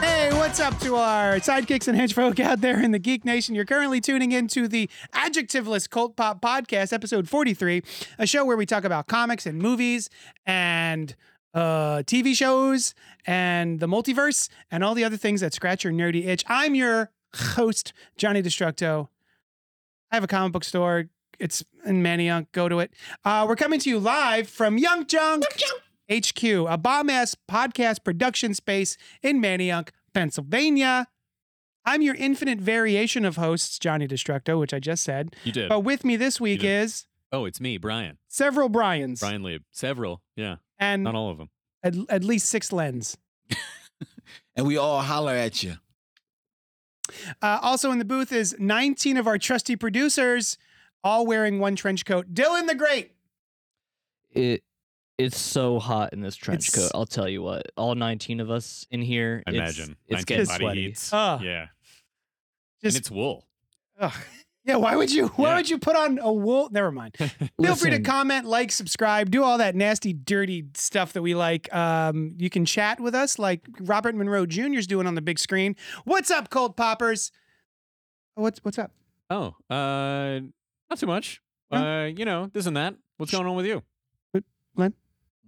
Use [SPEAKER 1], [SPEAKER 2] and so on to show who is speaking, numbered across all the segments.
[SPEAKER 1] Hey, what's up to our sidekicks and henchfolk out there in the Geek Nation? You're currently tuning in to the Adjectiveless Cult Pop Podcast, episode 43, a show where we talk about comics and movies and uh, TV shows and the multiverse and all the other things that scratch your nerdy itch. I'm your host, Johnny Destructo. I have a comic book store. It's in Manayunk. Go to it. Uh, we're coming to you live from Young Junk HQ, a bomb ass podcast production space in Manayunk, Pennsylvania. I'm your infinite variation of hosts, Johnny Destructo, which I just said.
[SPEAKER 2] You did.
[SPEAKER 1] But with me this week
[SPEAKER 2] You did.
[SPEAKER 1] is
[SPEAKER 2] Oh, it's me, Brian.
[SPEAKER 1] several Brian's
[SPEAKER 2] Brian Lieb. Several. Yeah.
[SPEAKER 1] and
[SPEAKER 2] Not all of them.
[SPEAKER 1] at, at least six lens.
[SPEAKER 3] and we all holler at you.
[SPEAKER 1] Uh, also in the booth is 19 of our trusty producers, all wearing one trench coat. Dylan the Great.
[SPEAKER 4] it it's so hot in this trench
[SPEAKER 1] It's-
[SPEAKER 4] coat. I'll tell you what. All 19 of us in here.
[SPEAKER 2] I
[SPEAKER 4] it's-
[SPEAKER 2] imagine.
[SPEAKER 4] it's
[SPEAKER 2] 19
[SPEAKER 4] getting
[SPEAKER 2] body
[SPEAKER 4] sweaty.
[SPEAKER 2] heats.
[SPEAKER 1] Ah.
[SPEAKER 2] yeah. and
[SPEAKER 1] Just
[SPEAKER 2] it's wool.
[SPEAKER 1] Ugh. Yeah, why would you? Why
[SPEAKER 2] Yeah.
[SPEAKER 1] would you put on a wool? Never mind. Feel free to
[SPEAKER 4] Listen.
[SPEAKER 1] comment, like, subscribe, do all that nasty, dirty stuff that we like. Um, you can chat with us like Robert Monroe Jr.'s doing on the big screen. What's up, cold poppers? What's what's up?
[SPEAKER 2] Oh, uh, not too much. Uh, you know, this and that. What's going on with you?
[SPEAKER 1] What, Len?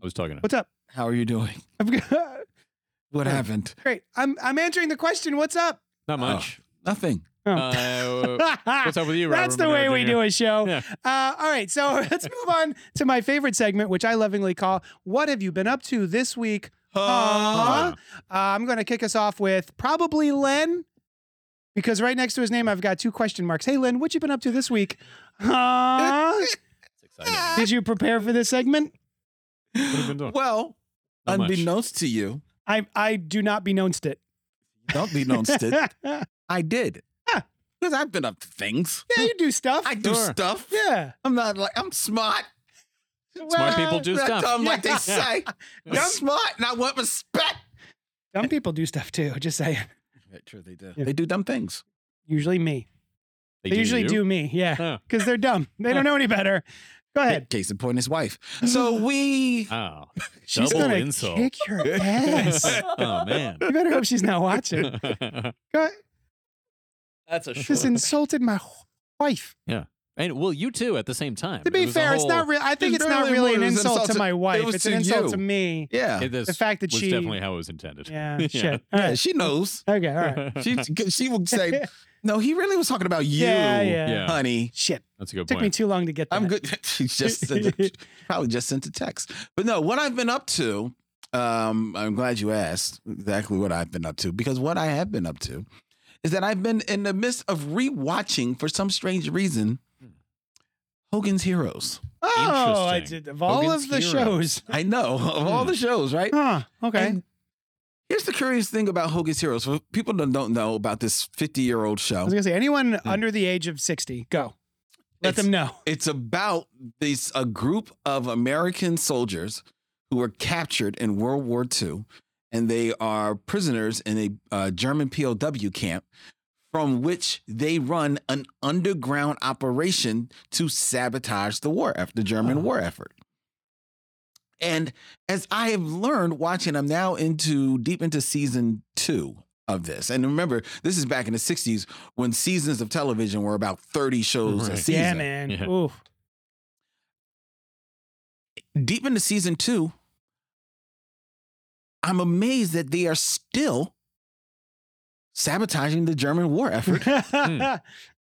[SPEAKER 2] I was talking to
[SPEAKER 1] What's up?
[SPEAKER 3] How are you doing?
[SPEAKER 1] I've got-
[SPEAKER 3] What
[SPEAKER 1] Huh.
[SPEAKER 3] happened?
[SPEAKER 1] Great. I'm I'm answering the question. What's up?
[SPEAKER 2] Not much.
[SPEAKER 3] Nothing.
[SPEAKER 2] Oh, Uh, what's up with you, Robert?
[SPEAKER 1] Oh. That's the way we do a show.
[SPEAKER 2] Yeah.
[SPEAKER 1] Uh, all right, so let's move on to my favorite segment, which I lovingly call "What Have You Been Up To This Week." Huh? Uh, I'm going to kick us off with probably Len, because right next to his name, I've got two question marks. Hey, Len, what you been up to this week? Huh? Did you prepare for this segment?
[SPEAKER 2] have you been doing?
[SPEAKER 3] Well,
[SPEAKER 2] Not much.
[SPEAKER 3] unbeknownst to you,
[SPEAKER 1] I I do not benounced it.
[SPEAKER 3] don't be known to,
[SPEAKER 1] yeah,
[SPEAKER 3] I did.
[SPEAKER 1] Huh.
[SPEAKER 3] Because I've been up to things.
[SPEAKER 1] you do stuff.
[SPEAKER 3] I do
[SPEAKER 2] Sure.
[SPEAKER 3] stuff.
[SPEAKER 1] yeah,
[SPEAKER 3] I'm not like I'm smart.
[SPEAKER 2] Smart people do
[SPEAKER 3] That's
[SPEAKER 2] stuff.
[SPEAKER 3] I'm like they
[SPEAKER 1] Yeah.
[SPEAKER 3] say. I'm smart and I want respect.
[SPEAKER 1] Dumb people do stuff too. Just saying.
[SPEAKER 3] true, they do.
[SPEAKER 1] Yeah.
[SPEAKER 3] They do dumb things.
[SPEAKER 1] Usually me. They, usually
[SPEAKER 2] you?
[SPEAKER 1] do me. Yeah,
[SPEAKER 2] Huh.
[SPEAKER 1] because they're dumb. They don't know any better. Go ahead.
[SPEAKER 3] Case in point, his wife. So we.
[SPEAKER 2] Oh.
[SPEAKER 1] She's
[SPEAKER 2] Double
[SPEAKER 1] gonna
[SPEAKER 2] insult.
[SPEAKER 1] kick your ass.
[SPEAKER 2] oh man.
[SPEAKER 1] you better hope she's not watching. Go ahead.
[SPEAKER 4] That's a
[SPEAKER 1] Just
[SPEAKER 4] short.
[SPEAKER 1] insulted my wife.
[SPEAKER 2] and well, you too at the same time.
[SPEAKER 1] To
[SPEAKER 2] It
[SPEAKER 1] be
[SPEAKER 2] was a
[SPEAKER 1] fair, it's
[SPEAKER 2] whole-
[SPEAKER 1] not real. I think
[SPEAKER 3] It's
[SPEAKER 1] it's not really
[SPEAKER 3] really more-
[SPEAKER 1] an
[SPEAKER 3] it was an
[SPEAKER 1] insult to
[SPEAKER 3] insult
[SPEAKER 1] my
[SPEAKER 3] it
[SPEAKER 1] wife.
[SPEAKER 3] was
[SPEAKER 1] It's an
[SPEAKER 3] to
[SPEAKER 1] insult
[SPEAKER 3] you.
[SPEAKER 1] to me.
[SPEAKER 3] Yeah.
[SPEAKER 2] It, this
[SPEAKER 1] The fact that
[SPEAKER 2] was
[SPEAKER 1] she-
[SPEAKER 2] definitely how it was intended.
[SPEAKER 1] Yeah,
[SPEAKER 2] Yeah.
[SPEAKER 1] shit. All
[SPEAKER 3] Yeah,
[SPEAKER 1] right.
[SPEAKER 3] she knows.
[SPEAKER 1] Okay, all right.
[SPEAKER 3] She she would say, "No, he really was talking about you,
[SPEAKER 1] Yeah, yeah.
[SPEAKER 2] Yeah.
[SPEAKER 3] honey."
[SPEAKER 1] Shit.
[SPEAKER 2] That's a good
[SPEAKER 1] Took me
[SPEAKER 2] point.
[SPEAKER 1] too long to get that.
[SPEAKER 3] I'm good. She just sent a- probably just sent a text. But no, what I've been up to, um, I'm glad you asked exactly what I've been up to because what I have been up to is that I've been in the midst of rewatching for some strange reason Hogan's Heroes.
[SPEAKER 1] Oh, I
[SPEAKER 2] Interesting.
[SPEAKER 1] did of all
[SPEAKER 2] Hogan's
[SPEAKER 1] of the
[SPEAKER 2] Heroes.
[SPEAKER 1] shows.
[SPEAKER 3] I know of all the shows, right?
[SPEAKER 1] Huh. Okay.
[SPEAKER 3] And here's the curious thing about Hogan's Heroes. For people that don't know about this 50 year old
[SPEAKER 1] I
[SPEAKER 3] show,
[SPEAKER 1] was gonna say anyone
[SPEAKER 2] Hmm.
[SPEAKER 1] under the age of sixty, go. Let
[SPEAKER 3] It's-
[SPEAKER 1] them know.
[SPEAKER 3] it's about this a group of American soldiers who were captured in World War II, and they are prisoners in a uh, German POW camp, from which they run an underground operation to sabotage the war effort, the German
[SPEAKER 1] Oh.
[SPEAKER 3] war effort. And as I have learned watching, I'm now into deep into season two of this. And remember, this is back in the 60s when seasons of television were about 30 shows a
[SPEAKER 2] Right.
[SPEAKER 3] season
[SPEAKER 1] Yeah, man.
[SPEAKER 2] Yeah.
[SPEAKER 1] Ooh.
[SPEAKER 3] deep into season two, I'm amazed that they are still sabotaging the German war effort
[SPEAKER 2] Hmm.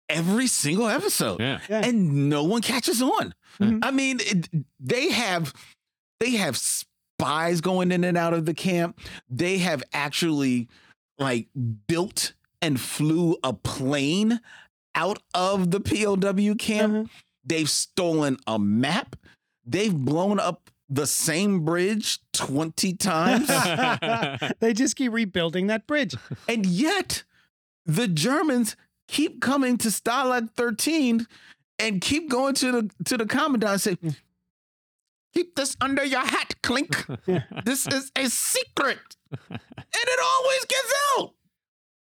[SPEAKER 3] every single episode.
[SPEAKER 2] Yeah.
[SPEAKER 3] And no one catches on.
[SPEAKER 1] Mhm.
[SPEAKER 3] I mean, it, they have they have spies going in and out of the camp. They have actually like built and flew a plane out of the POW camp.
[SPEAKER 1] Uh-huh.
[SPEAKER 3] They've stolen a map. They've blown up the same bridge 20 times.
[SPEAKER 1] they just keep rebuilding that bridge.
[SPEAKER 3] and yet, the Germans keep coming to Stalag 13 and keep going to the to the commandant and say, Keep this under your hat, Clink. This is a secret. And it always gets out.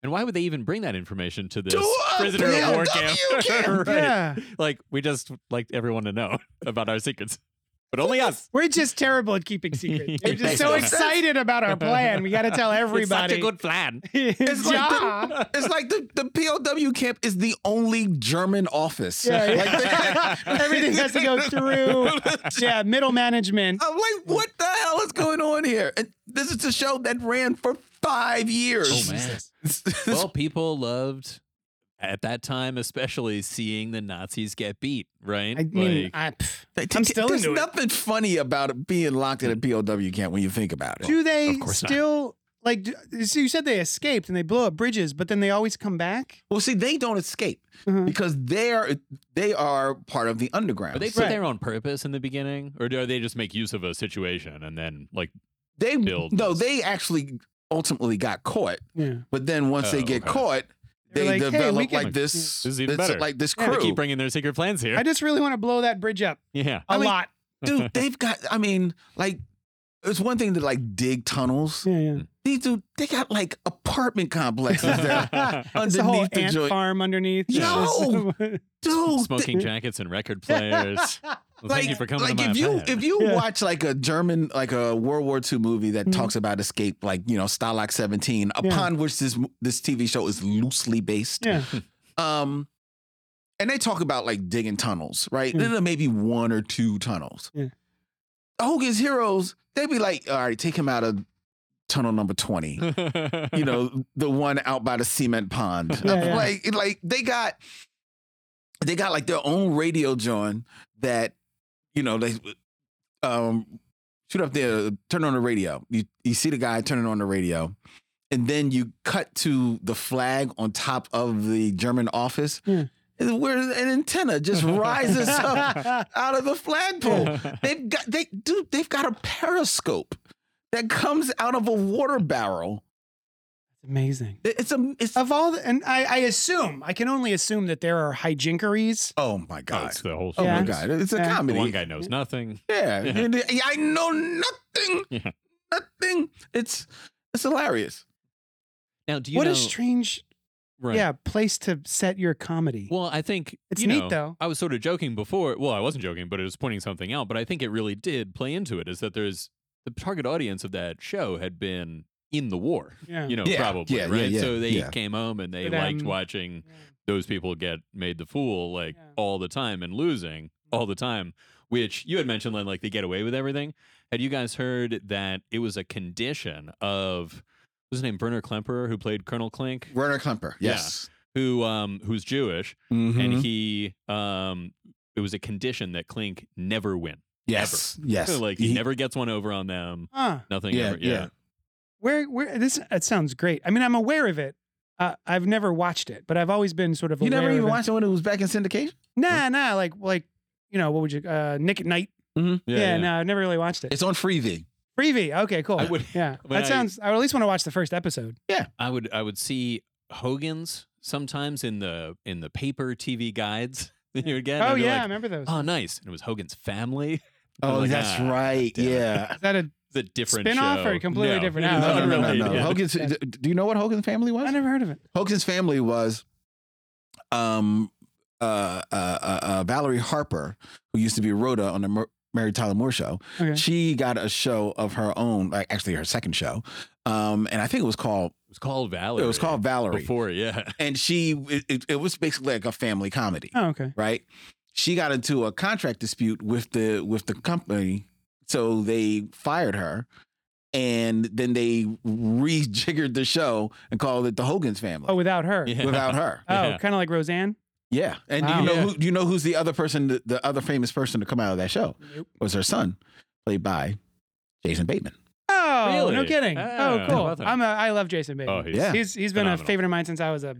[SPEAKER 2] and why would they even bring that information to this
[SPEAKER 3] To a
[SPEAKER 2] prisoner of war camp?
[SPEAKER 3] POW camp.
[SPEAKER 2] Right.
[SPEAKER 1] Yeah.
[SPEAKER 2] Like we just like everyone to know about our secrets, but only us.
[SPEAKER 1] We're just terrible at keeping secrets. We're
[SPEAKER 2] It
[SPEAKER 1] just
[SPEAKER 3] makes
[SPEAKER 1] so
[SPEAKER 3] no sense.
[SPEAKER 1] excited about our plan. We got to tell
[SPEAKER 2] It's such
[SPEAKER 1] everybody.
[SPEAKER 2] a good plan.
[SPEAKER 3] It's like
[SPEAKER 1] yeah.
[SPEAKER 3] It's like the, the POW camp is the only German office.
[SPEAKER 1] Yeah, yeah.
[SPEAKER 3] Like they-
[SPEAKER 1] Everything has to go through. Yeah, middle management.
[SPEAKER 3] I'm like, what the hell is going on here? And this is a show that ran for five
[SPEAKER 4] Oh,
[SPEAKER 3] years.
[SPEAKER 2] man. well, people loved at that time, especially seeing the Nazis get beat. Right?
[SPEAKER 1] I mean,
[SPEAKER 2] Like,
[SPEAKER 1] I, pff,
[SPEAKER 3] Like,
[SPEAKER 1] I'm still
[SPEAKER 3] There's
[SPEAKER 1] into it.
[SPEAKER 3] nothing funny about it being locked in a POW camp when you think about it.
[SPEAKER 1] do they
[SPEAKER 2] course not.
[SPEAKER 1] still like? Do, so you said they escaped and they blow up bridges, but then they always come back.
[SPEAKER 3] Well, see, they don't escape
[SPEAKER 1] Uh-huh.
[SPEAKER 3] because they're they are part of the underground.
[SPEAKER 2] are they
[SPEAKER 1] Right.
[SPEAKER 2] put there on purpose in the beginning, or do they just make use of a situation and then like
[SPEAKER 3] they
[SPEAKER 2] build
[SPEAKER 3] no,
[SPEAKER 2] this?
[SPEAKER 3] they actually ultimately got caught,
[SPEAKER 1] Yeah.
[SPEAKER 3] but then once they
[SPEAKER 2] Oh,
[SPEAKER 3] get
[SPEAKER 2] okay.
[SPEAKER 3] caught,
[SPEAKER 1] They're like,
[SPEAKER 3] they
[SPEAKER 1] "Hey, we
[SPEAKER 3] develop
[SPEAKER 1] can-
[SPEAKER 3] like this.
[SPEAKER 1] This
[SPEAKER 2] is even
[SPEAKER 3] this-
[SPEAKER 2] better.
[SPEAKER 3] Like this
[SPEAKER 2] Yeah,
[SPEAKER 3] crew.
[SPEAKER 2] they keep bringing their secret plans here?
[SPEAKER 1] I just really want to blow that bridge up
[SPEAKER 2] yeah.
[SPEAKER 1] a
[SPEAKER 3] I mean-
[SPEAKER 1] lot.
[SPEAKER 3] dude, they've got. I mean, like, it's one thing to like dig tunnels.
[SPEAKER 1] Yeah, yeah.
[SPEAKER 3] These dude, they got like apartment complexes there
[SPEAKER 1] It's a whole
[SPEAKER 3] underneath the
[SPEAKER 1] ant
[SPEAKER 3] joint.
[SPEAKER 1] farm underneath.
[SPEAKER 3] Yo! Dude,
[SPEAKER 2] Smoking jackets and record players. Well, thank you for coming
[SPEAKER 3] like
[SPEAKER 2] to my
[SPEAKER 3] if you
[SPEAKER 2] event.
[SPEAKER 3] if you
[SPEAKER 1] Yeah.
[SPEAKER 3] watch like a German like a World War II movie that
[SPEAKER 1] Mhm.
[SPEAKER 3] talks about escape, like you know Stalag 17,
[SPEAKER 1] Yeah.
[SPEAKER 3] upon which this this TV show is loosely based.
[SPEAKER 1] yeah.
[SPEAKER 3] Um, and they talk about like digging tunnels, right?
[SPEAKER 1] Mhm.
[SPEAKER 3] Then there may be one or two tunnels.
[SPEAKER 1] Yeah.
[SPEAKER 3] Hogan's heroes, they be like, all right, take him out of tunnel number twenty. you know the one out by the cement pond
[SPEAKER 1] Yeah, yeah.
[SPEAKER 3] like like they got they got like their own radio john that you know they um shoot up there turn on the radio you you see the guy turning on the radio and then you cut to the flag on top of the german office
[SPEAKER 1] Yeah.
[SPEAKER 3] and where an antenna just rises up out of the
[SPEAKER 2] Oh,
[SPEAKER 3] flagpole They've got they dude, they've got a periscope that comes out of a water barrel.
[SPEAKER 1] Amazing.
[SPEAKER 3] It- It's a it's
[SPEAKER 1] Of all, the, and I, I assume I can only assume that there are hijinkeries.
[SPEAKER 3] oh my
[SPEAKER 2] Oh,
[SPEAKER 3] god.
[SPEAKER 2] it's the whole
[SPEAKER 1] Oh
[SPEAKER 3] Oh
[SPEAKER 1] yeah.
[SPEAKER 3] my
[SPEAKER 2] series.
[SPEAKER 3] god. It's a
[SPEAKER 1] Yeah.
[SPEAKER 2] The
[SPEAKER 3] comedy.
[SPEAKER 2] one guy knows nothing.
[SPEAKER 3] Yeah.
[SPEAKER 2] Yeah.
[SPEAKER 3] And I- I know nothing.
[SPEAKER 2] Yeah.
[SPEAKER 3] Nothing. It's it's hilarious.
[SPEAKER 2] Now, do you
[SPEAKER 1] What
[SPEAKER 2] know?
[SPEAKER 1] a strange,
[SPEAKER 2] right.
[SPEAKER 1] yeah, place to set your comedy.
[SPEAKER 2] Well, I think
[SPEAKER 1] It's
[SPEAKER 2] you
[SPEAKER 1] neat,
[SPEAKER 2] know,
[SPEAKER 1] though.
[SPEAKER 2] I was sort of joking before. Well, I wasn't joking, but it was pointing something out. But I think it really did play into it. Is that there's the target audience of that show had been in the war.
[SPEAKER 1] yeah.
[SPEAKER 2] You know,
[SPEAKER 3] Yeah,
[SPEAKER 2] probably
[SPEAKER 3] yeah, yeah,
[SPEAKER 2] right.
[SPEAKER 3] yeah,
[SPEAKER 2] so they
[SPEAKER 3] yeah.
[SPEAKER 2] came home and they
[SPEAKER 1] But,
[SPEAKER 2] liked
[SPEAKER 1] um,
[SPEAKER 2] watching those people get made the fool like
[SPEAKER 1] Yeah. Mm-hmm.
[SPEAKER 2] all the time and losing all the time. Which you had mentioned, Len, like they get away with everything. Had you guys heard that it was a condition of what was his name Werner Klemperer, who played Colonel Clink,
[SPEAKER 3] Werner Klemper.
[SPEAKER 2] Yeah.
[SPEAKER 3] Yes.
[SPEAKER 2] who um who's Jewish,
[SPEAKER 3] Mhm.
[SPEAKER 2] and he um it was a condition that Clink never win.
[SPEAKER 3] yes. Yes.
[SPEAKER 2] like he, never gets one over on them.
[SPEAKER 1] Huh.
[SPEAKER 2] Nothing
[SPEAKER 3] Yeah,
[SPEAKER 2] ever.
[SPEAKER 3] yeah.
[SPEAKER 2] Yeah.
[SPEAKER 1] Where, where, this, it sounds great. I mean, I'm aware of it. Uh, I've never watched it, but I've always been sort of
[SPEAKER 3] You
[SPEAKER 1] aware
[SPEAKER 3] never
[SPEAKER 1] of
[SPEAKER 3] even
[SPEAKER 1] it.
[SPEAKER 3] watched it when it was back in syndication?
[SPEAKER 2] Oh.
[SPEAKER 1] Nah, nah, like, like, you know, what would you, uh, Nick at Night? Yeah, no, I've never really watched it.
[SPEAKER 3] It's on Freevee.
[SPEAKER 1] Freebie. Okay, cool.
[SPEAKER 2] I would-
[SPEAKER 1] yeah,
[SPEAKER 2] when
[SPEAKER 1] that
[SPEAKER 2] I-
[SPEAKER 1] sounds. I would at least want to watch the first episode.
[SPEAKER 2] I would I would see Hogan's sometimes in the in the paper TV guides that you would get.
[SPEAKER 1] oh
[SPEAKER 2] and I'd be
[SPEAKER 1] yeah, I
[SPEAKER 2] like,
[SPEAKER 1] remember those.
[SPEAKER 2] oh nice. And it was Hogan's family. I'm
[SPEAKER 3] Oh,
[SPEAKER 2] like,
[SPEAKER 3] that's
[SPEAKER 2] ah,
[SPEAKER 3] right.
[SPEAKER 2] damn it.
[SPEAKER 3] Yeah.
[SPEAKER 1] Is that a?
[SPEAKER 2] It's a different
[SPEAKER 1] Spin-off
[SPEAKER 2] show.
[SPEAKER 1] or completely different?
[SPEAKER 2] No,
[SPEAKER 1] Oh,
[SPEAKER 3] No, no, no, no,
[SPEAKER 1] really?
[SPEAKER 3] no.
[SPEAKER 1] Yeah.
[SPEAKER 3] Hogan's,
[SPEAKER 1] Yeah.
[SPEAKER 3] d- Do you know what Hogan's family was?
[SPEAKER 1] I never heard of it.
[SPEAKER 3] Hogan's family was um uh, uh, uh, uh Valerie Harper, who used to be Rhoda on the Mer- Mary Tyler Moore show.
[SPEAKER 1] Okay.
[SPEAKER 3] She got a show of her own, like actually her second show. Um, and I think it was called
[SPEAKER 2] It was called Valerie.
[SPEAKER 3] it was called Valerie.
[SPEAKER 2] before, yeah.
[SPEAKER 3] And she it- it, it was basically like a family comedy,
[SPEAKER 1] Oh okay.
[SPEAKER 3] right? She got into a contract dispute with the with the company, so they fired her. And then they rejiggered the show and called it the Hogan's Family
[SPEAKER 1] Oh, without her.
[SPEAKER 2] Yeah.
[SPEAKER 3] without her.
[SPEAKER 1] Oh,
[SPEAKER 2] Yeah.
[SPEAKER 1] kind of like Roseanne.
[SPEAKER 3] Yeah, and
[SPEAKER 1] Wow.
[SPEAKER 3] you know
[SPEAKER 2] Yeah.
[SPEAKER 3] who? You know who's the other person? The, the other famous person to come out of that show
[SPEAKER 1] Nope.
[SPEAKER 3] was her son, played by Jason Bateman.
[SPEAKER 1] Oh, no
[SPEAKER 2] Really?
[SPEAKER 1] kidding.
[SPEAKER 2] Ah,
[SPEAKER 1] oh, cool.
[SPEAKER 2] how about that?
[SPEAKER 1] I'm a. I love Jason Bateman.
[SPEAKER 2] Oh, he's
[SPEAKER 3] Yeah.
[SPEAKER 1] He's he's been a
[SPEAKER 2] Phenomenal.
[SPEAKER 1] favorite of mine since I was a, a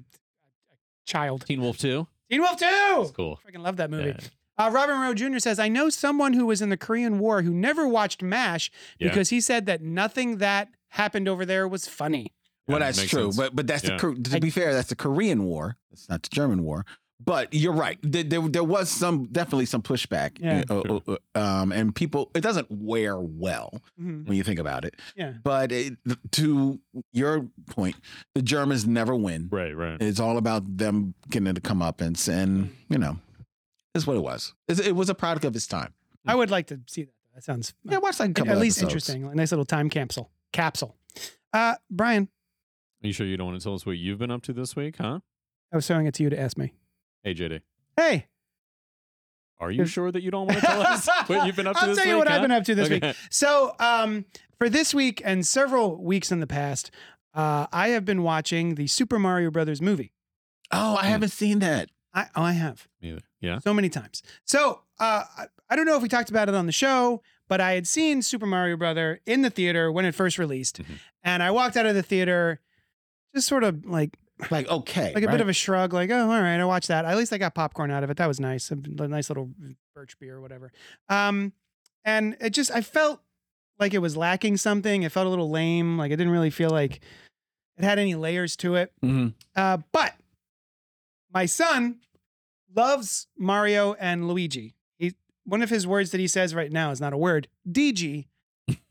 [SPEAKER 1] child.
[SPEAKER 2] Teen Wolf 2.
[SPEAKER 1] Teen Wolf
[SPEAKER 2] It's
[SPEAKER 1] Two.
[SPEAKER 2] cool.
[SPEAKER 1] Oh. Freaking love that movie.
[SPEAKER 2] Yeah.
[SPEAKER 1] Uh, Robert Monroe Jr. says, I know someone who was in the Korean War who never watched MASH
[SPEAKER 2] Yeah.
[SPEAKER 1] because he said that nothing that happened over there was funny.
[SPEAKER 3] well,
[SPEAKER 2] Yeah,
[SPEAKER 3] that's
[SPEAKER 2] makes
[SPEAKER 3] true.
[SPEAKER 2] sense.
[SPEAKER 3] But but that's
[SPEAKER 2] Yeah.
[SPEAKER 3] the Kor- to
[SPEAKER 1] I-
[SPEAKER 3] be fair, that's the Korean War. It's not the German War. But you're right. There, there, there was some definitely some pushback.
[SPEAKER 1] Yeah.
[SPEAKER 3] Uh, uh, uh, um, and people, it doesn't wear well
[SPEAKER 2] Mm-hmm.
[SPEAKER 1] Mhm.
[SPEAKER 3] when you think about it.
[SPEAKER 1] Yeah.
[SPEAKER 3] But it, to your point, the Germans never win.
[SPEAKER 2] right, right.
[SPEAKER 3] It's all about them getting to come up and,
[SPEAKER 1] Mm.
[SPEAKER 3] and you know, it's what it was. It's, it was a product of its time.
[SPEAKER 1] Mm-hmm. I would like to see that. That sounds uh,
[SPEAKER 3] Yeah, watch like a couple
[SPEAKER 1] at least
[SPEAKER 3] episodes.
[SPEAKER 1] interesting. A nice little time capsule. Capsule. Uh, Brian,
[SPEAKER 2] you sure you don't want to tell us what you've been up to this week, huh?
[SPEAKER 1] I was throwing it to you to ask me.
[SPEAKER 2] Hey, JD,
[SPEAKER 1] Hey,
[SPEAKER 2] are you sure that you don't want to tell us what you've been up to
[SPEAKER 1] I'll
[SPEAKER 2] this
[SPEAKER 1] tell
[SPEAKER 2] week?
[SPEAKER 1] you what I've
[SPEAKER 2] huh?
[SPEAKER 1] been up to this week.
[SPEAKER 2] Okay.
[SPEAKER 1] So, um, for this week and several weeks in the past, uh, I have been watching the Super Mario Brothers movie.
[SPEAKER 3] Oh, I haven't seen that.
[SPEAKER 1] I, oh, I have.
[SPEAKER 2] Neither. Yeah.
[SPEAKER 1] so many times. So uh, I, I don't know if we talked about it on the show, but I had seen Super Mario Brother in the theater when it first released,
[SPEAKER 2] Mhm.
[SPEAKER 1] and I walked out of the theater just sort of like
[SPEAKER 3] Like, okay.
[SPEAKER 1] like a bit of a shrug, like oh, all right, I watched that. At least I got popcorn out of it. That was nice, a nice little birch beer or whatever. Um, and it just I felt like it was lacking something. It felt a little lame. Like it didn't really feel like it had any layers to it.
[SPEAKER 3] Mhm.
[SPEAKER 1] Uh, but my son loves Mario and Luigi. He one of his words that he says right now is not a word, DG,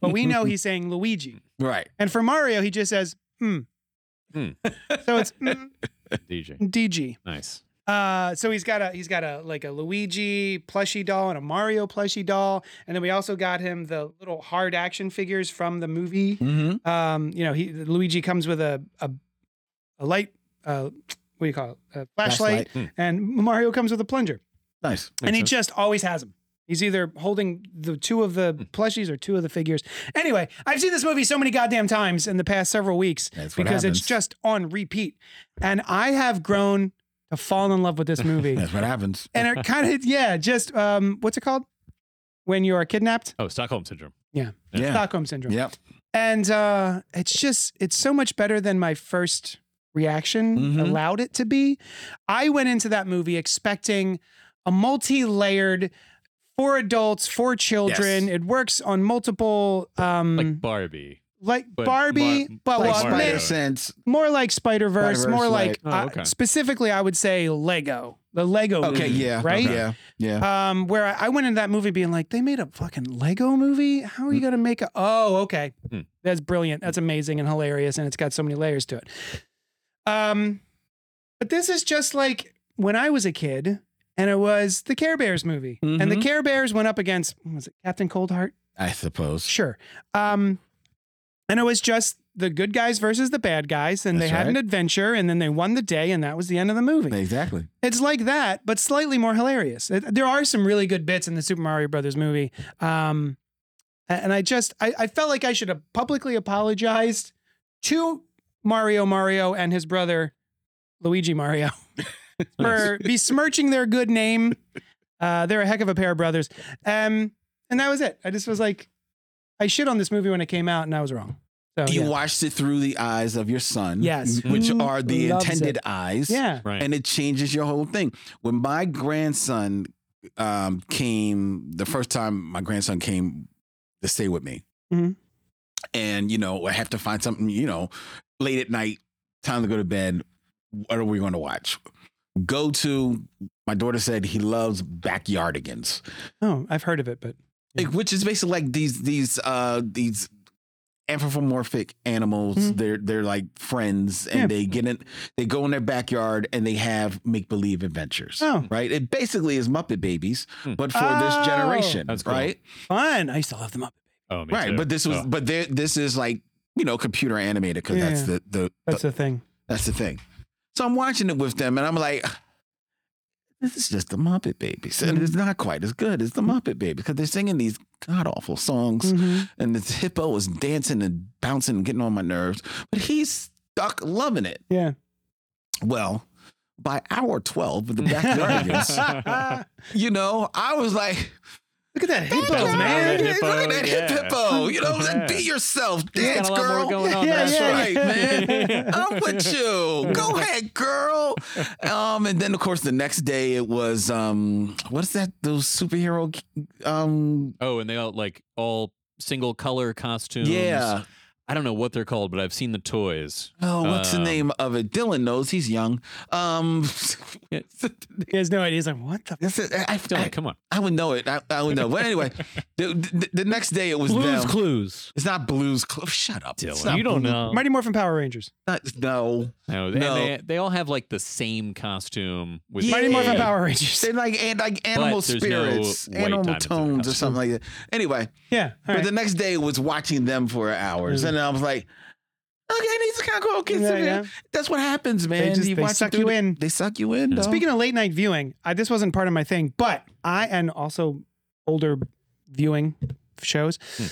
[SPEAKER 1] but we know he's saying Luigi.
[SPEAKER 3] Right.
[SPEAKER 1] And for Mario, he just says hmm.
[SPEAKER 2] Hmm.
[SPEAKER 1] So it's mm,
[SPEAKER 2] DJ.
[SPEAKER 1] DG.
[SPEAKER 2] Nice.
[SPEAKER 1] Uh, so he's got a he's got a like a Luigi plushie doll and a Mario plushie doll, and then we also got him the little hard action figures from the movie
[SPEAKER 3] Mm-hmm.
[SPEAKER 1] um, you know, he Luigi comes with a a, a light, uh, what do you call it, a flashlight,
[SPEAKER 2] Flashlight.
[SPEAKER 1] and Mario comes with a plunger,
[SPEAKER 3] Nice.
[SPEAKER 1] and he
[SPEAKER 2] Makes
[SPEAKER 1] just always has them. He's either holding the two of
[SPEAKER 3] Hmm.
[SPEAKER 1] the plushies or two of the figures. Anyway, I've seen this movie so many goddamn times in the past several weeks
[SPEAKER 3] That's what
[SPEAKER 1] because it's
[SPEAKER 3] happens.
[SPEAKER 1] just on repeat, and I have grown to fall in love with this movie.
[SPEAKER 3] That's what happens.
[SPEAKER 1] and it kind of yeah, just um, what's it called when you are kidnapped?
[SPEAKER 2] Oh, Stockholm syndrome.
[SPEAKER 3] Yeah.
[SPEAKER 1] Stockholm syndrome.
[SPEAKER 3] Yep.
[SPEAKER 1] and uh, it's just it's so much better than my first reaction
[SPEAKER 3] Mhm.
[SPEAKER 1] allowed it to be. I went into that movie expecting a multi-layered for adults, for children.
[SPEAKER 3] Yes.
[SPEAKER 1] It works on multiple um
[SPEAKER 2] Like
[SPEAKER 1] like,
[SPEAKER 2] Barbie. but
[SPEAKER 1] Barbie,
[SPEAKER 2] Bar-
[SPEAKER 1] but
[SPEAKER 3] Like
[SPEAKER 1] well,
[SPEAKER 3] Spider
[SPEAKER 1] ma-
[SPEAKER 3] Sense.
[SPEAKER 1] more like Spider-Verse,
[SPEAKER 3] Spider-Verse,
[SPEAKER 1] more like,
[SPEAKER 2] like-
[SPEAKER 1] uh,
[SPEAKER 2] Oh, okay.
[SPEAKER 1] specifically I would say Lego. The Lego
[SPEAKER 3] Okay.
[SPEAKER 1] movie,
[SPEAKER 3] Yeah.
[SPEAKER 1] Right?
[SPEAKER 3] Yeah. Yeah.
[SPEAKER 1] Um, where I, I went into that movie being like, they made a fucking Lego movie. How are
[SPEAKER 3] Hmm.
[SPEAKER 1] you gonna make a? Oh, okay,
[SPEAKER 2] Hmm.
[SPEAKER 1] that's brilliant. That's amazing and hilarious, and it's got so many layers to it. Um, but this is just like when I was a kid, and it was the Care Bears movie, and the
[SPEAKER 3] Mhm.
[SPEAKER 1] Care Bears went up against what was it Captain Coldheart?
[SPEAKER 3] I suppose.
[SPEAKER 1] Sure. Um, and it was just the good guys versus the bad guys, and they
[SPEAKER 3] That's
[SPEAKER 1] had an
[SPEAKER 3] right.
[SPEAKER 1] adventure, and then they won the day, and that was the end of the movie.
[SPEAKER 3] Exactly.
[SPEAKER 1] It's like that, but slightly more hilarious. It- There are some really good bits in the Super Mario Brothers movie, um, a- and I just I, I felt like I should have publicly apologized to Mario Mario and his brother Luigi Mario for besmirching their good name. Uh, they're a heck of a pair of brothers, um, and that was it. I just was like, I shit on this movie when it came out, and I was wrong. So
[SPEAKER 3] You
[SPEAKER 1] Oh, yeah.
[SPEAKER 3] watched it through the eyes of your son.
[SPEAKER 1] Yes.
[SPEAKER 3] Which
[SPEAKER 1] Who
[SPEAKER 3] are the
[SPEAKER 1] loves
[SPEAKER 3] intended
[SPEAKER 1] it?
[SPEAKER 3] eyes.
[SPEAKER 1] yeah,
[SPEAKER 2] Right.
[SPEAKER 3] And it changes your whole thing. When my grandson um, came, the first time my grandson came to stay with me,
[SPEAKER 1] Mhm.
[SPEAKER 3] and, you know, I have to find something, you know, late at night, time to go to bed. What are we going to watch? Go to, my daughter said he loves backyardigans.
[SPEAKER 1] oh, I've heard of it, but
[SPEAKER 3] Like, which is basically like these these uh these anthropomorphic animals
[SPEAKER 1] Mhm.
[SPEAKER 3] they're they're like friends and
[SPEAKER 1] Yeah.
[SPEAKER 3] they get in they go in their backyard and they have make-believe adventures
[SPEAKER 1] oh,
[SPEAKER 3] right it basically is muppet babies
[SPEAKER 2] Hmm.
[SPEAKER 3] but for this generation
[SPEAKER 2] That's cool.
[SPEAKER 3] right
[SPEAKER 1] fun! I used to love them up.
[SPEAKER 2] oh, me
[SPEAKER 3] right
[SPEAKER 2] too.
[SPEAKER 3] but this was
[SPEAKER 2] Oh.
[SPEAKER 3] but there this is like you know computer animated because that's
[SPEAKER 1] Yeah.
[SPEAKER 3] the, the
[SPEAKER 1] That's the thing.
[SPEAKER 3] that's the thing so i'm watching it with them and i'm like this is just the muppet babies and
[SPEAKER 1] Mm-hmm.
[SPEAKER 3] it's not quite as good as the muppet babies because they're singing these god awful songs
[SPEAKER 1] Mhm.
[SPEAKER 3] and this hippo was dancing and bouncing and getting on my nerves, but he's stuck loving it.
[SPEAKER 1] Yeah.
[SPEAKER 3] Well, by hour 12 of the backyardigans, you know, I was like,
[SPEAKER 1] Look at that
[SPEAKER 2] Bounce
[SPEAKER 1] hippo,
[SPEAKER 2] around that
[SPEAKER 1] man.
[SPEAKER 2] hippo,
[SPEAKER 3] Look at that hip
[SPEAKER 2] yeah.
[SPEAKER 3] hippo. You know,
[SPEAKER 2] Yeah.
[SPEAKER 3] be yourself.
[SPEAKER 2] He's got
[SPEAKER 3] Dance,
[SPEAKER 2] a lot more
[SPEAKER 3] girl.
[SPEAKER 2] going on.
[SPEAKER 1] Yeah,
[SPEAKER 3] That's
[SPEAKER 1] yeah,
[SPEAKER 3] right,
[SPEAKER 1] yeah.
[SPEAKER 3] man. I'm with you. Go ahead, girl. Um, and then of course the next day it was um, what is that? Those superhero um,
[SPEAKER 2] Oh, and they all like all single color costumes.
[SPEAKER 3] yeah.
[SPEAKER 2] I don't know what they're called, but I've seen the toys.
[SPEAKER 3] Oh, what's
[SPEAKER 2] Um,
[SPEAKER 3] the name of it? Dylan knows. He's young. Um,
[SPEAKER 2] Yeah.
[SPEAKER 1] He has no idea. He's like, what the?
[SPEAKER 3] that's it. I,
[SPEAKER 2] Dylan,
[SPEAKER 3] I,
[SPEAKER 2] come on.
[SPEAKER 3] I would know it. I, I would know. But anyway, the, the, the next day it was
[SPEAKER 4] Blues
[SPEAKER 3] them.
[SPEAKER 4] Clues.
[SPEAKER 3] It's not Blues Club. Shut up. It's
[SPEAKER 2] Dylan.
[SPEAKER 3] not
[SPEAKER 4] You don't
[SPEAKER 3] Blues-
[SPEAKER 4] know.
[SPEAKER 1] Mighty Morphin Power Rangers.
[SPEAKER 3] not- no.
[SPEAKER 2] No,
[SPEAKER 3] No.
[SPEAKER 2] And they, they all have like the same costume. With
[SPEAKER 3] Yeah.
[SPEAKER 1] Mighty Morphin
[SPEAKER 3] Yeah.
[SPEAKER 1] Power Rangers.
[SPEAKER 3] They're like, and like animal
[SPEAKER 2] there's no
[SPEAKER 3] spirits,
[SPEAKER 2] white
[SPEAKER 3] animal
[SPEAKER 2] diamonds in their
[SPEAKER 3] tones or
[SPEAKER 2] costume.
[SPEAKER 3] something like that. Anyway,
[SPEAKER 1] Yeah. all
[SPEAKER 3] but
[SPEAKER 1] right.
[SPEAKER 3] the next day was watching them for hours.
[SPEAKER 1] Mhm.
[SPEAKER 3] And I was like, okay, these are kind of cool kids.
[SPEAKER 1] Yeah,
[SPEAKER 3] in there.
[SPEAKER 1] yeah.
[SPEAKER 3] That's what happens, man.
[SPEAKER 1] just- they
[SPEAKER 3] watch them
[SPEAKER 1] suck
[SPEAKER 3] through
[SPEAKER 1] you
[SPEAKER 3] the-
[SPEAKER 1] in.
[SPEAKER 3] They suck you in.
[SPEAKER 2] Yeah.
[SPEAKER 3] dog.
[SPEAKER 1] Speaking of late night viewing, I, this wasn't part of my thing, but I and also older viewing shows,
[SPEAKER 2] Hmm.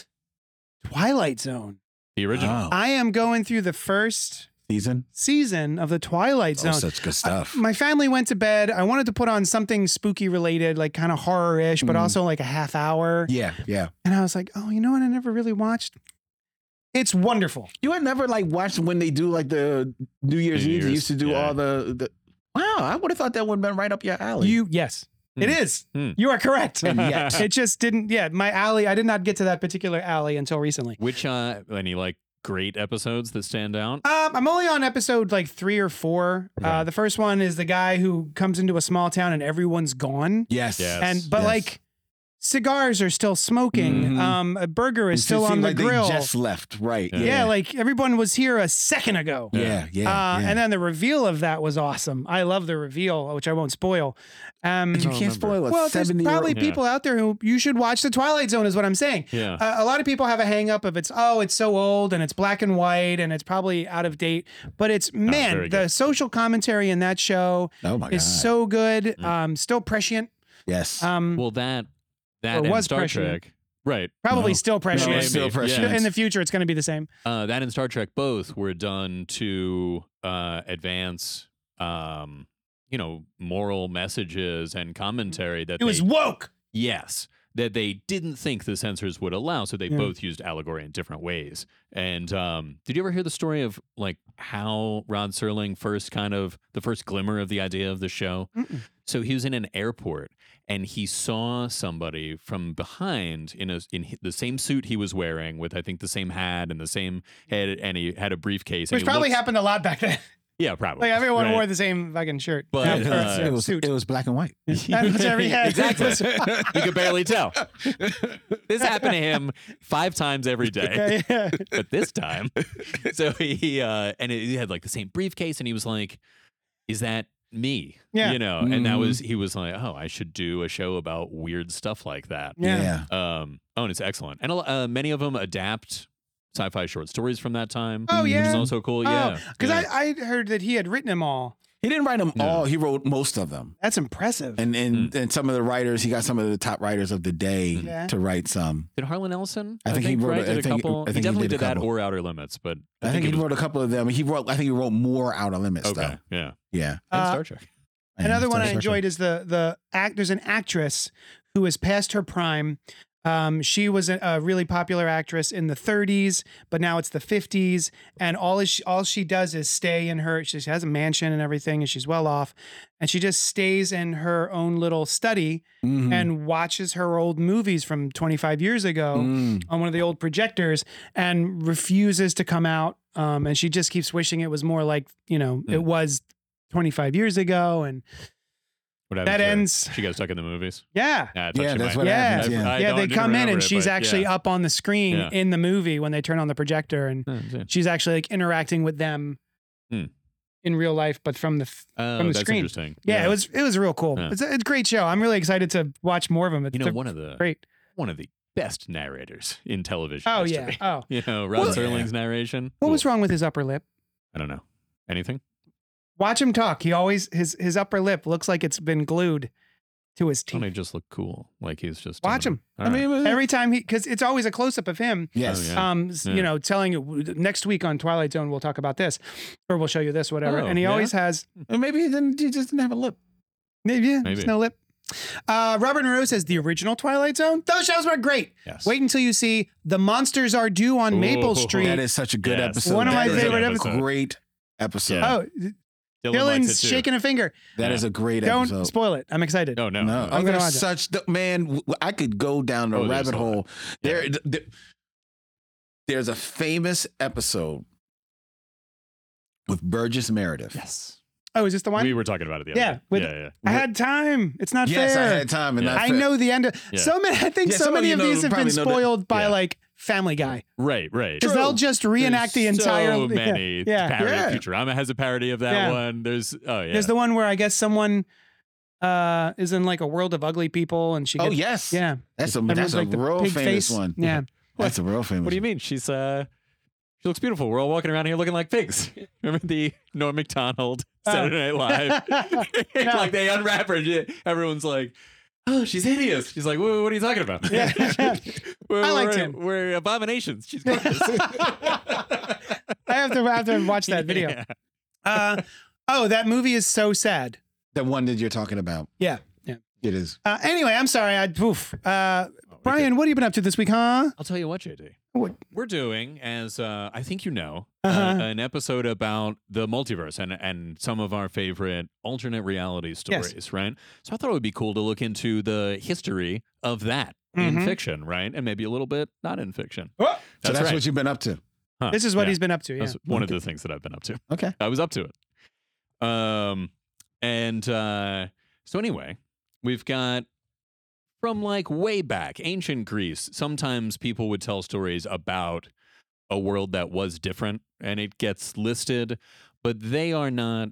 [SPEAKER 1] Twilight Zone.
[SPEAKER 2] the original.
[SPEAKER 3] Oh,
[SPEAKER 1] I am going through the first
[SPEAKER 3] season.
[SPEAKER 1] season of the Twilight
[SPEAKER 3] Oh,
[SPEAKER 1] Zone.
[SPEAKER 3] such
[SPEAKER 1] I-
[SPEAKER 3] good stuff.
[SPEAKER 1] my family went to bed. I wanted to put on something spooky related, like kind of horror ish, but
[SPEAKER 3] Mhm.
[SPEAKER 1] also like a half hour.
[SPEAKER 3] yeah, yeah.
[SPEAKER 1] And I was like, oh, you know what? I never really watched. It's wonderful.
[SPEAKER 3] You had never like watched when they do like the New Year's
[SPEAKER 2] New
[SPEAKER 3] Eve. They
[SPEAKER 2] Year's,
[SPEAKER 3] used to do
[SPEAKER 2] yeah.
[SPEAKER 3] all the, the. Wow, I would have thought that would have been right up your alley.
[SPEAKER 1] You yes, it
[SPEAKER 2] Hmm.
[SPEAKER 1] is.
[SPEAKER 2] Hmm.
[SPEAKER 1] You are correct.
[SPEAKER 3] And yet-
[SPEAKER 1] it just didn't. Yeah, my alley. I did not get to that particular alley until recently.
[SPEAKER 2] Which uh, any like great episodes that stand out?
[SPEAKER 1] Um, I'm only on episode like three or four. Uh, the first one is the guy who comes into a small town and everyone's gone,
[SPEAKER 3] yes.
[SPEAKER 2] Yes.
[SPEAKER 1] and but
[SPEAKER 3] Yes.
[SPEAKER 1] like cigars are still smoking.
[SPEAKER 3] Mhm.
[SPEAKER 1] Um, a burger
[SPEAKER 3] It
[SPEAKER 1] is still
[SPEAKER 3] just
[SPEAKER 1] on
[SPEAKER 3] seemed
[SPEAKER 1] the
[SPEAKER 3] like
[SPEAKER 1] grill.
[SPEAKER 3] They just left, right?
[SPEAKER 2] Yeah.
[SPEAKER 1] yeah. like everyone was here a second ago.
[SPEAKER 3] yeah, yeah.
[SPEAKER 1] uh,
[SPEAKER 3] yeah.
[SPEAKER 1] And then the reveal of that was awesome. I love the reveal, which I won't spoil. Um,
[SPEAKER 3] But you
[SPEAKER 2] don't
[SPEAKER 3] can't
[SPEAKER 2] remember.
[SPEAKER 3] spoil it.
[SPEAKER 1] well, there's probably
[SPEAKER 2] Yeah.
[SPEAKER 1] people out there who you should watch The Twilight Zone, is what I'm saying.
[SPEAKER 2] Yeah.
[SPEAKER 1] Uh, a lot of people have a hang up of it's oh it's so old and it's black and white and it's probably out of date but it's man
[SPEAKER 2] very
[SPEAKER 1] the
[SPEAKER 2] good.
[SPEAKER 1] social commentary in that show
[SPEAKER 3] Oh my god.
[SPEAKER 1] is so good
[SPEAKER 2] Mm.
[SPEAKER 1] um still prescient
[SPEAKER 3] yes.
[SPEAKER 1] um
[SPEAKER 2] well, that
[SPEAKER 1] Or
[SPEAKER 2] that and
[SPEAKER 1] was
[SPEAKER 2] Star
[SPEAKER 1] prescient.
[SPEAKER 2] Trek. Right.
[SPEAKER 1] probably
[SPEAKER 3] no.
[SPEAKER 1] still
[SPEAKER 3] No,
[SPEAKER 2] Yeah,
[SPEAKER 3] it's
[SPEAKER 1] prescient
[SPEAKER 3] still
[SPEAKER 2] maybe.
[SPEAKER 3] prescient.
[SPEAKER 1] in the future it's going to be the same
[SPEAKER 2] Uh, that and Star Trek both were done to uh, advance, um, you know, moral messages and commentary that
[SPEAKER 1] Mm-hmm. it was
[SPEAKER 2] they,
[SPEAKER 1] woke
[SPEAKER 2] yes that they didn't think the censors would allow, so they
[SPEAKER 1] Yeah.
[SPEAKER 2] both used allegory in different ways. And um, did you ever hear the story of like how Rod Serling first kind of the first glimmer of the idea of the show?
[SPEAKER 1] Mm-mm.
[SPEAKER 2] So he was in an airport and he saw somebody from behind in a in hi- the same suit he was wearing with I think the same hat and the same head and he had a briefcase. and
[SPEAKER 1] which
[SPEAKER 2] he
[SPEAKER 1] probably
[SPEAKER 2] looks-
[SPEAKER 1] happened a lot back then
[SPEAKER 2] Yeah, probably.
[SPEAKER 1] like everyone
[SPEAKER 2] Right.
[SPEAKER 1] wore the same fucking shirt
[SPEAKER 2] But,
[SPEAKER 1] Yeah, or,
[SPEAKER 2] uh,
[SPEAKER 1] uh,
[SPEAKER 3] it, was,
[SPEAKER 1] suit
[SPEAKER 3] it was black and white.
[SPEAKER 1] That's every- yeah,
[SPEAKER 2] exactly. you could barely tell. This happened to him five times every day
[SPEAKER 1] yeah, yeah.
[SPEAKER 2] but this time so he uh and he had like the same briefcase and he was like is that me
[SPEAKER 1] Yeah.
[SPEAKER 2] you know and that
[SPEAKER 3] Mhm.
[SPEAKER 2] was he was like oh i should do a show about weird stuff like that
[SPEAKER 1] Yeah.
[SPEAKER 2] um oh and it's excellent and a lo- uh, many of them adapt sci-fi short stories from that time
[SPEAKER 1] Oh,
[SPEAKER 2] which is
[SPEAKER 1] yeah?
[SPEAKER 2] also cool
[SPEAKER 1] Oh,
[SPEAKER 2] yeah Uh,
[SPEAKER 1] because
[SPEAKER 2] yeah.
[SPEAKER 1] I, I heard that he had written them all
[SPEAKER 3] He didn't write them
[SPEAKER 2] No.
[SPEAKER 3] all. He wrote most of them.
[SPEAKER 1] that's impressive
[SPEAKER 3] And and, and some of the writers, he got some of the top writers of the day
[SPEAKER 1] Yeah.
[SPEAKER 3] to write some.
[SPEAKER 2] did harlan ellison
[SPEAKER 3] I think he wrote
[SPEAKER 2] right,
[SPEAKER 3] a-
[SPEAKER 2] did
[SPEAKER 3] I
[SPEAKER 2] a
[SPEAKER 3] think-
[SPEAKER 2] couple
[SPEAKER 3] I think
[SPEAKER 2] he
[SPEAKER 3] he
[SPEAKER 2] definitely
[SPEAKER 3] did a
[SPEAKER 2] did, that
[SPEAKER 3] couple.
[SPEAKER 2] or outer limits but
[SPEAKER 3] I, think,
[SPEAKER 2] it
[SPEAKER 3] he
[SPEAKER 2] was-
[SPEAKER 3] wrote a couple of them. He wrote, I think he wrote more Outer Limits
[SPEAKER 2] okay
[SPEAKER 3] though.
[SPEAKER 2] yeah
[SPEAKER 3] Yeah.
[SPEAKER 2] and
[SPEAKER 1] Uh,
[SPEAKER 2] star trek
[SPEAKER 1] Another
[SPEAKER 3] Yeah,
[SPEAKER 1] one I
[SPEAKER 3] so-
[SPEAKER 1] enjoyed is the the act. There's an actress who is past her prime. Um, she was a, a really popular actress in the 30s, but now it's the 50s, and all is she, all she does is stay in her. She has a mansion and everything, and she's well off, and she just stays in her own little study
[SPEAKER 3] Mhm.
[SPEAKER 2] Hmm.
[SPEAKER 1] and watches her old movies from 25 years ago
[SPEAKER 2] Hmm.
[SPEAKER 3] Mm.
[SPEAKER 1] on one of the old projectors and refuses to come out. Um, and she just keeps wishing it was more like you know it
[SPEAKER 2] Hmm.
[SPEAKER 1] was 25 years ago, and
[SPEAKER 2] what happened
[SPEAKER 1] that
[SPEAKER 2] to her?
[SPEAKER 1] ends.
[SPEAKER 2] she got stuck in the movies Ah,
[SPEAKER 1] Yeah.
[SPEAKER 2] Nah, I thought
[SPEAKER 3] Yeah,
[SPEAKER 2] she
[SPEAKER 3] that's
[SPEAKER 2] might-
[SPEAKER 3] what
[SPEAKER 1] Yeah.
[SPEAKER 3] happens.
[SPEAKER 2] I-
[SPEAKER 3] Yeah.
[SPEAKER 2] I
[SPEAKER 1] yeah,
[SPEAKER 2] don't-
[SPEAKER 1] they
[SPEAKER 2] didn't
[SPEAKER 1] come in
[SPEAKER 2] remember
[SPEAKER 1] and
[SPEAKER 2] it,
[SPEAKER 1] she's
[SPEAKER 2] but
[SPEAKER 1] actually
[SPEAKER 2] yeah.
[SPEAKER 1] up on the screen
[SPEAKER 2] Yeah.
[SPEAKER 1] in the movie when they turn on the projector and
[SPEAKER 2] Yeah, yeah.
[SPEAKER 1] she's actually like interacting with them
[SPEAKER 2] Hmm.
[SPEAKER 1] in real life but from the f-
[SPEAKER 2] Oh,
[SPEAKER 1] the
[SPEAKER 2] that's
[SPEAKER 1] screen.
[SPEAKER 2] interesting.
[SPEAKER 1] yeah, it was it was real cool.
[SPEAKER 2] Yeah.
[SPEAKER 1] It's, a, it's a great show. I'm really excited to watch more of them. It's
[SPEAKER 2] you know
[SPEAKER 1] they're
[SPEAKER 2] one of the
[SPEAKER 1] great.
[SPEAKER 2] one of the best narrators in television.
[SPEAKER 1] Oh yeah.
[SPEAKER 2] history.
[SPEAKER 1] Oh.
[SPEAKER 2] you know Rod
[SPEAKER 3] Well-
[SPEAKER 2] Serling's narration.
[SPEAKER 1] What was
[SPEAKER 2] Cool.
[SPEAKER 1] wrong with his upper lip?
[SPEAKER 2] I don't know anything.
[SPEAKER 1] Watch him talk. He always his his upper lip looks like it's been glued to his
[SPEAKER 2] Tony
[SPEAKER 1] teeth.
[SPEAKER 2] just looked cool, like he's just
[SPEAKER 1] Watch him.
[SPEAKER 2] All
[SPEAKER 3] I
[SPEAKER 2] right.
[SPEAKER 3] mean, it was-
[SPEAKER 1] Every time he cuz it's always a close up of him
[SPEAKER 3] yes.
[SPEAKER 2] Oh, yeah.
[SPEAKER 1] um s- you
[SPEAKER 2] Yeah.
[SPEAKER 1] know telling you next week on twilight zone we'll talk about this or we'll show you this whatever
[SPEAKER 2] Oh,
[SPEAKER 1] and he
[SPEAKER 2] yeah?
[SPEAKER 1] always has
[SPEAKER 3] Or maybe he didn't. He just didn't have a lip.
[SPEAKER 1] maybe, yeah,
[SPEAKER 2] Maybe.
[SPEAKER 1] there's no lip Uh, Robert Monroe says the original Twilight Zone. Those shows were great.
[SPEAKER 5] Yes.
[SPEAKER 1] Wait until you see The Monsters Are Due on Maple
[SPEAKER 5] Ooh.
[SPEAKER 1] Street.
[SPEAKER 3] That is such a good
[SPEAKER 5] Yes.
[SPEAKER 3] episode.
[SPEAKER 1] One of my
[SPEAKER 3] That is a
[SPEAKER 1] favorite episodes.
[SPEAKER 3] Great episode.
[SPEAKER 5] Yeah.
[SPEAKER 1] oh,
[SPEAKER 5] likes
[SPEAKER 1] Dylan's
[SPEAKER 5] it too.
[SPEAKER 1] shaking a finger.
[SPEAKER 3] That is a great
[SPEAKER 1] Don't
[SPEAKER 3] episode.
[SPEAKER 1] spoil it. I'm excited.
[SPEAKER 2] Oh, No, no.
[SPEAKER 3] no,
[SPEAKER 1] I'm
[SPEAKER 3] I'm
[SPEAKER 1] gonna
[SPEAKER 3] gonna
[SPEAKER 1] watch it.
[SPEAKER 3] such the, man. w- I could go down a
[SPEAKER 2] Oh, there's
[SPEAKER 3] rabbit
[SPEAKER 2] a lot.
[SPEAKER 3] hole. There, there, there's a famous episode with Burgess Meredith.
[SPEAKER 2] Yes.
[SPEAKER 1] Oh, is this the one?
[SPEAKER 2] We were talking about it the other
[SPEAKER 1] Yeah,
[SPEAKER 2] day.
[SPEAKER 1] with-
[SPEAKER 2] yeah, yeah.
[SPEAKER 1] I had time. It's not
[SPEAKER 3] yes,
[SPEAKER 1] fair.
[SPEAKER 3] I had time, and
[SPEAKER 2] Yeah.
[SPEAKER 3] not
[SPEAKER 1] I
[SPEAKER 3] fair.
[SPEAKER 1] know the end. Of,
[SPEAKER 2] Yeah.
[SPEAKER 1] So many. I think
[SPEAKER 3] Yeah,
[SPEAKER 1] so
[SPEAKER 3] some of
[SPEAKER 1] many
[SPEAKER 3] you
[SPEAKER 1] of
[SPEAKER 3] know-
[SPEAKER 1] these have been
[SPEAKER 3] probably know that-
[SPEAKER 1] spoiled by
[SPEAKER 2] yeah.
[SPEAKER 1] like Family Guy
[SPEAKER 2] Right, right.
[SPEAKER 1] because they'll just reenact the
[SPEAKER 2] There's
[SPEAKER 1] entire.
[SPEAKER 2] So
[SPEAKER 1] yeah,
[SPEAKER 2] many.
[SPEAKER 1] Yeah.
[SPEAKER 2] Parody.
[SPEAKER 3] Yeah.
[SPEAKER 2] Futurama has a parody of that
[SPEAKER 1] Yeah.
[SPEAKER 2] one. There's oh yeah.
[SPEAKER 1] There's the one where I guess someone uh, is in like a world of ugly people and she.
[SPEAKER 3] Oh
[SPEAKER 1] Gets,
[SPEAKER 3] yes,
[SPEAKER 1] Yeah.
[SPEAKER 3] that's a
[SPEAKER 1] Everyone's
[SPEAKER 3] that's a
[SPEAKER 1] like the
[SPEAKER 3] real
[SPEAKER 1] pig
[SPEAKER 3] famous
[SPEAKER 1] face.
[SPEAKER 3] one.
[SPEAKER 1] Yeah.
[SPEAKER 3] that's a real famous.
[SPEAKER 2] what do you mean? She's uh she looks beautiful. We're all walking around here looking like pigs. Remember the Norm McDonald
[SPEAKER 1] Oh.
[SPEAKER 2] Saturday Night Live?
[SPEAKER 1] No.
[SPEAKER 2] like they unwrap her and she- everyone's like, oh, she's hideous. She's like, "Wha- what are you talking about?
[SPEAKER 1] Yeah.
[SPEAKER 2] we're,
[SPEAKER 1] I liked
[SPEAKER 2] we're,
[SPEAKER 1] him.
[SPEAKER 2] We're abominations. She's gorgeous.
[SPEAKER 1] I have to I have to watch that video.
[SPEAKER 2] Yeah.
[SPEAKER 1] Uh, oh, that movie is so sad.
[SPEAKER 3] The one that you're talking about.
[SPEAKER 1] Yeah. Yeah.
[SPEAKER 3] It is.
[SPEAKER 1] Uh, anyway, I'm sorry. I oof. Uh, Brian, what have you been up to this week, huh?
[SPEAKER 2] I'll tell you what, JD.
[SPEAKER 1] What?
[SPEAKER 2] We're doing, as uh, I think you know, uh
[SPEAKER 1] Uh-huh.
[SPEAKER 2] an episode about the multiverse and, and some of our favorite alternate reality stories, right? So I thought it would be cool to look into the history of that
[SPEAKER 1] Mhm.
[SPEAKER 2] in fiction, right? And maybe a little bit not in fiction.
[SPEAKER 1] Oh,
[SPEAKER 3] So that's
[SPEAKER 2] right.
[SPEAKER 3] what you've been up to.
[SPEAKER 2] Huh,
[SPEAKER 1] This is what
[SPEAKER 2] yeah.
[SPEAKER 1] he's been up to. Yeah.
[SPEAKER 2] That's one of the things that I've been up to.
[SPEAKER 3] Okay.
[SPEAKER 2] I was up to it. Um, and uh, so anyway, we've got from like way back, ancient Greece. Sometimes people would tell stories about a world that was different, and it gets listed, but they are not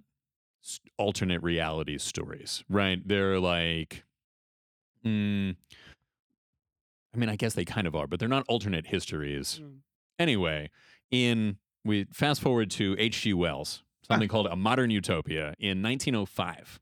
[SPEAKER 2] s- alternate reality stories, right? They're like, mm, I mean, I guess they kind of are, but they're not alternate histories.
[SPEAKER 1] Mm.
[SPEAKER 2] Anyway, in we fast forward to H.G. Wells, something called A Modern Utopia in 1905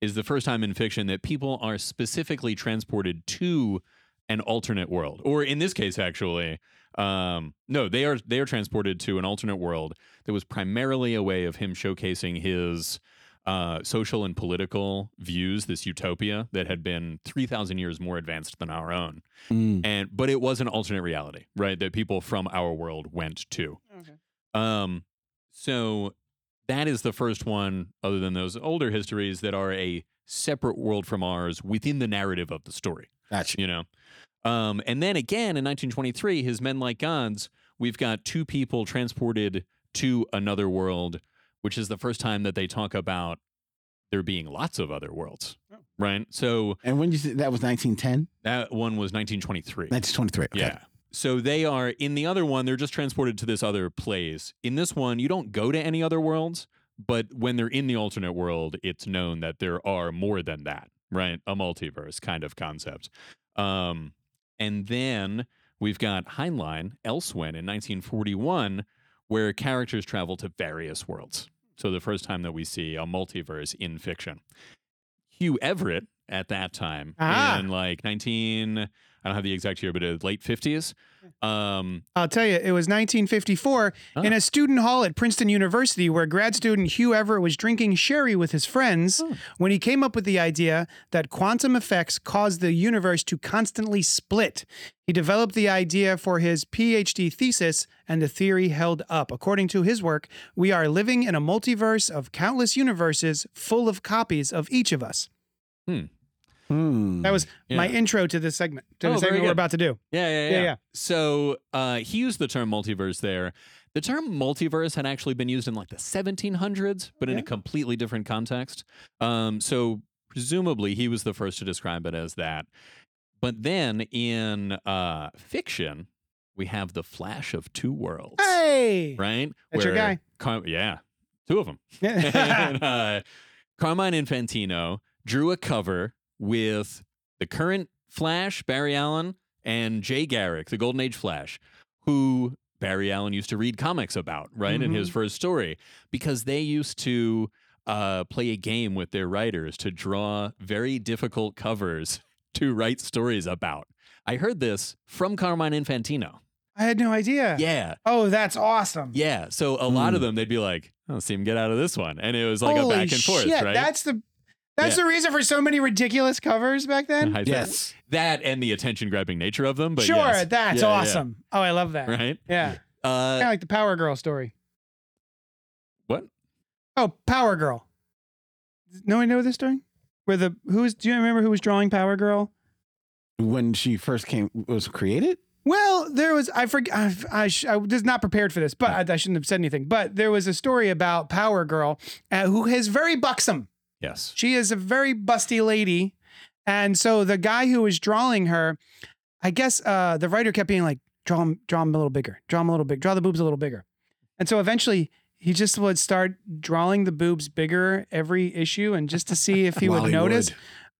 [SPEAKER 2] is the first time in fiction that people are specifically transported to an alternate world, or in this case, actually, um, no, they are they are transported to an alternate world that was primarily a way of him showcasing his uh, social and political views, this utopia that had been three thousand years more advanced than our own, and but it was an alternate reality, right? That people from our world went to.
[SPEAKER 1] Okay.
[SPEAKER 2] Um, so that is the first one, other than those older histories, that are a separate world from ours within the narrative of the story,
[SPEAKER 3] Gotcha.
[SPEAKER 2] you know? Um, and then again in 1923, his Men Like Gods, we've got two people transported to another world, which is the first time that they talk about there being lots of other worlds, right? So
[SPEAKER 3] And when you said that was 1910,
[SPEAKER 2] that one was 1923.
[SPEAKER 3] 1923. Okay.
[SPEAKER 2] Yeah. So they are in the other one, they're just transported to this other place. In this one, you don't go to any other worlds, but when they're in the alternate world, it's known that there are more than that, right? A multiverse kind of concept. Um, and then we've got Heinlein, Elsewhere in 1941, where characters travel to various worlds. So the first time that we see a multiverse in fiction. Hugh Everett at that time
[SPEAKER 1] Ah.
[SPEAKER 2] in like 19 I don't have the exact year but it was late 50s um
[SPEAKER 1] I'll tell you, it was 1954
[SPEAKER 2] Ah.
[SPEAKER 1] in a student hall at Princeton University where grad student Hugh Everett was drinking sherry with his friends
[SPEAKER 2] Oh.
[SPEAKER 1] when he came up with the idea that quantum effects cause the universe to constantly split. He developed the idea for his PhD thesis, and the theory held up. According to his work, we are living in a multiverse of countless universes full of copies of each of us.
[SPEAKER 3] Hmm.
[SPEAKER 1] That was my
[SPEAKER 2] Yeah.
[SPEAKER 1] intro to this segment, to
[SPEAKER 2] Oh,
[SPEAKER 1] the
[SPEAKER 2] very
[SPEAKER 1] segment we're
[SPEAKER 2] good.
[SPEAKER 1] about to do.
[SPEAKER 2] yeah yeah yeah,
[SPEAKER 1] Yeah, yeah.
[SPEAKER 2] so uh he used the term multiverse there the term multiverse had actually been used in like the 1700s but in
[SPEAKER 1] Yeah.
[SPEAKER 2] a completely different context um so presumably he was the first to describe it as that but then in uh fiction we have the flash of two worlds
[SPEAKER 1] Hey!
[SPEAKER 2] right
[SPEAKER 1] That's your guy.
[SPEAKER 2] Car- yeah two of them
[SPEAKER 1] Yeah.
[SPEAKER 2] and, uh, Carmine Infantino drew a cover with the current Flash, Barry Allen, and Jay Garrick, the Golden Age Flash, who Barry Allen used to read comics about, right, in his first story, because they used to uh, play a game with their writers to draw very difficult covers to write stories about. I heard this from Carmine Infantino.
[SPEAKER 1] I had no idea.
[SPEAKER 2] Yeah.
[SPEAKER 1] Oh, that's awesome.
[SPEAKER 2] Yeah. So a lot of
[SPEAKER 3] Hmm.
[SPEAKER 2] "Oh, them, they'd be like, I don't see him get out of this one. And it was like a
[SPEAKER 1] Holy
[SPEAKER 2] back and forth,
[SPEAKER 1] shit,
[SPEAKER 2] right?
[SPEAKER 1] That's the That's the reason for so many ridiculous covers back then.
[SPEAKER 2] I-
[SPEAKER 3] Yes.
[SPEAKER 2] That and the attention grabbing nature of them. But
[SPEAKER 1] sure,
[SPEAKER 2] yes.
[SPEAKER 1] that's
[SPEAKER 2] Yeah, yeah, yeah.
[SPEAKER 1] awesome. Oh, I love that.
[SPEAKER 2] Right?
[SPEAKER 1] Yeah.
[SPEAKER 2] Uh,
[SPEAKER 1] kind of like the Power Girl story.
[SPEAKER 2] What?
[SPEAKER 1] Oh, Power Girl. No one know this story? Where the who was? Do you remember who was drawing Power Girl?
[SPEAKER 3] When she first came, was created.
[SPEAKER 1] Well, there was I forget I I, sh- I was not prepared for this, but I, I shouldn't have said anything. But there was a story about Power Girl, uh, who is very buxom.
[SPEAKER 2] yes.
[SPEAKER 1] She is a very busty lady, and so the guy who was drawing her, I guess uh, the writer kept being like, draw him, draw him a little bigger, draw him a little big, draw the boobs a little bigger, and so eventually. He just would start drawing the boobs bigger every issue, and just to see if he would
[SPEAKER 3] Wally
[SPEAKER 1] notice.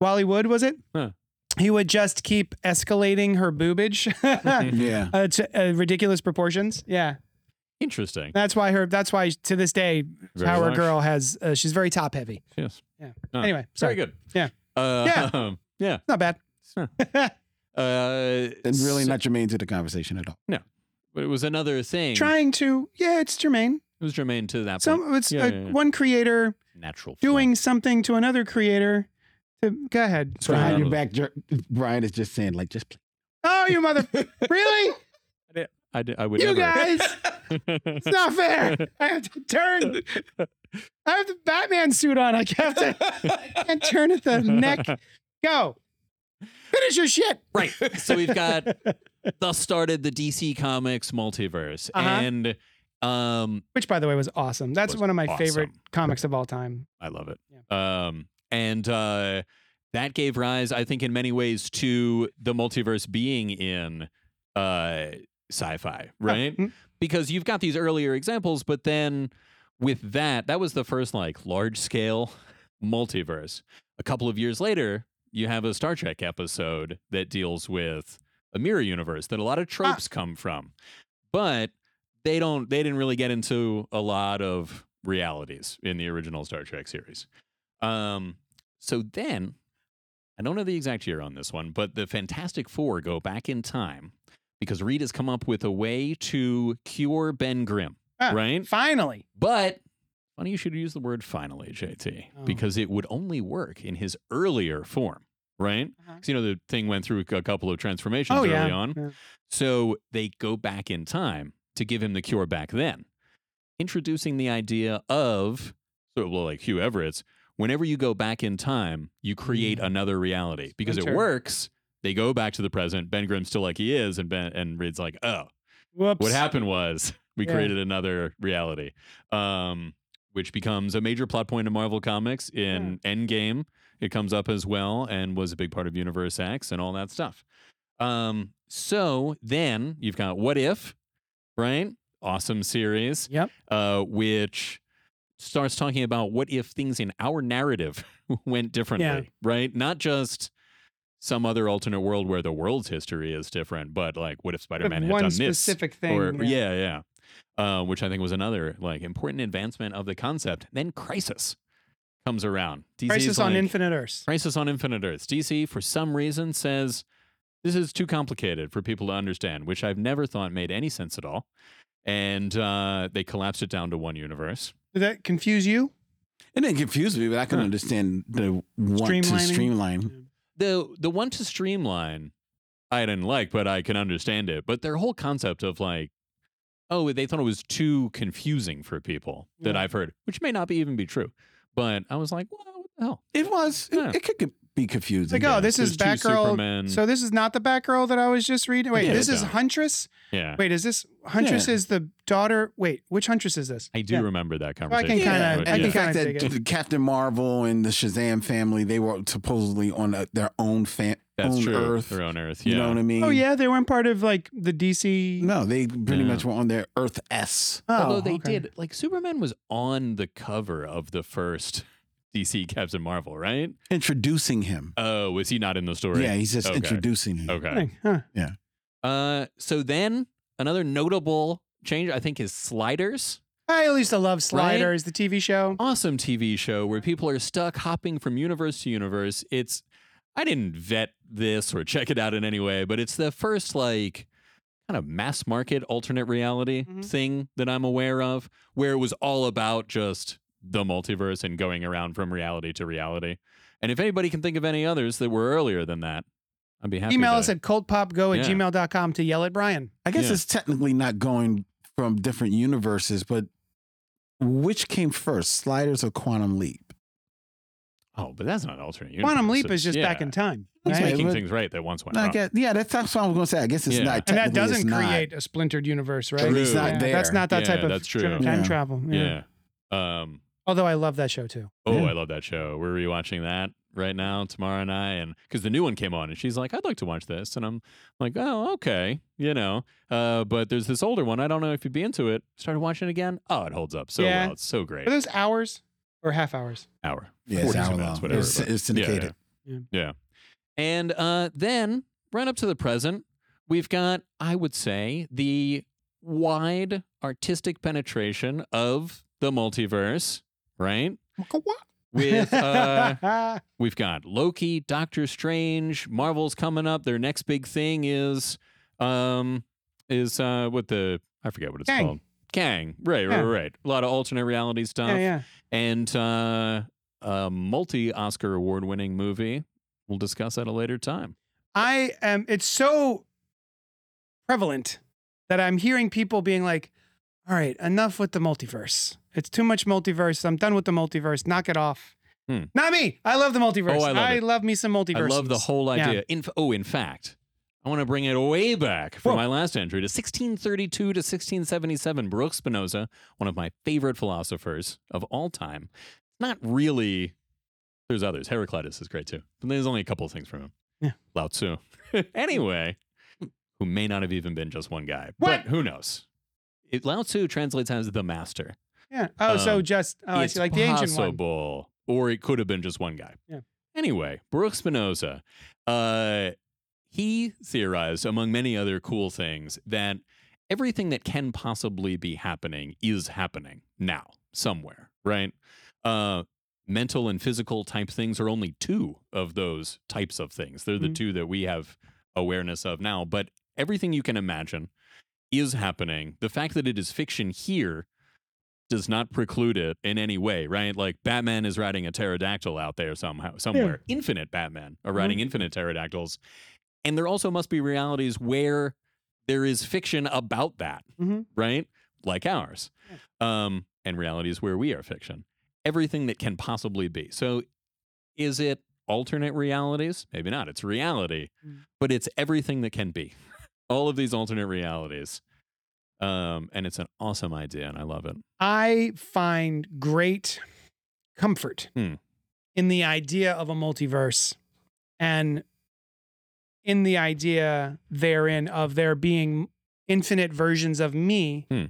[SPEAKER 1] Wally Wood was it?
[SPEAKER 2] Huh.
[SPEAKER 1] He would just keep escalating her boobage
[SPEAKER 3] Yeah.
[SPEAKER 1] uh, to uh, ridiculous proportions. Yeah,
[SPEAKER 2] Interesting.
[SPEAKER 1] that's why her. That's why to this day,
[SPEAKER 2] Very
[SPEAKER 1] Power
[SPEAKER 2] large.
[SPEAKER 1] Girl has. Uh, she's very top heavy.
[SPEAKER 2] Yes.
[SPEAKER 1] Yeah.
[SPEAKER 2] Oh,
[SPEAKER 1] Anyway,
[SPEAKER 2] Very
[SPEAKER 1] sorry,
[SPEAKER 2] good.
[SPEAKER 1] Yeah.
[SPEAKER 2] Uh,
[SPEAKER 1] Yeah.
[SPEAKER 2] yeah.
[SPEAKER 1] not bad.
[SPEAKER 2] Uh,
[SPEAKER 3] And really
[SPEAKER 2] so-
[SPEAKER 3] not germane to the conversation at all.
[SPEAKER 2] But it was another thing.
[SPEAKER 1] Trying to. Yeah, it's germane.
[SPEAKER 2] It was germane to that point.
[SPEAKER 1] Some it's
[SPEAKER 2] Yeah,
[SPEAKER 1] uh,
[SPEAKER 2] yeah, yeah.
[SPEAKER 1] one creator
[SPEAKER 2] Natural. flow.
[SPEAKER 1] doing something to another creator. To, go ahead.
[SPEAKER 3] So
[SPEAKER 2] Right.
[SPEAKER 3] behind your back, Jer- Brian is just saying, like, just play.
[SPEAKER 1] Oh, you mother! really?
[SPEAKER 2] I, d- I would
[SPEAKER 1] You
[SPEAKER 2] never.
[SPEAKER 1] guys, it's not fair. I have to turn. I have the Batman suit on. I have to. I can't turn at the neck. Go. Finish your shit.
[SPEAKER 2] Right. So we've got thus started the DC Comics multiverse,
[SPEAKER 1] Uh-huh.
[SPEAKER 2] and um,
[SPEAKER 1] Which, by the way, was awesome. That's
[SPEAKER 2] Was
[SPEAKER 1] one of my
[SPEAKER 2] awesome.
[SPEAKER 1] favorite comics of all time.
[SPEAKER 2] I love it. Um, and uh, that gave rise, I think, in many ways, to the multiverse being in uh, sci-fi, right?
[SPEAKER 1] Mm.
[SPEAKER 2] because you've got these earlier examples, but then with that, that was the first like large scale multiverse. A couple of years later, you have a Star Trek episode that deals with a mirror universe that a lot of tropes come from, but they don't they didn't really get into a lot of realities in the original Star Trek series. Um, so then I don't know the exact year on this one, but the Fantastic Four go back in time because Reed has come up with a way to cure Ben Grimm,
[SPEAKER 1] Ah.
[SPEAKER 2] right?
[SPEAKER 1] Finally.
[SPEAKER 2] But funny you should use the word finally, JT,
[SPEAKER 1] Oh.
[SPEAKER 2] because it would only work in his earlier form, right?
[SPEAKER 1] Uh-huh.
[SPEAKER 2] 'Cause, you know, the thing went through a couple of transformations early on.
[SPEAKER 1] Oh, Yeah.
[SPEAKER 2] So they go back in time to give him the cure back then, introducing the idea of, sort of like Hugh Everett's, whenever you go back in time, you
[SPEAKER 1] Mm.
[SPEAKER 2] create another reality because it
[SPEAKER 1] Splinter.
[SPEAKER 2] works. They go back to the present. Ben Grimm's still like he is, and Ben and Reed's like, oh,
[SPEAKER 1] Whoops.
[SPEAKER 2] what happened was we
[SPEAKER 1] Yeah.
[SPEAKER 2] created another reality, um, which becomes a major plot point in Marvel Comics. In Endgame, it comes up as well and was a big part of Universe X and all that stuff. Um, so then you've got What If, right? Awesome series,
[SPEAKER 1] Yep.
[SPEAKER 2] uh, which starts talking about what if things in our narrative went differently, right? Not just some other alternate world where the world's history is different, but like, what if Spider-Man had
[SPEAKER 1] one
[SPEAKER 2] done this?
[SPEAKER 1] specific thing.
[SPEAKER 2] Or, yeah, yeah. Uh, which I think was another like important advancement of the concept. Then Crisis comes around. DC's
[SPEAKER 1] Crisis on
[SPEAKER 2] like-
[SPEAKER 1] Infinite Earths.
[SPEAKER 2] Crisis on Infinite Earths. DC, for some reason, says this is too complicated for people to understand, which I've never thought made any sense at all. And uh, they collapsed it down to one universe.
[SPEAKER 1] Did that confuse you?
[SPEAKER 3] It didn't confuse me, but I can
[SPEAKER 2] Huh.
[SPEAKER 3] understand the want to
[SPEAKER 1] Streamlining.
[SPEAKER 3] streamline.
[SPEAKER 2] The the one to streamline, I didn't like, but I can understand it. But their whole concept of like, oh, they thought it was too confusing for people that
[SPEAKER 1] Yeah.
[SPEAKER 2] I've heard, which may not be even be true. But I was like, well, what the hell?
[SPEAKER 3] It was.
[SPEAKER 2] Yeah.
[SPEAKER 3] It, it could be confusing.
[SPEAKER 1] Like, oh, this
[SPEAKER 2] There's
[SPEAKER 1] is
[SPEAKER 2] two
[SPEAKER 1] Batgirl.
[SPEAKER 2] Supermen.
[SPEAKER 1] So this is not the Batgirl that I was just reading. Wait,
[SPEAKER 2] Yeah,
[SPEAKER 1] this
[SPEAKER 2] it
[SPEAKER 1] is
[SPEAKER 2] don't.
[SPEAKER 1] Huntress.
[SPEAKER 2] yeah,
[SPEAKER 1] Wait, is this Huntress
[SPEAKER 3] Yeah.
[SPEAKER 1] is the daughter? Wait, which Huntress is this?
[SPEAKER 2] I do
[SPEAKER 1] Yeah.
[SPEAKER 2] remember that
[SPEAKER 1] I
[SPEAKER 2] conversation.
[SPEAKER 1] can
[SPEAKER 3] Yeah,
[SPEAKER 1] kinda-
[SPEAKER 2] but
[SPEAKER 1] I
[SPEAKER 3] and
[SPEAKER 1] can
[SPEAKER 3] the fact
[SPEAKER 1] kinda dig
[SPEAKER 3] that Captain Marvel and the Shazam family, they were supposedly on a, their own fan,
[SPEAKER 2] that's
[SPEAKER 3] own
[SPEAKER 2] true.
[SPEAKER 3] Earth.
[SPEAKER 2] Their own Earth. Yeah.
[SPEAKER 3] You know what I mean?
[SPEAKER 1] Oh yeah, they weren't part of like the DC.
[SPEAKER 3] No, they pretty
[SPEAKER 2] Yeah.
[SPEAKER 3] much were on their Earth S.
[SPEAKER 1] Oh,
[SPEAKER 2] Although they
[SPEAKER 1] okay.
[SPEAKER 2] did, like Superman was on the cover of the first DC Captain Marvel, right?
[SPEAKER 3] Introducing him.
[SPEAKER 2] Oh, was he not in the story?
[SPEAKER 3] Yeah, he's just
[SPEAKER 2] Okay.
[SPEAKER 3] introducing him.
[SPEAKER 2] Okay.
[SPEAKER 1] Dang, huh.
[SPEAKER 2] Uh, so then another notable change, I think, is Sliders.
[SPEAKER 1] I used to love Sliders, the TV show.
[SPEAKER 2] Awesome TV show where people are stuck hopping from universe to universe. It's, I didn't vet this or check it out in any way, but it's the first like kind of mass market alternate reality
[SPEAKER 1] Mhm.
[SPEAKER 2] thing that I'm aware of where it was all about just the multiverse and going around from reality to reality. And if anybody can think of any others that were earlier than that, I'd be happy.
[SPEAKER 1] Email
[SPEAKER 2] to-
[SPEAKER 1] us at cultpopgo at
[SPEAKER 2] Yeah.
[SPEAKER 1] gmail.com to yell at Brian.
[SPEAKER 3] I guess
[SPEAKER 2] Yeah.
[SPEAKER 3] it's technically not going from different universes, but which came first, Sliders or Quantum Leap?
[SPEAKER 2] Oh, but that's not alternate universe.
[SPEAKER 1] Quantum Leap is
[SPEAKER 2] It's-
[SPEAKER 1] just
[SPEAKER 2] yeah.
[SPEAKER 1] back in time.
[SPEAKER 3] That's
[SPEAKER 2] It's
[SPEAKER 1] right?
[SPEAKER 3] right.
[SPEAKER 2] making
[SPEAKER 3] but-
[SPEAKER 2] things right that once went
[SPEAKER 3] I
[SPEAKER 2] wrong.
[SPEAKER 3] guess, yeah, that's, that's what I was going to say. I guess it's
[SPEAKER 2] Yeah.
[SPEAKER 3] not.
[SPEAKER 1] And that
[SPEAKER 3] technically it's
[SPEAKER 1] doesn't
[SPEAKER 3] not.
[SPEAKER 1] create a splintered universe, right?
[SPEAKER 2] True. It's not
[SPEAKER 1] Yeah, That's
[SPEAKER 3] there.
[SPEAKER 1] not that
[SPEAKER 2] Yeah,
[SPEAKER 1] type of
[SPEAKER 2] that's true.
[SPEAKER 1] type of time
[SPEAKER 3] Yeah.
[SPEAKER 1] travel. Yeah.
[SPEAKER 2] Yeah. Um,
[SPEAKER 1] Although I love that show too.
[SPEAKER 2] oh,
[SPEAKER 3] Yeah.
[SPEAKER 2] I love that show. We're rewatching that right now, Tamara and I, and because the new one came on, and she's like, "I'd like to watch this," and I'm like, "Oh, okay, you know." Uh, but there's this older one. I don't know if you'd be into it. Started watching it again. Oh, it holds up so
[SPEAKER 1] Yeah.
[SPEAKER 2] well. It's so great.
[SPEAKER 1] Are those hours or half hours?
[SPEAKER 2] Hour.
[SPEAKER 3] Yeah, it's
[SPEAKER 2] 40
[SPEAKER 3] hour
[SPEAKER 2] minutes,
[SPEAKER 3] long.
[SPEAKER 2] whatever,
[SPEAKER 3] It's,
[SPEAKER 2] but-
[SPEAKER 3] it's syndicated.
[SPEAKER 2] Yeah.
[SPEAKER 1] Yeah.
[SPEAKER 2] yeah. And uh, then right up to the present, we've got, I would say, the wide artistic penetration of the multiverse, right? With uh, we've got Loki, Doctor Strange, Marvel's coming up. Their next big thing is um is uh what the I forget what it's
[SPEAKER 1] Kang.
[SPEAKER 2] called. Kang. Right,
[SPEAKER 1] Yeah.
[SPEAKER 2] right, right. A lot of alternate reality stuff
[SPEAKER 1] yeah, yeah.
[SPEAKER 2] and uh, a multi Oscar award winning movie. We'll discuss at a later time.
[SPEAKER 1] I am. It's so prevalent that I'm hearing people being like, "All right, enough with the multiverse. It's too much multiverse. I'm done with the multiverse. Knock it off."
[SPEAKER 2] Hmm.
[SPEAKER 1] Not me. I love the multiverse.
[SPEAKER 2] Oh, I love it.
[SPEAKER 1] me some multiverse.
[SPEAKER 2] I love the whole idea. In, oh, in fact, I want to bring it way back from
[SPEAKER 1] Whoa.
[SPEAKER 2] my last entry to 1632 to 1677. Baruch Spinoza, one of my favorite philosophers of all time. Not really. There's others. Heraclitus is great too, but there's only a couple of things from him.
[SPEAKER 1] Yeah.
[SPEAKER 2] Lao Tzu. anyway, who may not have even been just one guy,
[SPEAKER 1] What?
[SPEAKER 2] but who knows? It, Lao Tzu translates as the master.
[SPEAKER 1] Yeah. Oh, so
[SPEAKER 2] Um,
[SPEAKER 1] just oh, I
[SPEAKER 2] it's
[SPEAKER 1] see, like the ancient one.
[SPEAKER 2] possible, or it could have been just one guy.
[SPEAKER 1] Yeah.
[SPEAKER 2] Anyway, Baruch Spinoza, uh, he theorized, among many other cool things, that everything that can possibly be happening is happening now, somewhere, right? Uh, mental and physical type things are only two of those types of things. They're the
[SPEAKER 1] Mhm.
[SPEAKER 2] two that we have awareness of now, but everything you can imagine is happening. The fact that it is fiction here does not preclude it in any way, right? Like Batman is riding a pterodactyl out there somehow, somewhere. Infinite Batman are riding infinite pterodactyls. And there also must be realities where there is fiction about that,
[SPEAKER 1] Mhm.
[SPEAKER 2] right? Like ours. Um, and realities where we are fiction. Everything that can possibly be. So is it alternate realities? Maybe not. It's reality,
[SPEAKER 1] Mm.
[SPEAKER 2] but it's everything that can be. All of these alternate realities. Um, and it's an awesome idea, and I love it.
[SPEAKER 1] I find great comfort
[SPEAKER 2] Hmm.
[SPEAKER 1] in the idea of a multiverse and in the idea therein of there being infinite versions of me
[SPEAKER 2] Hmm.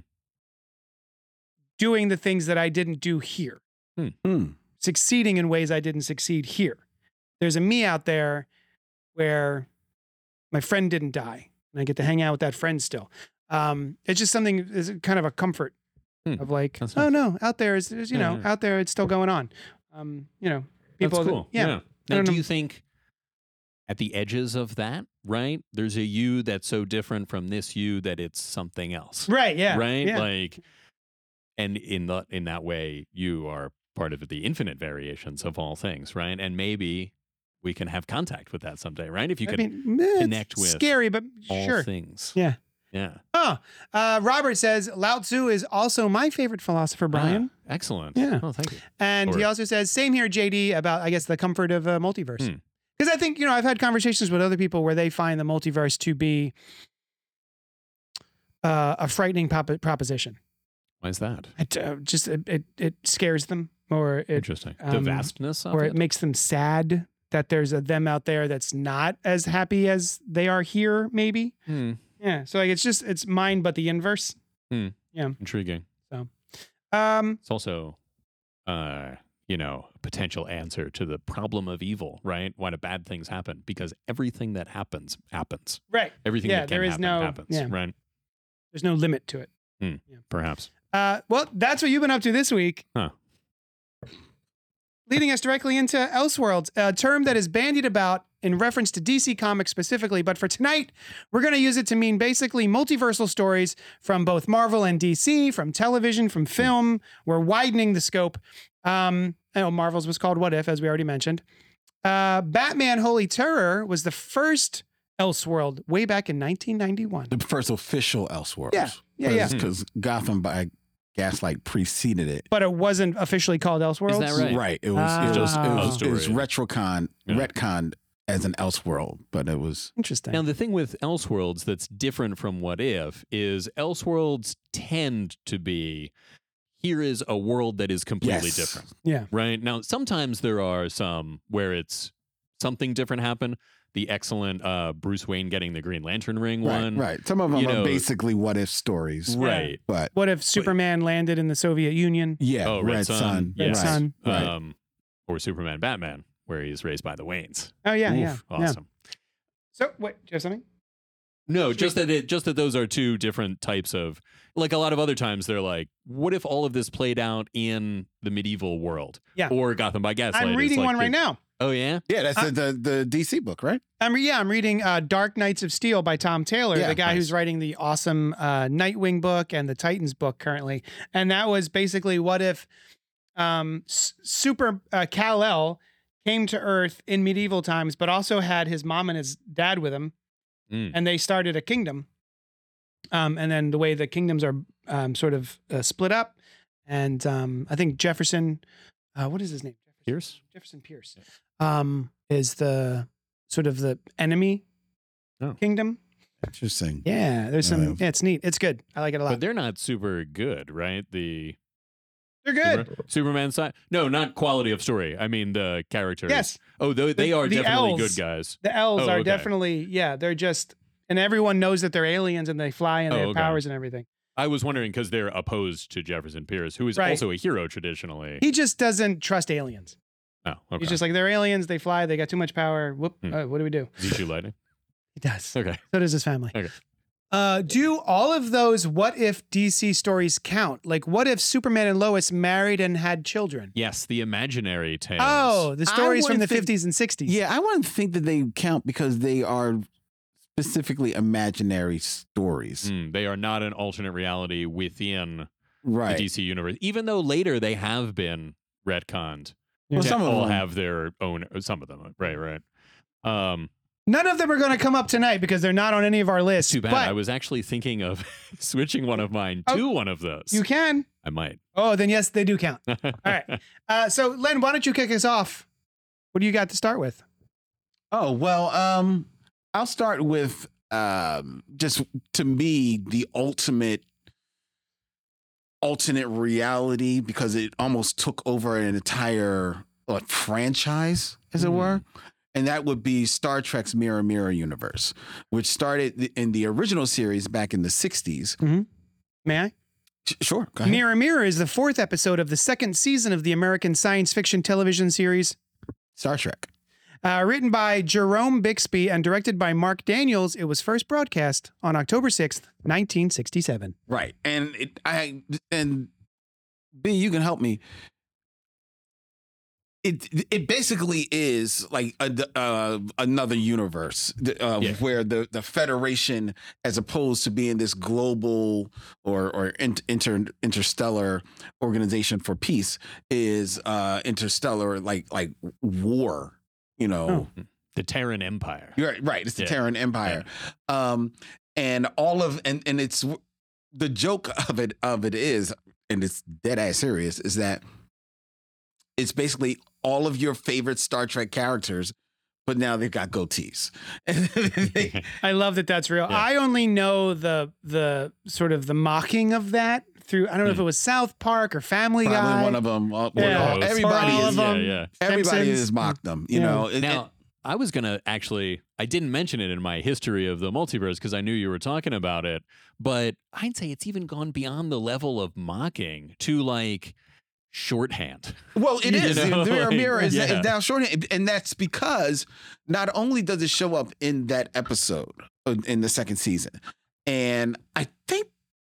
[SPEAKER 1] doing the things that I didn't do here,
[SPEAKER 3] Hmm.
[SPEAKER 1] succeeding in ways I didn't succeed here. There's a me out there where my friend didn't die and I get to hang out with that friend still. Um, it's just something, it's kind of a comfort
[SPEAKER 2] Hmm.
[SPEAKER 1] of like,
[SPEAKER 2] That's
[SPEAKER 1] oh
[SPEAKER 2] nice.
[SPEAKER 1] no, out there is, is you
[SPEAKER 2] Yeah,
[SPEAKER 1] know,
[SPEAKER 2] yeah.
[SPEAKER 1] out there it's still going on. Um, you know, people.
[SPEAKER 2] That's
[SPEAKER 1] that-
[SPEAKER 2] cool.
[SPEAKER 1] yeah. I
[SPEAKER 2] Now,
[SPEAKER 1] don't
[SPEAKER 2] do
[SPEAKER 1] know.
[SPEAKER 2] you think at the edges of that, right? There's a you that's so different from this you that it's something else,
[SPEAKER 1] Right. Yeah.
[SPEAKER 2] right?
[SPEAKER 1] Yeah.
[SPEAKER 2] Like, and in the in that way, you are part of the infinite variations of all things, right? And maybe we can have contact with that someday, right? If you
[SPEAKER 1] I
[SPEAKER 2] can
[SPEAKER 1] mean, eh, it's
[SPEAKER 2] connect with
[SPEAKER 1] Scary, but
[SPEAKER 2] all
[SPEAKER 1] sure.
[SPEAKER 2] things,
[SPEAKER 1] Yeah.
[SPEAKER 2] yeah.
[SPEAKER 1] Oh, uh, Robert says Lao Tzu is also my favorite philosopher, Brian,
[SPEAKER 2] Ah, excellent.
[SPEAKER 1] Yeah.
[SPEAKER 2] Oh, thank you.
[SPEAKER 1] and he
[SPEAKER 2] Or-
[SPEAKER 1] also says same here, JD, about I guess the comfort of a multiverse.
[SPEAKER 2] Hmm.
[SPEAKER 1] Because I think you know I've had conversations with other people where they find the multiverse to be uh, a frightening pop- proposition.
[SPEAKER 2] Why is that?
[SPEAKER 1] It uh, just it, it it scares them, or it
[SPEAKER 2] Interesting. the
[SPEAKER 1] um,
[SPEAKER 2] vastness of
[SPEAKER 1] or
[SPEAKER 2] it.
[SPEAKER 1] it makes them sad that there's a them out there that's not as happy as they are here maybe
[SPEAKER 2] Hmm.
[SPEAKER 1] yeah so like it's just it's mine but the inverse
[SPEAKER 2] Intriguing.
[SPEAKER 1] um
[SPEAKER 2] It's also, uh, you know, a potential answer to the problem of evil, right? Why do bad things happen? Because everything that happens happens.
[SPEAKER 1] right
[SPEAKER 2] Everything
[SPEAKER 1] Yeah,
[SPEAKER 2] that can
[SPEAKER 1] there is
[SPEAKER 2] happen
[SPEAKER 1] no-
[SPEAKER 2] happens,
[SPEAKER 1] yeah.
[SPEAKER 2] right?
[SPEAKER 1] there's no limit to it
[SPEAKER 2] Perhaps.
[SPEAKER 1] uh well that's what you've been up to this week
[SPEAKER 2] Huh.
[SPEAKER 1] leading us directly into elseworlds a term that is bandied about in reference to dc comics specifically but for tonight we're going to use it to mean basically multiversal stories from both marvel and dc from television from oh, film we're widening the scope um i know marvel's was called what if as we already mentioned Uh, Batman Holy Terror was the first Elseworld way back in 1991.
[SPEAKER 3] The first official Elseworld.
[SPEAKER 1] Yeah, yeah.
[SPEAKER 3] Because Gotham by Gaslight preceded it.
[SPEAKER 1] But it wasn't officially called Elseworld.
[SPEAKER 4] that Right.
[SPEAKER 3] It was it was, it
[SPEAKER 1] Ah.
[SPEAKER 3] was, it was
[SPEAKER 2] Post-ordained.
[SPEAKER 3] retrocon
[SPEAKER 2] Yeah.
[SPEAKER 3] retconned as an Elseworld, but it was
[SPEAKER 1] Interesting.
[SPEAKER 2] Now, the thing with Elseworlds that's different from What If is Elseworlds tend to be here is a world that is completely
[SPEAKER 3] yes.
[SPEAKER 2] different,
[SPEAKER 1] yeah.
[SPEAKER 2] right? Now, sometimes there are some where it's something different happened. The excellent uh, Bruce Wayne getting the Green Lantern ring
[SPEAKER 3] Right,
[SPEAKER 2] one.
[SPEAKER 3] right. Some of them
[SPEAKER 2] you
[SPEAKER 3] are
[SPEAKER 2] know-
[SPEAKER 3] basically what if stories,
[SPEAKER 2] Right.
[SPEAKER 3] but
[SPEAKER 1] What if Superman landed in the Soviet Union?
[SPEAKER 3] yeah,
[SPEAKER 2] Oh, Red
[SPEAKER 3] Red,
[SPEAKER 2] Sun,
[SPEAKER 3] Sun,
[SPEAKER 2] yeah.
[SPEAKER 1] Red
[SPEAKER 3] right,
[SPEAKER 1] Sun.
[SPEAKER 3] right.
[SPEAKER 2] Um, or Superman Batman, where he's raised by the Waynes.
[SPEAKER 1] Oh yeah,
[SPEAKER 2] Oof,
[SPEAKER 1] yeah, yeah.
[SPEAKER 2] Awesome.
[SPEAKER 1] So wait, do you have something?
[SPEAKER 2] No, just that it just that those are two different types of like a lot of other times they're like, what if all of this played out in the medieval world?
[SPEAKER 1] Yeah.
[SPEAKER 2] Or Gotham by Gaslight.
[SPEAKER 1] I'm
[SPEAKER 2] is
[SPEAKER 1] reading
[SPEAKER 2] like
[SPEAKER 1] one
[SPEAKER 2] the-
[SPEAKER 1] right now.
[SPEAKER 2] Oh yeah?
[SPEAKER 3] yeah, that's
[SPEAKER 1] I-
[SPEAKER 3] the, the the DC book, right?
[SPEAKER 1] I'm re- yeah, I'm reading uh, Dark Knights of Steel by Tom Taylor,
[SPEAKER 3] Yeah,
[SPEAKER 1] the guy who's writing the awesome uh, Nightwing book and the Titans book currently. And that was basically what if um, S- Super uh, Kal El came to Earth in medieval times, but also had his mom and his dad with him,
[SPEAKER 2] Mm.
[SPEAKER 1] and they started a kingdom. Um, and then the way the kingdoms are um, sort of uh, split up, and um, I think Jefferson, uh, what is his name?
[SPEAKER 2] Pierce?
[SPEAKER 1] Jefferson Pierce um, is the sort of the enemy
[SPEAKER 2] Oh.
[SPEAKER 1] kingdom.
[SPEAKER 3] Interesting.
[SPEAKER 1] Yeah, there's some.
[SPEAKER 3] Uh,
[SPEAKER 1] yeah, it's neat. It's good. I like it a lot.
[SPEAKER 2] But they're not super good, right? The
[SPEAKER 1] They're good.
[SPEAKER 2] Super- Superman side. No, not quality of story. I mean the characters.
[SPEAKER 1] Yes,
[SPEAKER 2] Oh, they, they
[SPEAKER 1] The-
[SPEAKER 2] are
[SPEAKER 1] the
[SPEAKER 2] definitely
[SPEAKER 1] elves.
[SPEAKER 2] good guys.
[SPEAKER 1] the elves
[SPEAKER 2] Oh,
[SPEAKER 1] are
[SPEAKER 2] okay.
[SPEAKER 1] definitely. Yeah, they're just, and everyone knows that they're aliens and they fly and they
[SPEAKER 2] Oh,
[SPEAKER 1] have
[SPEAKER 2] okay.
[SPEAKER 1] powers and everything.
[SPEAKER 2] I was wondering because they're opposed to Jefferson Pierce, who is
[SPEAKER 1] Right.
[SPEAKER 2] also a hero traditionally.
[SPEAKER 1] He just doesn't trust aliens.
[SPEAKER 2] oh, okay.
[SPEAKER 1] He's just like they're aliens. They fly. They got too much power. Whoop.
[SPEAKER 2] Hmm.
[SPEAKER 1] Uh, what do we do?
[SPEAKER 2] Is he shoe lighting?
[SPEAKER 1] He does.
[SPEAKER 2] Okay.
[SPEAKER 1] So does his family.
[SPEAKER 2] Okay.
[SPEAKER 1] Uh, do all of those what if DC stories count? Like, what if Superman and Lois married and had children?
[SPEAKER 2] Yes, the imaginary tales.
[SPEAKER 1] Oh, the
[SPEAKER 3] I
[SPEAKER 1] stories from the
[SPEAKER 3] wouldn't think-
[SPEAKER 1] 50s and 60s.
[SPEAKER 3] Yeah, I wouldn't think that they count because they are specifically imaginary stories,
[SPEAKER 2] Mm, they are not an alternate reality within
[SPEAKER 3] right?
[SPEAKER 2] the DC universe, even though later they have been retconned.
[SPEAKER 3] well,
[SPEAKER 2] They
[SPEAKER 3] some of
[SPEAKER 2] all
[SPEAKER 3] them
[SPEAKER 2] have their own. uh, Some of them, right, right. Um,
[SPEAKER 1] None of them are going to come up tonight because they're not on any of our lists.
[SPEAKER 2] too bad.
[SPEAKER 1] But
[SPEAKER 2] I was actually thinking of switching one of mine
[SPEAKER 1] Oh,
[SPEAKER 2] to one of those.
[SPEAKER 1] you can.
[SPEAKER 2] I might.
[SPEAKER 1] Oh, then yes, they do count.
[SPEAKER 2] all
[SPEAKER 1] right. Uh, so, Len, why don't you kick us off? What do you got to start with?
[SPEAKER 3] Oh well, um, I'll start with um, just to me the ultimate alternate reality because it almost took over an entire like, franchise, as it
[SPEAKER 2] Hmm.
[SPEAKER 3] were, and that would be Star Trek's Mirror Mirror universe, which started in the original series back in the '60s.
[SPEAKER 1] May I?
[SPEAKER 3] Sh- Sure, go ahead.
[SPEAKER 1] Mirror Mirror is the fourth episode of the second season of the American science fiction television series,
[SPEAKER 3] Star Trek.
[SPEAKER 1] uh, written by Jerome Bixby and directed by Mark Daniels. It was first broadcast on October 6th, 1967.
[SPEAKER 3] Right. And it, I and B, you can help me. It it basically is like a, uh, another universe the, uh,
[SPEAKER 2] Yeah.
[SPEAKER 3] where the, the Federation, as opposed to being this global or or in, inter interstellar organization for peace, is uh, interstellar like like war. You know,
[SPEAKER 1] Oh.
[SPEAKER 2] The Terran Empire.
[SPEAKER 3] you're right, right. It's the
[SPEAKER 2] Yeah.
[SPEAKER 3] Terran Empire. Um, and all of and and it's the joke of it of it is, and it's dead ass serious, is that it's basically all of your favorite Star Trek characters, but now they've got goatees.
[SPEAKER 1] I love that that's real.
[SPEAKER 2] Yeah.
[SPEAKER 1] I only know the the sort of the mocking of that through I don't know if
[SPEAKER 2] Hmm.
[SPEAKER 1] it was South Park or Family Guy.
[SPEAKER 3] Probably one of them. Uh, well,
[SPEAKER 1] Yeah.
[SPEAKER 3] all-
[SPEAKER 2] Or
[SPEAKER 3] everybody
[SPEAKER 1] all
[SPEAKER 3] is,
[SPEAKER 1] of them.
[SPEAKER 2] Yeah, yeah.
[SPEAKER 3] everybody
[SPEAKER 1] Simpsons.
[SPEAKER 3] has mocked them. You
[SPEAKER 1] Yeah.
[SPEAKER 3] know. And-
[SPEAKER 2] Now, I was going to actually, I didn't mention it in my history of the multiverse because I knew you were talking about it, but I'd say it's even gone beyond the level of mocking to like shorthand.
[SPEAKER 3] Well, it
[SPEAKER 2] You
[SPEAKER 3] is.
[SPEAKER 2] know,
[SPEAKER 3] the mirror,
[SPEAKER 2] like,
[SPEAKER 3] mirror is
[SPEAKER 2] yeah.
[SPEAKER 3] now shorthand, and that's because not only does it show up in that episode uh, in the second season, and I think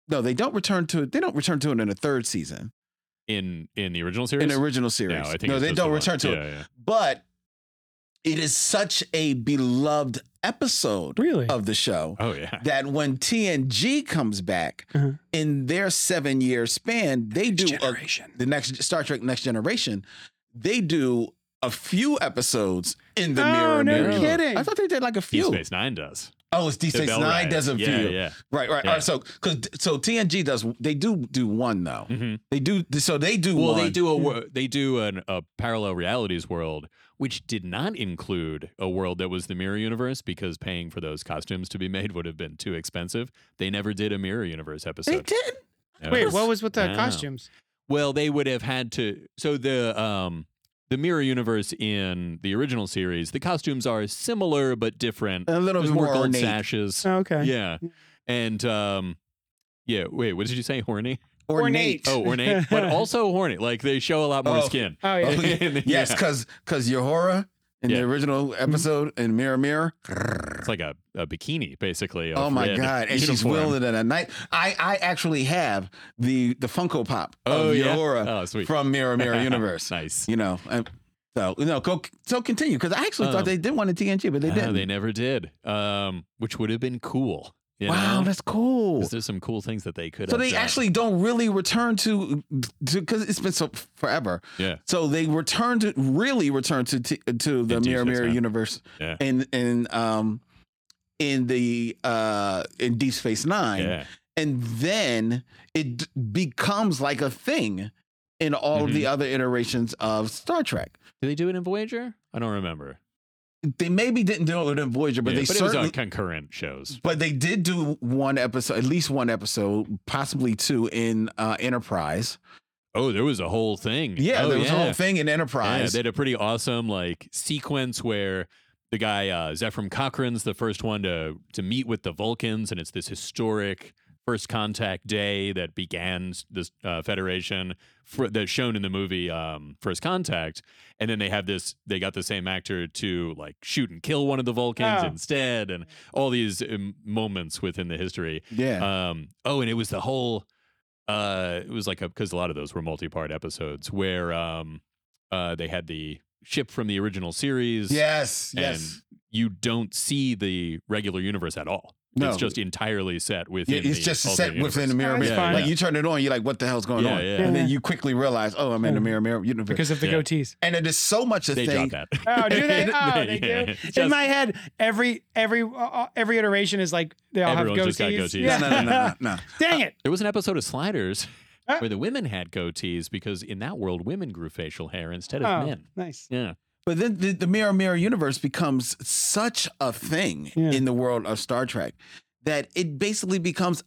[SPEAKER 3] no, they don't return to it. They don't return to it in the third season
[SPEAKER 2] in in the original series.
[SPEAKER 3] in the original series.
[SPEAKER 2] No, I think
[SPEAKER 3] no
[SPEAKER 2] it's
[SPEAKER 3] they
[SPEAKER 2] just
[SPEAKER 3] don't
[SPEAKER 2] the one.
[SPEAKER 3] return to it.
[SPEAKER 2] yeah, yeah.
[SPEAKER 3] But it is such a beloved episode
[SPEAKER 1] Really?
[SPEAKER 3] of the show
[SPEAKER 2] Oh yeah.
[SPEAKER 3] that when TNG comes back
[SPEAKER 1] Uh-huh.
[SPEAKER 3] in their seven year span, they do a
[SPEAKER 1] generation.
[SPEAKER 3] the next Star Trek Next Generation, they do a few episodes in the
[SPEAKER 2] Oh,
[SPEAKER 1] No,
[SPEAKER 3] mirror.
[SPEAKER 1] no
[SPEAKER 3] mirror.
[SPEAKER 1] kidding.
[SPEAKER 3] I thought they did like a
[SPEAKER 2] Deep
[SPEAKER 3] few.
[SPEAKER 2] Space Nine does.
[SPEAKER 3] Oh, it's D
[SPEAKER 2] The
[SPEAKER 3] Space
[SPEAKER 2] Bell
[SPEAKER 3] Nine
[SPEAKER 2] Rider.
[SPEAKER 3] does a few.
[SPEAKER 2] yeah, Yeah.
[SPEAKER 3] Right, right.
[SPEAKER 2] Yeah.
[SPEAKER 3] All right. So, cause, so TNG does. They do do one though.
[SPEAKER 2] Mhm.
[SPEAKER 3] They do. So they do.
[SPEAKER 2] Well,
[SPEAKER 3] one.
[SPEAKER 2] they do a wor- they do an, a parallel realities world, which did not include a world that was the mirror universe because paying for those costumes to be made would have been too expensive. They never did a mirror universe episode.
[SPEAKER 3] They did.
[SPEAKER 2] No.
[SPEAKER 1] Wait, what was with the
[SPEAKER 2] Wow.
[SPEAKER 1] costumes?
[SPEAKER 2] Well, they would have had to. So the um the mirror universe in the original series, the costumes are similar but different.
[SPEAKER 3] A little
[SPEAKER 2] There's
[SPEAKER 3] bit
[SPEAKER 2] more,
[SPEAKER 3] more,
[SPEAKER 2] gold
[SPEAKER 3] ornate.
[SPEAKER 2] sashes.
[SPEAKER 1] Oh, okay.
[SPEAKER 2] Yeah, and um, yeah. Wait, what did you say? Horny?
[SPEAKER 1] Ornate.
[SPEAKER 2] Oh, ornate, but also horny. Like they show a lot more
[SPEAKER 3] Oh.
[SPEAKER 2] skin.
[SPEAKER 1] Oh yeah.
[SPEAKER 3] Oh,
[SPEAKER 2] And-
[SPEAKER 3] yes,
[SPEAKER 2] yeah. Mm-hmm.
[SPEAKER 3] because because Yahora in
[SPEAKER 2] Yeah.
[SPEAKER 3] the original episode in Mirror Mirror.
[SPEAKER 2] It's like a, a bikini, basically. of
[SPEAKER 3] Oh my
[SPEAKER 2] red
[SPEAKER 3] God! And she's
[SPEAKER 2] uniform.
[SPEAKER 3] wilder than a night. I I actually have the the Funko Pop
[SPEAKER 2] Oh,
[SPEAKER 3] of
[SPEAKER 2] yeah.
[SPEAKER 3] Yahora
[SPEAKER 2] Oh, sweet.
[SPEAKER 3] from Mirror Mirror Universe.
[SPEAKER 2] nice.
[SPEAKER 3] You know. and so no, go so continue because I actually
[SPEAKER 2] Um,
[SPEAKER 3] thought they did one in TNG, but they
[SPEAKER 2] Ah,
[SPEAKER 3] didn't.
[SPEAKER 2] they never did, um, which would have been cool. you
[SPEAKER 3] wow,
[SPEAKER 2] know?
[SPEAKER 3] that's cool.
[SPEAKER 2] 'Cause there's some cool things that they could
[SPEAKER 3] So
[SPEAKER 2] have
[SPEAKER 3] they
[SPEAKER 2] done.
[SPEAKER 3] actually don't really return to because it's been so forever.
[SPEAKER 2] Yeah.
[SPEAKER 3] So they return to really return to t- to the
[SPEAKER 2] In
[SPEAKER 3] Mirror
[SPEAKER 2] D6,
[SPEAKER 3] Mirror
[SPEAKER 2] man.
[SPEAKER 3] universe
[SPEAKER 2] Yeah.
[SPEAKER 3] in in um in the uh in Deep Space Nine,
[SPEAKER 2] Yeah.
[SPEAKER 3] and then it d- becomes like a thing in all of
[SPEAKER 2] Mhm.
[SPEAKER 3] the other iterations of Star Trek.
[SPEAKER 2] Did they do it in Voyager? I don't remember.
[SPEAKER 3] They maybe didn't do it in Voyager, but
[SPEAKER 2] Yeah,
[SPEAKER 3] they
[SPEAKER 2] but it was
[SPEAKER 3] certainly.
[SPEAKER 2] on concurrent shows.
[SPEAKER 3] But they did do one episode, at least one episode, possibly two in uh, Enterprise.
[SPEAKER 2] Oh, there was a whole thing.
[SPEAKER 3] Yeah,
[SPEAKER 2] Oh,
[SPEAKER 3] there was
[SPEAKER 2] yeah.
[SPEAKER 3] a whole thing in
[SPEAKER 2] Yeah,
[SPEAKER 3] Enterprise.
[SPEAKER 2] they had a pretty awesome like sequence where the guy uh, Zephram Cochrane's the first one to to meet with the Vulcans, and it's this historic first contact day that began this uh, Federation for, that's shown in the movie um, First Contact, and then they have this they got the same actor to like shoot and kill one of the Vulcans
[SPEAKER 1] Oh.
[SPEAKER 2] instead, and all these um, moments within the history.
[SPEAKER 3] yeah.
[SPEAKER 2] Um, oh, and it was the whole. Uh, it was like a because a lot of those were multi-part episodes where um, uh, they had the ship from the original series.
[SPEAKER 3] yes.
[SPEAKER 2] and
[SPEAKER 3] Yes.
[SPEAKER 2] you don't see the regular universe at all.
[SPEAKER 3] No.
[SPEAKER 2] It's just entirely set
[SPEAKER 3] Yeah,
[SPEAKER 2] within.
[SPEAKER 3] it's
[SPEAKER 2] the
[SPEAKER 3] just set
[SPEAKER 2] alternate
[SPEAKER 3] within the
[SPEAKER 2] universe.
[SPEAKER 3] mirror.
[SPEAKER 1] Oh, that's
[SPEAKER 3] mirror.
[SPEAKER 2] fine.
[SPEAKER 3] Like
[SPEAKER 2] Yeah.
[SPEAKER 3] you turn it on, you're like, "What the hell's going
[SPEAKER 2] Yeah,
[SPEAKER 3] on?"
[SPEAKER 2] yeah.
[SPEAKER 3] And then
[SPEAKER 1] Yeah.
[SPEAKER 3] you quickly realize, "Oh, I'm in the mirror mirror universe."
[SPEAKER 1] Because of the
[SPEAKER 2] Yeah.
[SPEAKER 1] goatees.
[SPEAKER 3] and it is so much a
[SPEAKER 2] They
[SPEAKER 3] thing.
[SPEAKER 2] dropped that.
[SPEAKER 1] Oh, do they? Oh, they
[SPEAKER 2] Yeah.
[SPEAKER 1] do. In
[SPEAKER 2] Just-
[SPEAKER 1] my head, every every uh, every iteration is like they all have
[SPEAKER 2] Everyone's
[SPEAKER 1] goatees.
[SPEAKER 2] just got goatees.
[SPEAKER 1] Yeah.
[SPEAKER 3] No, no, no, no, no. no.
[SPEAKER 1] Dang it!
[SPEAKER 2] There was an episode of Sliders
[SPEAKER 1] Huh?
[SPEAKER 2] where the women had goatees because in that world women grew facial hair instead of
[SPEAKER 1] Oh,
[SPEAKER 2] men.
[SPEAKER 1] nice.
[SPEAKER 2] Yeah.
[SPEAKER 3] But then the, the mirror mirror universe becomes such a thing
[SPEAKER 1] Yeah.
[SPEAKER 3] in the world of Star Trek that it basically becomes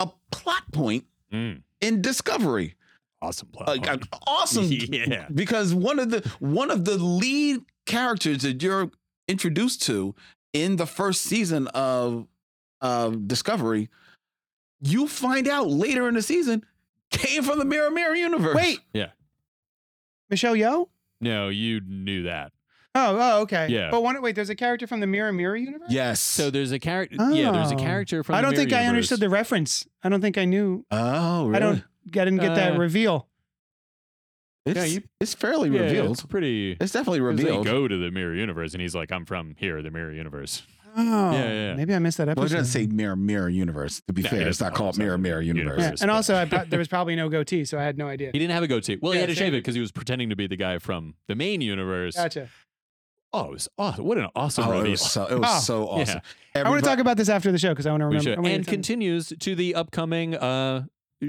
[SPEAKER 3] a plot point
[SPEAKER 2] Mm.
[SPEAKER 3] in Discovery.
[SPEAKER 2] Awesome plot.
[SPEAKER 3] Like,
[SPEAKER 2] point.
[SPEAKER 3] an awesome
[SPEAKER 2] Yeah.
[SPEAKER 3] because one of the one of the lead characters that you're introduced to in the first season of of Discovery, you find out later in the season came from the Mirror Mirror universe.
[SPEAKER 1] Wait.
[SPEAKER 2] Yeah.
[SPEAKER 1] Michelle Yeoh.
[SPEAKER 2] No, you knew that.
[SPEAKER 1] Oh, oh, okay.
[SPEAKER 2] Yeah.
[SPEAKER 1] But one, wait, there's a character from the Mirror Mirror universe.
[SPEAKER 3] Yes.
[SPEAKER 2] So there's a character. Yeah, there's a
[SPEAKER 1] Oh.
[SPEAKER 2] character from.
[SPEAKER 1] I
[SPEAKER 2] the
[SPEAKER 1] don't think
[SPEAKER 2] Mirror
[SPEAKER 1] I understood
[SPEAKER 2] Universe.
[SPEAKER 1] the reference. I don't think I knew.
[SPEAKER 3] oh, really?
[SPEAKER 1] I don't. I didn't get that
[SPEAKER 2] Uh,
[SPEAKER 1] reveal.
[SPEAKER 3] It's,
[SPEAKER 2] Yeah, you-
[SPEAKER 3] it's fairly
[SPEAKER 2] Yeah,
[SPEAKER 3] revealed.
[SPEAKER 2] It's pretty.
[SPEAKER 3] It's definitely
[SPEAKER 2] 'cause They
[SPEAKER 3] revealed.
[SPEAKER 2] go to the mirror universe, and he's like, "I'm from here, the mirror universe."
[SPEAKER 1] Oh,
[SPEAKER 2] Yeah, yeah, yeah.
[SPEAKER 1] Maybe I missed that
[SPEAKER 3] Well, it
[SPEAKER 1] episode.
[SPEAKER 3] doesn't say Mirror Mirror universe. To be
[SPEAKER 2] No, it
[SPEAKER 3] fair, it's
[SPEAKER 2] doesn't.
[SPEAKER 3] not called
[SPEAKER 2] It's not
[SPEAKER 3] Mirror Mirror universe.
[SPEAKER 1] yeah.
[SPEAKER 2] universe,
[SPEAKER 1] And
[SPEAKER 2] but-
[SPEAKER 1] also, I, pro- there was probably no goatee, so I had no idea.
[SPEAKER 2] He didn't have a goatee. Well,
[SPEAKER 1] Yeah,
[SPEAKER 2] he had to
[SPEAKER 1] same.
[SPEAKER 2] shave it because he was pretending to be the guy from the main universe.
[SPEAKER 1] Gotcha.
[SPEAKER 2] Oh, it was awesome! What an awesome
[SPEAKER 3] Oh, it
[SPEAKER 2] reveal!
[SPEAKER 3] was so, it was
[SPEAKER 1] Oh,
[SPEAKER 3] so
[SPEAKER 1] I
[SPEAKER 2] Yeah,
[SPEAKER 3] awesome.
[SPEAKER 1] want to
[SPEAKER 3] Everybody-
[SPEAKER 1] talk about this after the show because I want to
[SPEAKER 2] we
[SPEAKER 1] remember.
[SPEAKER 2] should-
[SPEAKER 1] I wanna
[SPEAKER 2] and
[SPEAKER 1] tell me.
[SPEAKER 2] continues to the upcoming uh,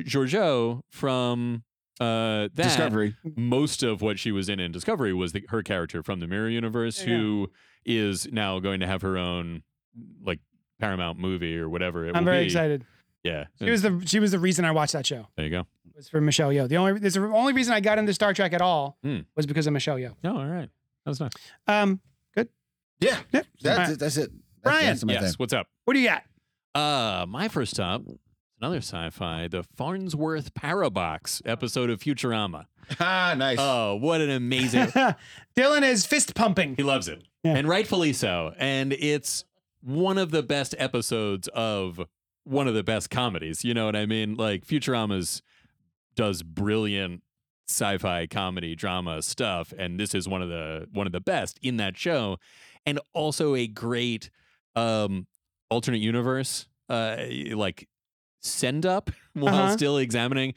[SPEAKER 2] Giorgio from uh, that.
[SPEAKER 3] Discovery.
[SPEAKER 2] most of what she was in in Discovery was the, her character from the Mirror Universe,
[SPEAKER 1] Yeah, yeah.
[SPEAKER 2] who is now going to have her own like Paramount movie or whatever. It
[SPEAKER 1] I'm
[SPEAKER 2] will
[SPEAKER 1] very
[SPEAKER 2] be.
[SPEAKER 1] excited.
[SPEAKER 2] Yeah,
[SPEAKER 1] She was the she was the reason I watched that show.
[SPEAKER 2] there you go.
[SPEAKER 1] Was for Michelle Yeoh. The only the only reason I got into Star Trek at all
[SPEAKER 2] Hmm.
[SPEAKER 1] was because of Michelle Yeoh.
[SPEAKER 2] No, Oh, all right, that's nice.
[SPEAKER 1] Um,
[SPEAKER 3] Yeah,
[SPEAKER 1] yeah.
[SPEAKER 3] that's
[SPEAKER 1] Alright.
[SPEAKER 3] it. That's it. That's-
[SPEAKER 1] Brian.
[SPEAKER 3] that's my thing.
[SPEAKER 2] Yes, what's up?
[SPEAKER 1] What do you got?
[SPEAKER 2] Uh, my first stop, another sci-fi, the Farnsworth Parabox episode of Futurama.
[SPEAKER 3] Ah, nice.
[SPEAKER 1] Uh,
[SPEAKER 2] Oh, what an amazing!
[SPEAKER 1] Dylan is fist pumping.
[SPEAKER 2] he loves it,
[SPEAKER 1] Yeah.
[SPEAKER 2] and rightfully so. And it's one of the best episodes of one of the best comedies. You know what I mean? Like Futurama's does brilliant sci-fi comedy drama stuff and this is one of the one of the best in that show and also a great um alternate universe uh like send up while
[SPEAKER 1] Uh-huh.
[SPEAKER 2] still examining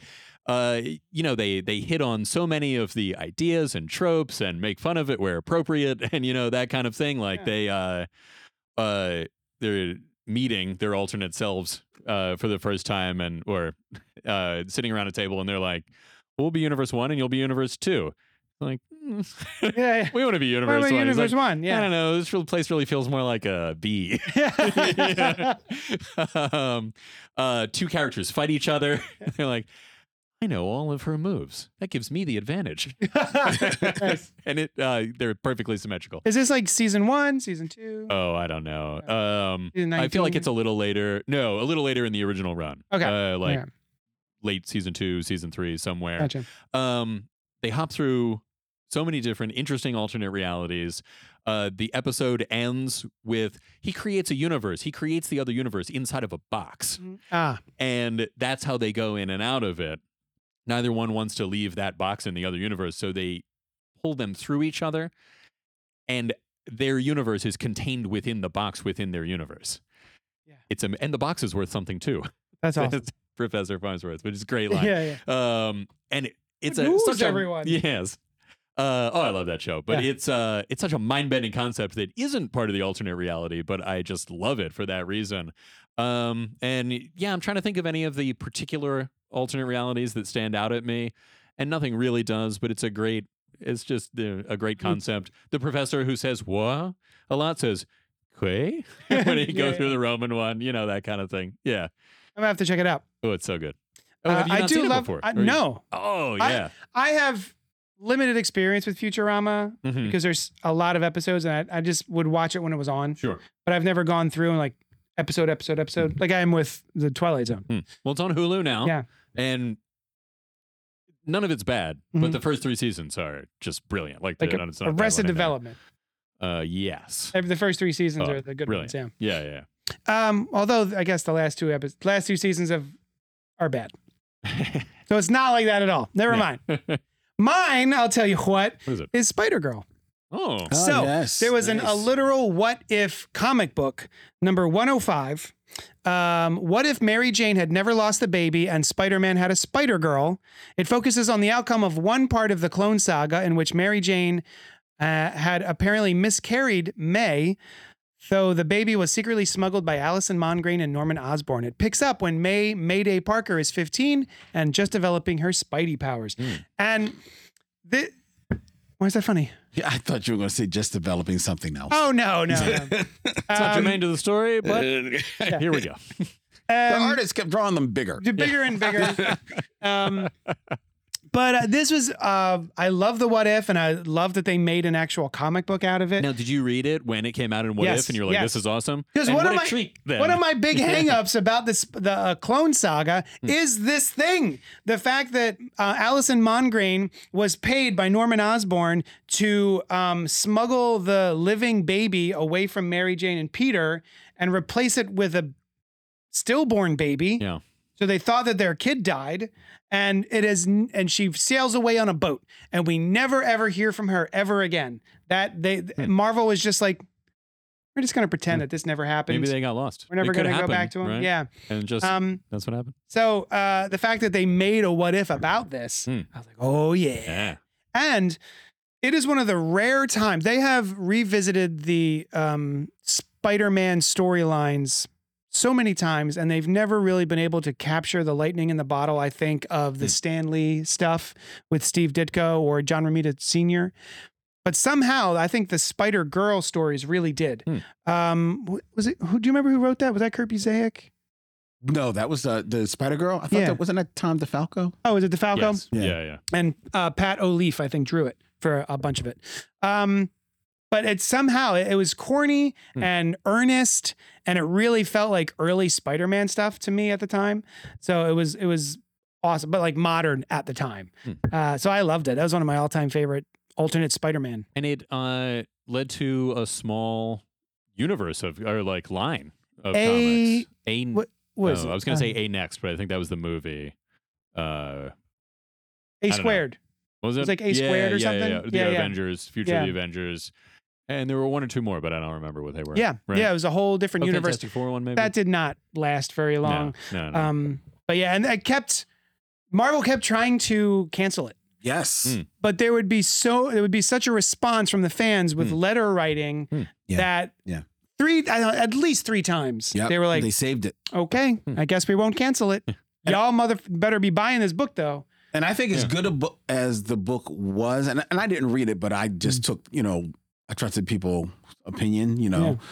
[SPEAKER 2] uh, you know, they they hit on so many of the ideas and tropes and make fun of it where appropriate, and you know that kind of thing. Like
[SPEAKER 1] Yeah.
[SPEAKER 2] they uh, uh, they're meeting their alternate selves uh, for the first time, and or uh, sitting around a table, and they're like, "We'll be Universe One, and you'll be Universe 2. Like, "Mm,
[SPEAKER 1] Yeah, yeah.
[SPEAKER 2] we want to be
[SPEAKER 1] Wait,
[SPEAKER 2] Universe
[SPEAKER 1] wait,
[SPEAKER 2] One. It's like,
[SPEAKER 1] universe one.
[SPEAKER 2] I
[SPEAKER 1] Yeah.
[SPEAKER 2] don't know. This real place really feels more like a B. um, uh, two characters fight each other. They're like, I know all of her moves. That gives me the advantage.
[SPEAKER 1] Nice.
[SPEAKER 2] and it, uh, they're perfectly symmetrical.
[SPEAKER 1] Is this like season one, season two?
[SPEAKER 2] Oh, I don't know. Um,
[SPEAKER 1] Season
[SPEAKER 2] I feel like
[SPEAKER 1] 19?
[SPEAKER 2] it's a little later. No, a little later in the original run.
[SPEAKER 1] Okay.
[SPEAKER 2] Uh, like
[SPEAKER 1] Yeah,
[SPEAKER 2] late season two, season three, somewhere
[SPEAKER 1] gotcha.
[SPEAKER 2] um, they hop through so many different interesting alternate realities. Uh, the episode ends with he creates a universe. He creates the other universe inside of a box,
[SPEAKER 1] Ah,
[SPEAKER 2] and that's how they go in and out of it. Neither one wants to leave that box in the other universe, so they pull them through each other, and their universe is contained within the box within their universe.
[SPEAKER 1] Yeah.
[SPEAKER 2] It's a, and the box is worth something too.
[SPEAKER 1] that's awesome.
[SPEAKER 2] Professor Farnsworth, which is a great line.
[SPEAKER 1] yeah, yeah.
[SPEAKER 2] Um, and it, it's
[SPEAKER 1] Good
[SPEAKER 2] a
[SPEAKER 1] news,
[SPEAKER 2] such a-
[SPEAKER 1] everyone.
[SPEAKER 2] yes. Uh, oh, I love that show, but
[SPEAKER 1] Yeah.
[SPEAKER 2] it's uh, it's such a mind bending concept that isn't part of the alternate reality, but I just love it for that reason. Um, and yeah, I'm trying to think of any of the particular alternate realities that stand out at me, and nothing really does. But it's a great, it's just the, a great
[SPEAKER 1] Hmm.
[SPEAKER 2] concept. The professor who says "what" a lot says "que" when he
[SPEAKER 1] Yeah.
[SPEAKER 2] goes through the Roman one, you know that kind of thing. Yeah.
[SPEAKER 1] I'm gonna have to check it out.
[SPEAKER 2] Oh, it's so good. Oh, have
[SPEAKER 1] Uh,
[SPEAKER 2] you
[SPEAKER 1] I
[SPEAKER 2] not
[SPEAKER 1] do
[SPEAKER 2] seen
[SPEAKER 1] love.
[SPEAKER 2] it before?
[SPEAKER 1] I,
[SPEAKER 2] Or you-
[SPEAKER 1] no,
[SPEAKER 2] Oh
[SPEAKER 1] I-
[SPEAKER 2] yeah.
[SPEAKER 1] I have limited experience with Futurama
[SPEAKER 2] Mhm.
[SPEAKER 1] because there's a lot of episodes, and I, I just would watch it when it was on.
[SPEAKER 2] Sure.
[SPEAKER 1] But I've never gone through and like episode, episode, episode. Like I am with the Twilight Zone.
[SPEAKER 2] Well, it's on Hulu now.
[SPEAKER 1] Yeah.
[SPEAKER 2] And none of it's bad,
[SPEAKER 1] Mhm.
[SPEAKER 2] but the first three seasons are just brilliant. Like,
[SPEAKER 1] Like
[SPEAKER 2] the, it's not a bad
[SPEAKER 1] Arrested
[SPEAKER 2] one in there.
[SPEAKER 1] Development.
[SPEAKER 2] Uh, yes.
[SPEAKER 1] Every- The first three seasons
[SPEAKER 2] Oh,
[SPEAKER 1] are the good
[SPEAKER 2] brilliant.
[SPEAKER 1] ones.
[SPEAKER 2] Yeah,
[SPEAKER 1] Yeah.
[SPEAKER 2] yeah.
[SPEAKER 1] Um. Although I guess the last two episodes, last two seasons of are bad. So it's not like that at all. Never
[SPEAKER 2] Yeah.
[SPEAKER 1] mind. Mine, I'll tell you what,
[SPEAKER 2] What is it?
[SPEAKER 1] is Spider Girl.
[SPEAKER 2] Oh,
[SPEAKER 3] Oh,
[SPEAKER 1] So,
[SPEAKER 3] yes.
[SPEAKER 1] There was an a
[SPEAKER 3] Nice.
[SPEAKER 1] literal what if comic book number 105. Um, what if Mary Jane had never lost a baby and Spider Man had a Spider Girl? It focuses on the outcome of one part of the clone saga in which Mary Jane uh, had apparently miscarried May, though the baby was secretly smuggled by Allison Mongrain and Norman Osborn. It picks up when May Mayday Parker is 15 and just developing her Spidey powers. And thi- why is that funny?
[SPEAKER 3] Yeah, I thought you were going to say just developing something else.
[SPEAKER 1] Oh no, no. no.
[SPEAKER 2] it's not
[SPEAKER 1] Um,
[SPEAKER 2] germane to the story, but here we go.
[SPEAKER 3] the
[SPEAKER 1] um,
[SPEAKER 3] artist kept drawing them bigger.
[SPEAKER 1] they're bigger and bigger. um, but uh, this was, uh, I love the what if, and I love that they made an actual comic book out of it.
[SPEAKER 2] Now, did you read it when it came out in What
[SPEAKER 1] Yes,
[SPEAKER 2] If? And you're like,
[SPEAKER 1] yes.
[SPEAKER 2] this is awesome.
[SPEAKER 1] 'Cause
[SPEAKER 2] And
[SPEAKER 1] one
[SPEAKER 2] what
[SPEAKER 1] of
[SPEAKER 2] a
[SPEAKER 1] my-
[SPEAKER 2] treat then.
[SPEAKER 1] One of my big hangups about this the uh, clone saga
[SPEAKER 2] Hmm.
[SPEAKER 1] is this thing: the fact that uh, Allison Mongrain was paid by Norman Osborn to um, smuggle the living baby away from Mary Jane and Peter and replace it with a stillborn baby.
[SPEAKER 2] Yeah.
[SPEAKER 1] So they thought that their kid died, and it is, n- and she sails away on a boat, and we never ever hear from her ever again. That they
[SPEAKER 2] Hmm.
[SPEAKER 1] Marvel was just like, we're just gonna pretend that this never happened.
[SPEAKER 2] Maybe they got lost.
[SPEAKER 1] We're never
[SPEAKER 2] It could
[SPEAKER 1] going to go
[SPEAKER 2] happen,
[SPEAKER 1] back to him.
[SPEAKER 2] right?
[SPEAKER 1] Yeah.
[SPEAKER 2] And just
[SPEAKER 1] Um.
[SPEAKER 2] that's what happened.
[SPEAKER 1] So uh, the fact that they made a what if about this,
[SPEAKER 2] Hmm.
[SPEAKER 1] I was like, oh yeah.
[SPEAKER 2] Yeah.
[SPEAKER 1] And it is one of the rare times they have revisited the um, Spider-Man storylines so many times, and they've never really been able to capture the lightning in the bottle. I think of the
[SPEAKER 2] Hmm.
[SPEAKER 1] Stan Lee stuff with Steve Ditko or John Romita Sr. But somehow, I think the Spider Girl stories really did.
[SPEAKER 2] Hmm.
[SPEAKER 1] Um, wh- was it? Who do you remember who wrote that? Was that Kurt Busiek?
[SPEAKER 3] No, that was uh, the Spider Girl. I thought
[SPEAKER 1] Yeah.
[SPEAKER 3] that wasn't that Tom DeFalco.
[SPEAKER 1] Oh, is it DeFalco?
[SPEAKER 2] Yes.
[SPEAKER 3] Yeah.
[SPEAKER 2] Yeah. Yeah.
[SPEAKER 1] and uh, Pat O'Leaf, I think, drew it for a bunch of it. Um, but it somehow it, it was corny
[SPEAKER 2] Hmm.
[SPEAKER 1] and earnest, and it really felt like early Spider-Man stuff to me at the time. So it was it was awesome, but like modern at the time.
[SPEAKER 2] Hmm.
[SPEAKER 1] Uh, so I loved it. That was one of my all-time favorite alternate Spider-Man.
[SPEAKER 2] and it uh, led to a small universe of or like line of
[SPEAKER 1] A-
[SPEAKER 2] comics. A
[SPEAKER 1] what Was uh,
[SPEAKER 2] oh, I was gonna say A next, but I think that was the movie. Uh,
[SPEAKER 1] A
[SPEAKER 2] don't know.
[SPEAKER 1] squared.
[SPEAKER 2] what was it?
[SPEAKER 1] was like A
[SPEAKER 2] yeah,
[SPEAKER 1] squared or
[SPEAKER 2] yeah, yeah,
[SPEAKER 1] something?
[SPEAKER 2] Yeah, The
[SPEAKER 1] Yeah, yeah.
[SPEAKER 2] Avengers, Future
[SPEAKER 1] Yeah.
[SPEAKER 2] of the Avengers, and there were one or two more, but I don't remember what they were.
[SPEAKER 1] Yeah,
[SPEAKER 2] Right?
[SPEAKER 1] yeah, it was a whole different
[SPEAKER 2] Oh,
[SPEAKER 1] universe.
[SPEAKER 2] Fantastic Four one maybe.
[SPEAKER 1] That did not last very long.
[SPEAKER 2] No, no, no.
[SPEAKER 1] Um, but yeah, and I kept Marvel kept trying to cancel it.
[SPEAKER 3] Yes.
[SPEAKER 2] Mm.
[SPEAKER 1] but there would be so there would be such a response from the fans with
[SPEAKER 2] Hmm.
[SPEAKER 1] letter writing
[SPEAKER 2] Hmm.
[SPEAKER 3] Yeah.
[SPEAKER 1] that
[SPEAKER 3] Yeah.
[SPEAKER 1] three I don't know, at least three times
[SPEAKER 3] Yep. Hmm.
[SPEAKER 1] they were like,
[SPEAKER 3] they saved it.
[SPEAKER 1] okay, I guess we won't cancel it. Y'all mother better be buying this book though.
[SPEAKER 3] And I think as
[SPEAKER 2] Yeah.
[SPEAKER 3] good a book as the book was, and, and I didn't read it, but I
[SPEAKER 1] Mm.
[SPEAKER 3] just took, you know, I trusted people' opinion, you know.
[SPEAKER 1] Yeah.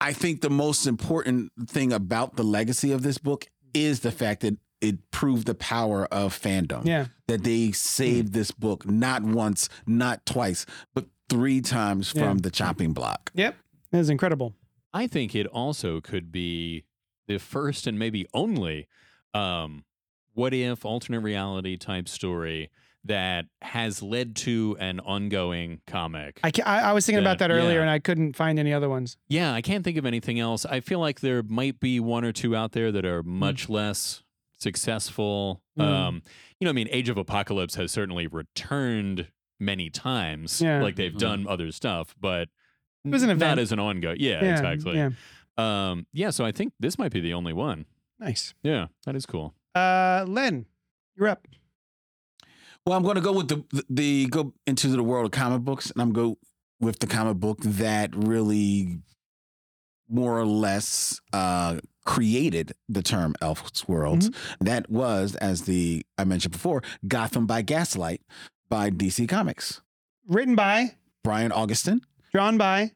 [SPEAKER 3] I think the most important thing about the legacy of this book is the fact that it proved the power of fandom.
[SPEAKER 1] Yeah, Mm.
[SPEAKER 3] That they saved this book not once, not twice, but three times
[SPEAKER 1] Yeah.
[SPEAKER 3] from the chopping block.
[SPEAKER 1] that was incredible.
[SPEAKER 2] I think it also could be the first and maybe only um, what if alternate reality type story that has led to an ongoing comic.
[SPEAKER 1] I ca- I, I was thinking about
[SPEAKER 2] That-
[SPEAKER 1] that earlier
[SPEAKER 2] yeah.
[SPEAKER 1] and I couldn't find any other ones.
[SPEAKER 2] yeah, I can't think of anything else. I feel like there might be one or two out there that are much less successful.
[SPEAKER 1] Mm.
[SPEAKER 2] Um, you know, I mean, Age of Apocalypse has certainly returned many times.
[SPEAKER 1] Yeah. Mm-hmm.
[SPEAKER 2] Like they've
[SPEAKER 3] Mhm.
[SPEAKER 2] done other stuff, but it
[SPEAKER 1] was an
[SPEAKER 2] not
[SPEAKER 1] event.
[SPEAKER 2] as an ongoing. Yeah, exactly.
[SPEAKER 1] Yeah,
[SPEAKER 2] Um, yeah, so I think this might be the only one.
[SPEAKER 1] nice.
[SPEAKER 2] Yeah, that is cool.
[SPEAKER 1] Uh, Len, you're up.
[SPEAKER 3] Well, I'm going to go with the, the the go into the world of comic books, and I'm go with the comic book that really, more or less, uh, created the term Elseworlds. That was, as the I mentioned before, Gotham by Gaslight by DC Comics.
[SPEAKER 1] Written by,
[SPEAKER 3] Brian Augustin.
[SPEAKER 1] drawn by,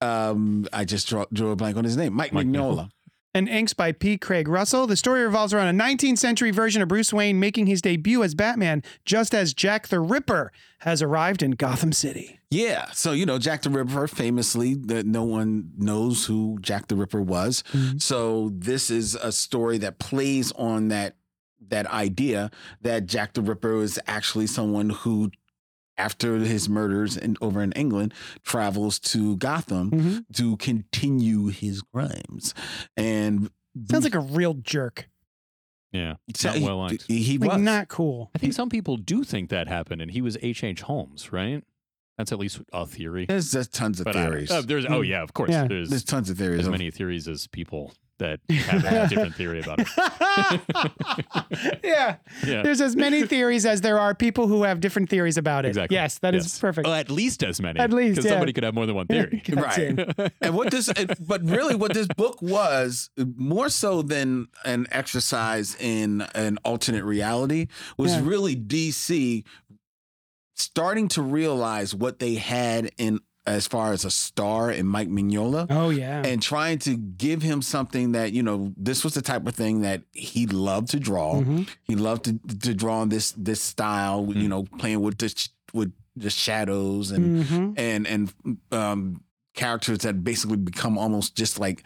[SPEAKER 3] Um, I just draw, drew a blank on his name. Mike,
[SPEAKER 2] Mike
[SPEAKER 3] Mignola.
[SPEAKER 1] and inks by P. Craig Russell. The story revolves around a 19th century version of Bruce Wayne making his debut as Batman just as Jack the Ripper has arrived in Gotham City.
[SPEAKER 3] Yeah. So you know, Jack the Ripper, famously, that no one knows who Jack the Ripper was.
[SPEAKER 2] Mm-hmm.
[SPEAKER 3] So this is a story that plays on that that idea that Jack the Ripper is actually someone who, after his murders in, over in England, travels to Gotham
[SPEAKER 1] Mhm.
[SPEAKER 2] Mm-hmm.
[SPEAKER 3] to continue his crimes, and
[SPEAKER 1] Sounds like a real jerk.
[SPEAKER 2] Yeah.
[SPEAKER 3] so
[SPEAKER 2] not
[SPEAKER 3] he-
[SPEAKER 2] well-liked.
[SPEAKER 3] He, he
[SPEAKER 1] Like
[SPEAKER 3] was
[SPEAKER 1] not cool.
[SPEAKER 2] I think some people do think that happened, and he was H.H. H. Holmes, right? That's at least a theory.
[SPEAKER 3] There's just tons of
[SPEAKER 2] But I don't-
[SPEAKER 3] theories.
[SPEAKER 2] uh, there's, oh, yeah, of course.
[SPEAKER 1] Yeah.
[SPEAKER 2] There's,
[SPEAKER 3] There's tons of theories.
[SPEAKER 2] as
[SPEAKER 3] of-
[SPEAKER 2] many theories as people that have a different theory about it.
[SPEAKER 1] yeah.
[SPEAKER 2] Yeah.
[SPEAKER 1] There's as many theories as there are people who have different theories about it.
[SPEAKER 2] Exactly.
[SPEAKER 1] Yes, that is
[SPEAKER 2] Yes.
[SPEAKER 1] perfect.
[SPEAKER 2] Oh, at least as many.
[SPEAKER 1] At least,
[SPEAKER 2] Because
[SPEAKER 1] yeah.
[SPEAKER 2] somebody could have more than one theory.
[SPEAKER 1] That's
[SPEAKER 3] Right.
[SPEAKER 1] it.
[SPEAKER 3] and what this and- but really what this book was more so than an exercise in an alternate reality was
[SPEAKER 1] Yeah.
[SPEAKER 3] really dc starting to realize what they had in as far as a star in mike mignola
[SPEAKER 1] Oh, yeah.
[SPEAKER 3] and trying to give him something that you know this was the type of thing that he loved to draw
[SPEAKER 1] Mhm.
[SPEAKER 3] he loved to, to draw in this this style you
[SPEAKER 2] Mm.
[SPEAKER 3] know playing with the sh- with the shadows and
[SPEAKER 1] Mhm.
[SPEAKER 3] and and um, characters that basically become almost just like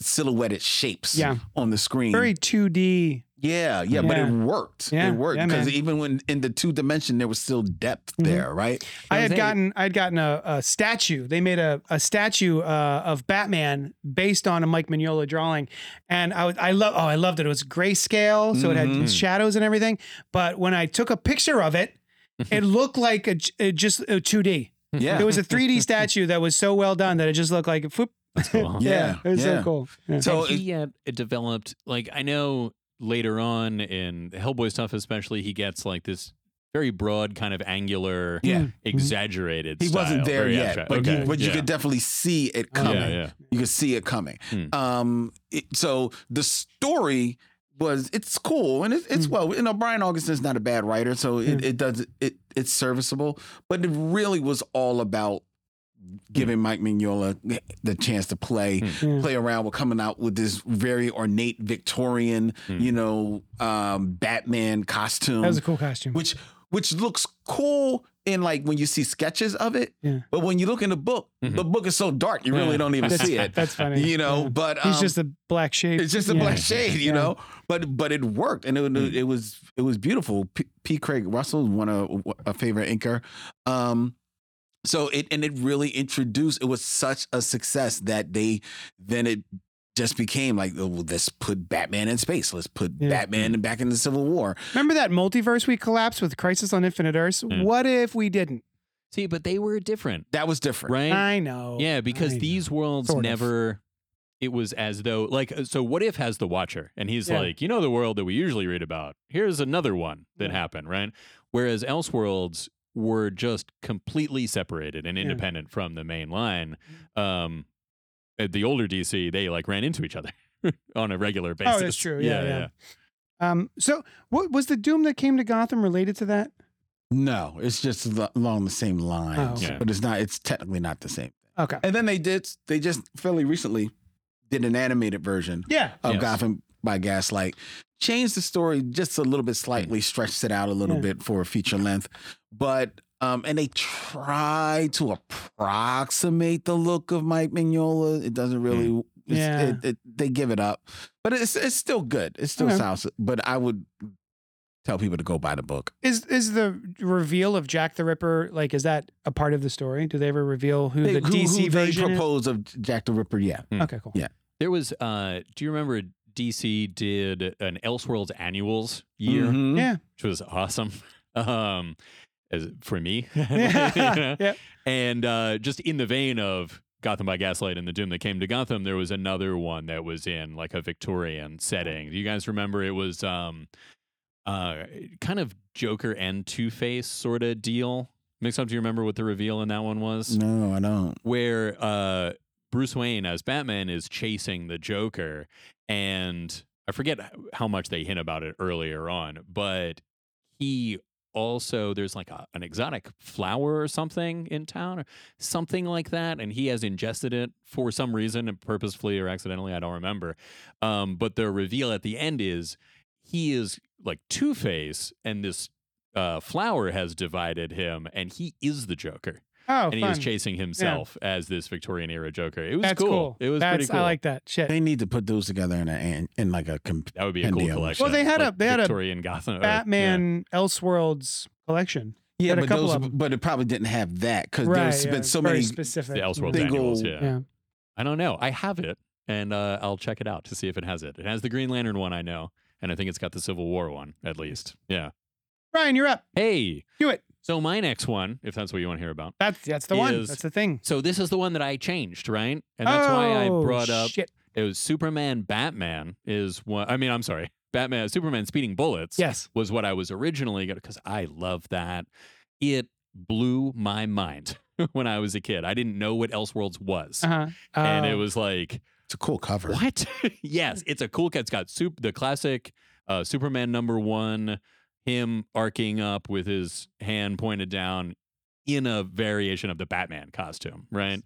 [SPEAKER 3] silhouetted shapes
[SPEAKER 1] Yeah.
[SPEAKER 3] on the screen.
[SPEAKER 1] Very 2D.
[SPEAKER 3] yeah, yeah, but
[SPEAKER 1] Yeah.
[SPEAKER 3] it worked.
[SPEAKER 1] Yeah,
[SPEAKER 3] It worked
[SPEAKER 1] yeah,
[SPEAKER 3] because
[SPEAKER 1] man. Mm-hmm.
[SPEAKER 3] even when in the two dimension, there was still depth there, right?
[SPEAKER 1] I
[SPEAKER 2] was
[SPEAKER 1] had
[SPEAKER 2] eight.
[SPEAKER 1] gotten I had gotten a, a statue. They made a, a statue uh, of Batman based on a Mike Mignola drawing, and I was, I love oh I loved it. It was grayscale, so it had
[SPEAKER 3] Mhm.
[SPEAKER 1] shadows and everything. But when I took a picture of it, it looked like a, j- it just a two D.
[SPEAKER 3] Yeah,
[SPEAKER 1] It was a three D statue that was so well done that it just looked like a foop.
[SPEAKER 2] That's cool.
[SPEAKER 3] Yeah.
[SPEAKER 1] it was so
[SPEAKER 3] yeah.
[SPEAKER 1] cool. Yeah.
[SPEAKER 3] so
[SPEAKER 2] and
[SPEAKER 3] it,
[SPEAKER 2] he had it developed like I know later on in Hellboy stuff, especially he gets like this very broad kind of angular,
[SPEAKER 3] yeah. Mm-hmm.
[SPEAKER 2] exaggerated.
[SPEAKER 3] He wasn't
[SPEAKER 2] style,
[SPEAKER 3] there
[SPEAKER 2] very
[SPEAKER 3] yet,
[SPEAKER 2] abstract.
[SPEAKER 3] but,
[SPEAKER 2] okay.
[SPEAKER 3] you, but you
[SPEAKER 2] yeah.
[SPEAKER 3] could definitely see it
[SPEAKER 1] Yeah,
[SPEAKER 3] coming.
[SPEAKER 2] Yeah, yeah.
[SPEAKER 3] You could see it coming.
[SPEAKER 2] Hmm.
[SPEAKER 3] Um, it- so the story was it's cool and it, it's
[SPEAKER 1] Hmm.
[SPEAKER 3] well, you know, Brian Augustin's not a bad writer, so it, it does it it's serviceable, but it really was all about giving
[SPEAKER 1] Hmm.
[SPEAKER 3] Mike Mignola the chance to play.
[SPEAKER 1] Yeah.
[SPEAKER 3] Play around with coming out with this very ornate Victorian,
[SPEAKER 2] Hmm.
[SPEAKER 3] you know, um, Batman costume
[SPEAKER 1] That was a cool costume.
[SPEAKER 3] which which looks cool in like when you see sketches of it.
[SPEAKER 1] Yeah. Mm-hmm.
[SPEAKER 3] But when you look in the book,
[SPEAKER 2] Mhm.
[SPEAKER 3] the book is so dark you really
[SPEAKER 2] Yeah.
[SPEAKER 3] don't even
[SPEAKER 1] that's,
[SPEAKER 3] see it.
[SPEAKER 1] that's funny.
[SPEAKER 3] You know,
[SPEAKER 1] Yeah.
[SPEAKER 3] but um,
[SPEAKER 1] he's just a black shape.
[SPEAKER 3] it's just a
[SPEAKER 1] Yeah.
[SPEAKER 3] black shade, you
[SPEAKER 1] Yeah.
[SPEAKER 3] know. But but it worked, and it,
[SPEAKER 2] Mm.
[SPEAKER 3] it was it was beautiful. P, P. Craig Russell, one of a favorite inker. Um, so it and it really introduced. It was such a success that they then it just became like, oh, well, let's put Batman in space. Let's put
[SPEAKER 1] Yeah. Mm.
[SPEAKER 3] Batman back in the Civil War.
[SPEAKER 1] Remember that multiverse we collapsed with Crisis on Infinite Earths?
[SPEAKER 2] Yeah.
[SPEAKER 1] What if we didn't?
[SPEAKER 2] See, but they were different,
[SPEAKER 3] That was different.
[SPEAKER 2] right?
[SPEAKER 1] I know.
[SPEAKER 2] yeah, because
[SPEAKER 1] I know.
[SPEAKER 2] these worlds
[SPEAKER 1] Oh, Sort of.
[SPEAKER 2] never it was as though like uh, so what if has the watcher and he's
[SPEAKER 1] Yeah.
[SPEAKER 2] like you know the world that we usually read about here's another one that
[SPEAKER 1] Yeah.
[SPEAKER 2] happened right whereas elseworlds were just completely separated and
[SPEAKER 1] Yeah. Mm-hmm.
[SPEAKER 2] independent from the main line um at the older dc they like ran into each other on a regular basis
[SPEAKER 1] Oh, that's true. Yeah, yeah. Um, so what was the Doom that came to Gotham related to that?
[SPEAKER 3] No, it's just lo- along the same lines,
[SPEAKER 1] Oh,
[SPEAKER 2] okay.
[SPEAKER 3] but it's not. It's technically not the same.
[SPEAKER 1] Okay.
[SPEAKER 3] And then they did. They just fairly recently did an animated version
[SPEAKER 1] Yeah.
[SPEAKER 3] of
[SPEAKER 2] Yes.
[SPEAKER 3] Gotham by Gaslight. Changed the story just a little bit, slightly stretched it out a little
[SPEAKER 1] Yeah.
[SPEAKER 3] bit for a feature length, but um, and they try to approximate the look of Mike Mignola. It doesn't really. it's-
[SPEAKER 1] Mm. Yeah.
[SPEAKER 3] it, it, they give it up, but it's it's still good. It still
[SPEAKER 1] Okay.
[SPEAKER 3] sounds. But I would tell people to go buy the book.
[SPEAKER 1] Is is the reveal of Jack the Ripper like is that a part of the story? Do they ever reveal who
[SPEAKER 3] They-
[SPEAKER 1] the
[SPEAKER 3] who-
[SPEAKER 1] DC
[SPEAKER 3] who
[SPEAKER 1] version?
[SPEAKER 3] they
[SPEAKER 1] is?
[SPEAKER 3] propose of Jack the Ripper. Yeah.
[SPEAKER 1] Okay, cool.
[SPEAKER 3] Yeah.
[SPEAKER 2] There was, uh, do you remember DC did an Elseworlds annuals year,
[SPEAKER 1] Mm-hmm.
[SPEAKER 3] Mhm.
[SPEAKER 1] Yeah.
[SPEAKER 2] which was awesome um, as, for me. You
[SPEAKER 1] Yeah.
[SPEAKER 2] know?
[SPEAKER 1] yeah.
[SPEAKER 2] And uh, just in the vein of Gotham by Gaslight and the Doom that came to Gotham, there was another one that was in like a Victorian setting. Do you guys remember? It was um, uh, kind of Joker and Two Face sort of deal. Mixed up, do you remember what the reveal in that one was?
[SPEAKER 3] No, I don't.
[SPEAKER 2] where uh, Bruce Wayne as Batman is chasing the Joker, and I forget h- how much they hint about it earlier on, but he also there's like a, an exotic flower or something in town or something like that and he has ingested it for some reason and purposefully or accidentally i don't remember um, but the reveal at the end is he is like two face and this uh, flower has divided him and he is the joker
[SPEAKER 1] Oh,
[SPEAKER 2] and he
[SPEAKER 1] fun.
[SPEAKER 2] was chasing himself as this Victorian era Joker. It was
[SPEAKER 1] That's
[SPEAKER 2] cool.
[SPEAKER 1] cool.
[SPEAKER 2] It was
[SPEAKER 1] That's,
[SPEAKER 2] pretty cool.
[SPEAKER 1] I like that shit.
[SPEAKER 3] They need to put those together in a in like a comp-
[SPEAKER 2] that would be a cool
[SPEAKER 3] Indiana.
[SPEAKER 2] collection.
[SPEAKER 1] Well, they had a-
[SPEAKER 2] like
[SPEAKER 1] they had a
[SPEAKER 2] Victorian Gotham or-
[SPEAKER 1] Batman Elseworlds collection.
[SPEAKER 3] yeah,
[SPEAKER 1] but a
[SPEAKER 3] but
[SPEAKER 1] couple
[SPEAKER 3] those
[SPEAKER 1] of 'em.
[SPEAKER 3] but it probably didn't have that because
[SPEAKER 1] Right.
[SPEAKER 3] there's
[SPEAKER 1] yeah,
[SPEAKER 3] been so
[SPEAKER 1] very
[SPEAKER 3] many.
[SPEAKER 2] yeah,
[SPEAKER 1] specific.
[SPEAKER 2] the Elseworlds
[SPEAKER 3] Single-
[SPEAKER 2] annuals. Yeah.
[SPEAKER 1] Yeah.
[SPEAKER 2] I don't know. I have it, and uh, I'll check it out to see if it has it. It has the Green Lantern one, I know, and I think it's got the Civil War one at least. Yeah.
[SPEAKER 1] Brian, you're up.
[SPEAKER 2] Hey,
[SPEAKER 1] Do it.
[SPEAKER 2] So my next one, if that's what you want to hear about.
[SPEAKER 1] That's that's the one.
[SPEAKER 2] Is-
[SPEAKER 1] That's the thing.
[SPEAKER 2] So this is the one that I changed, right? And that's
[SPEAKER 1] oh,
[SPEAKER 2] why I brought up
[SPEAKER 1] Shit.
[SPEAKER 2] it was Superman Batman is one. I mean, I'm sorry, Batman Superman speeding bullets.
[SPEAKER 1] Yes.
[SPEAKER 2] was what I was originally going to, because I love that. It blew my mind when I was a kid. I didn't know what Elseworlds was.
[SPEAKER 1] Uh-huh.
[SPEAKER 2] And it
[SPEAKER 1] Oh,
[SPEAKER 2] was like,
[SPEAKER 3] It's a cool cover.
[SPEAKER 2] what? yes, it's a cool cat. It's got soup, the classic uh, Superman number one, him arcing up with his hand pointed down in a variation of the Batman costume, right?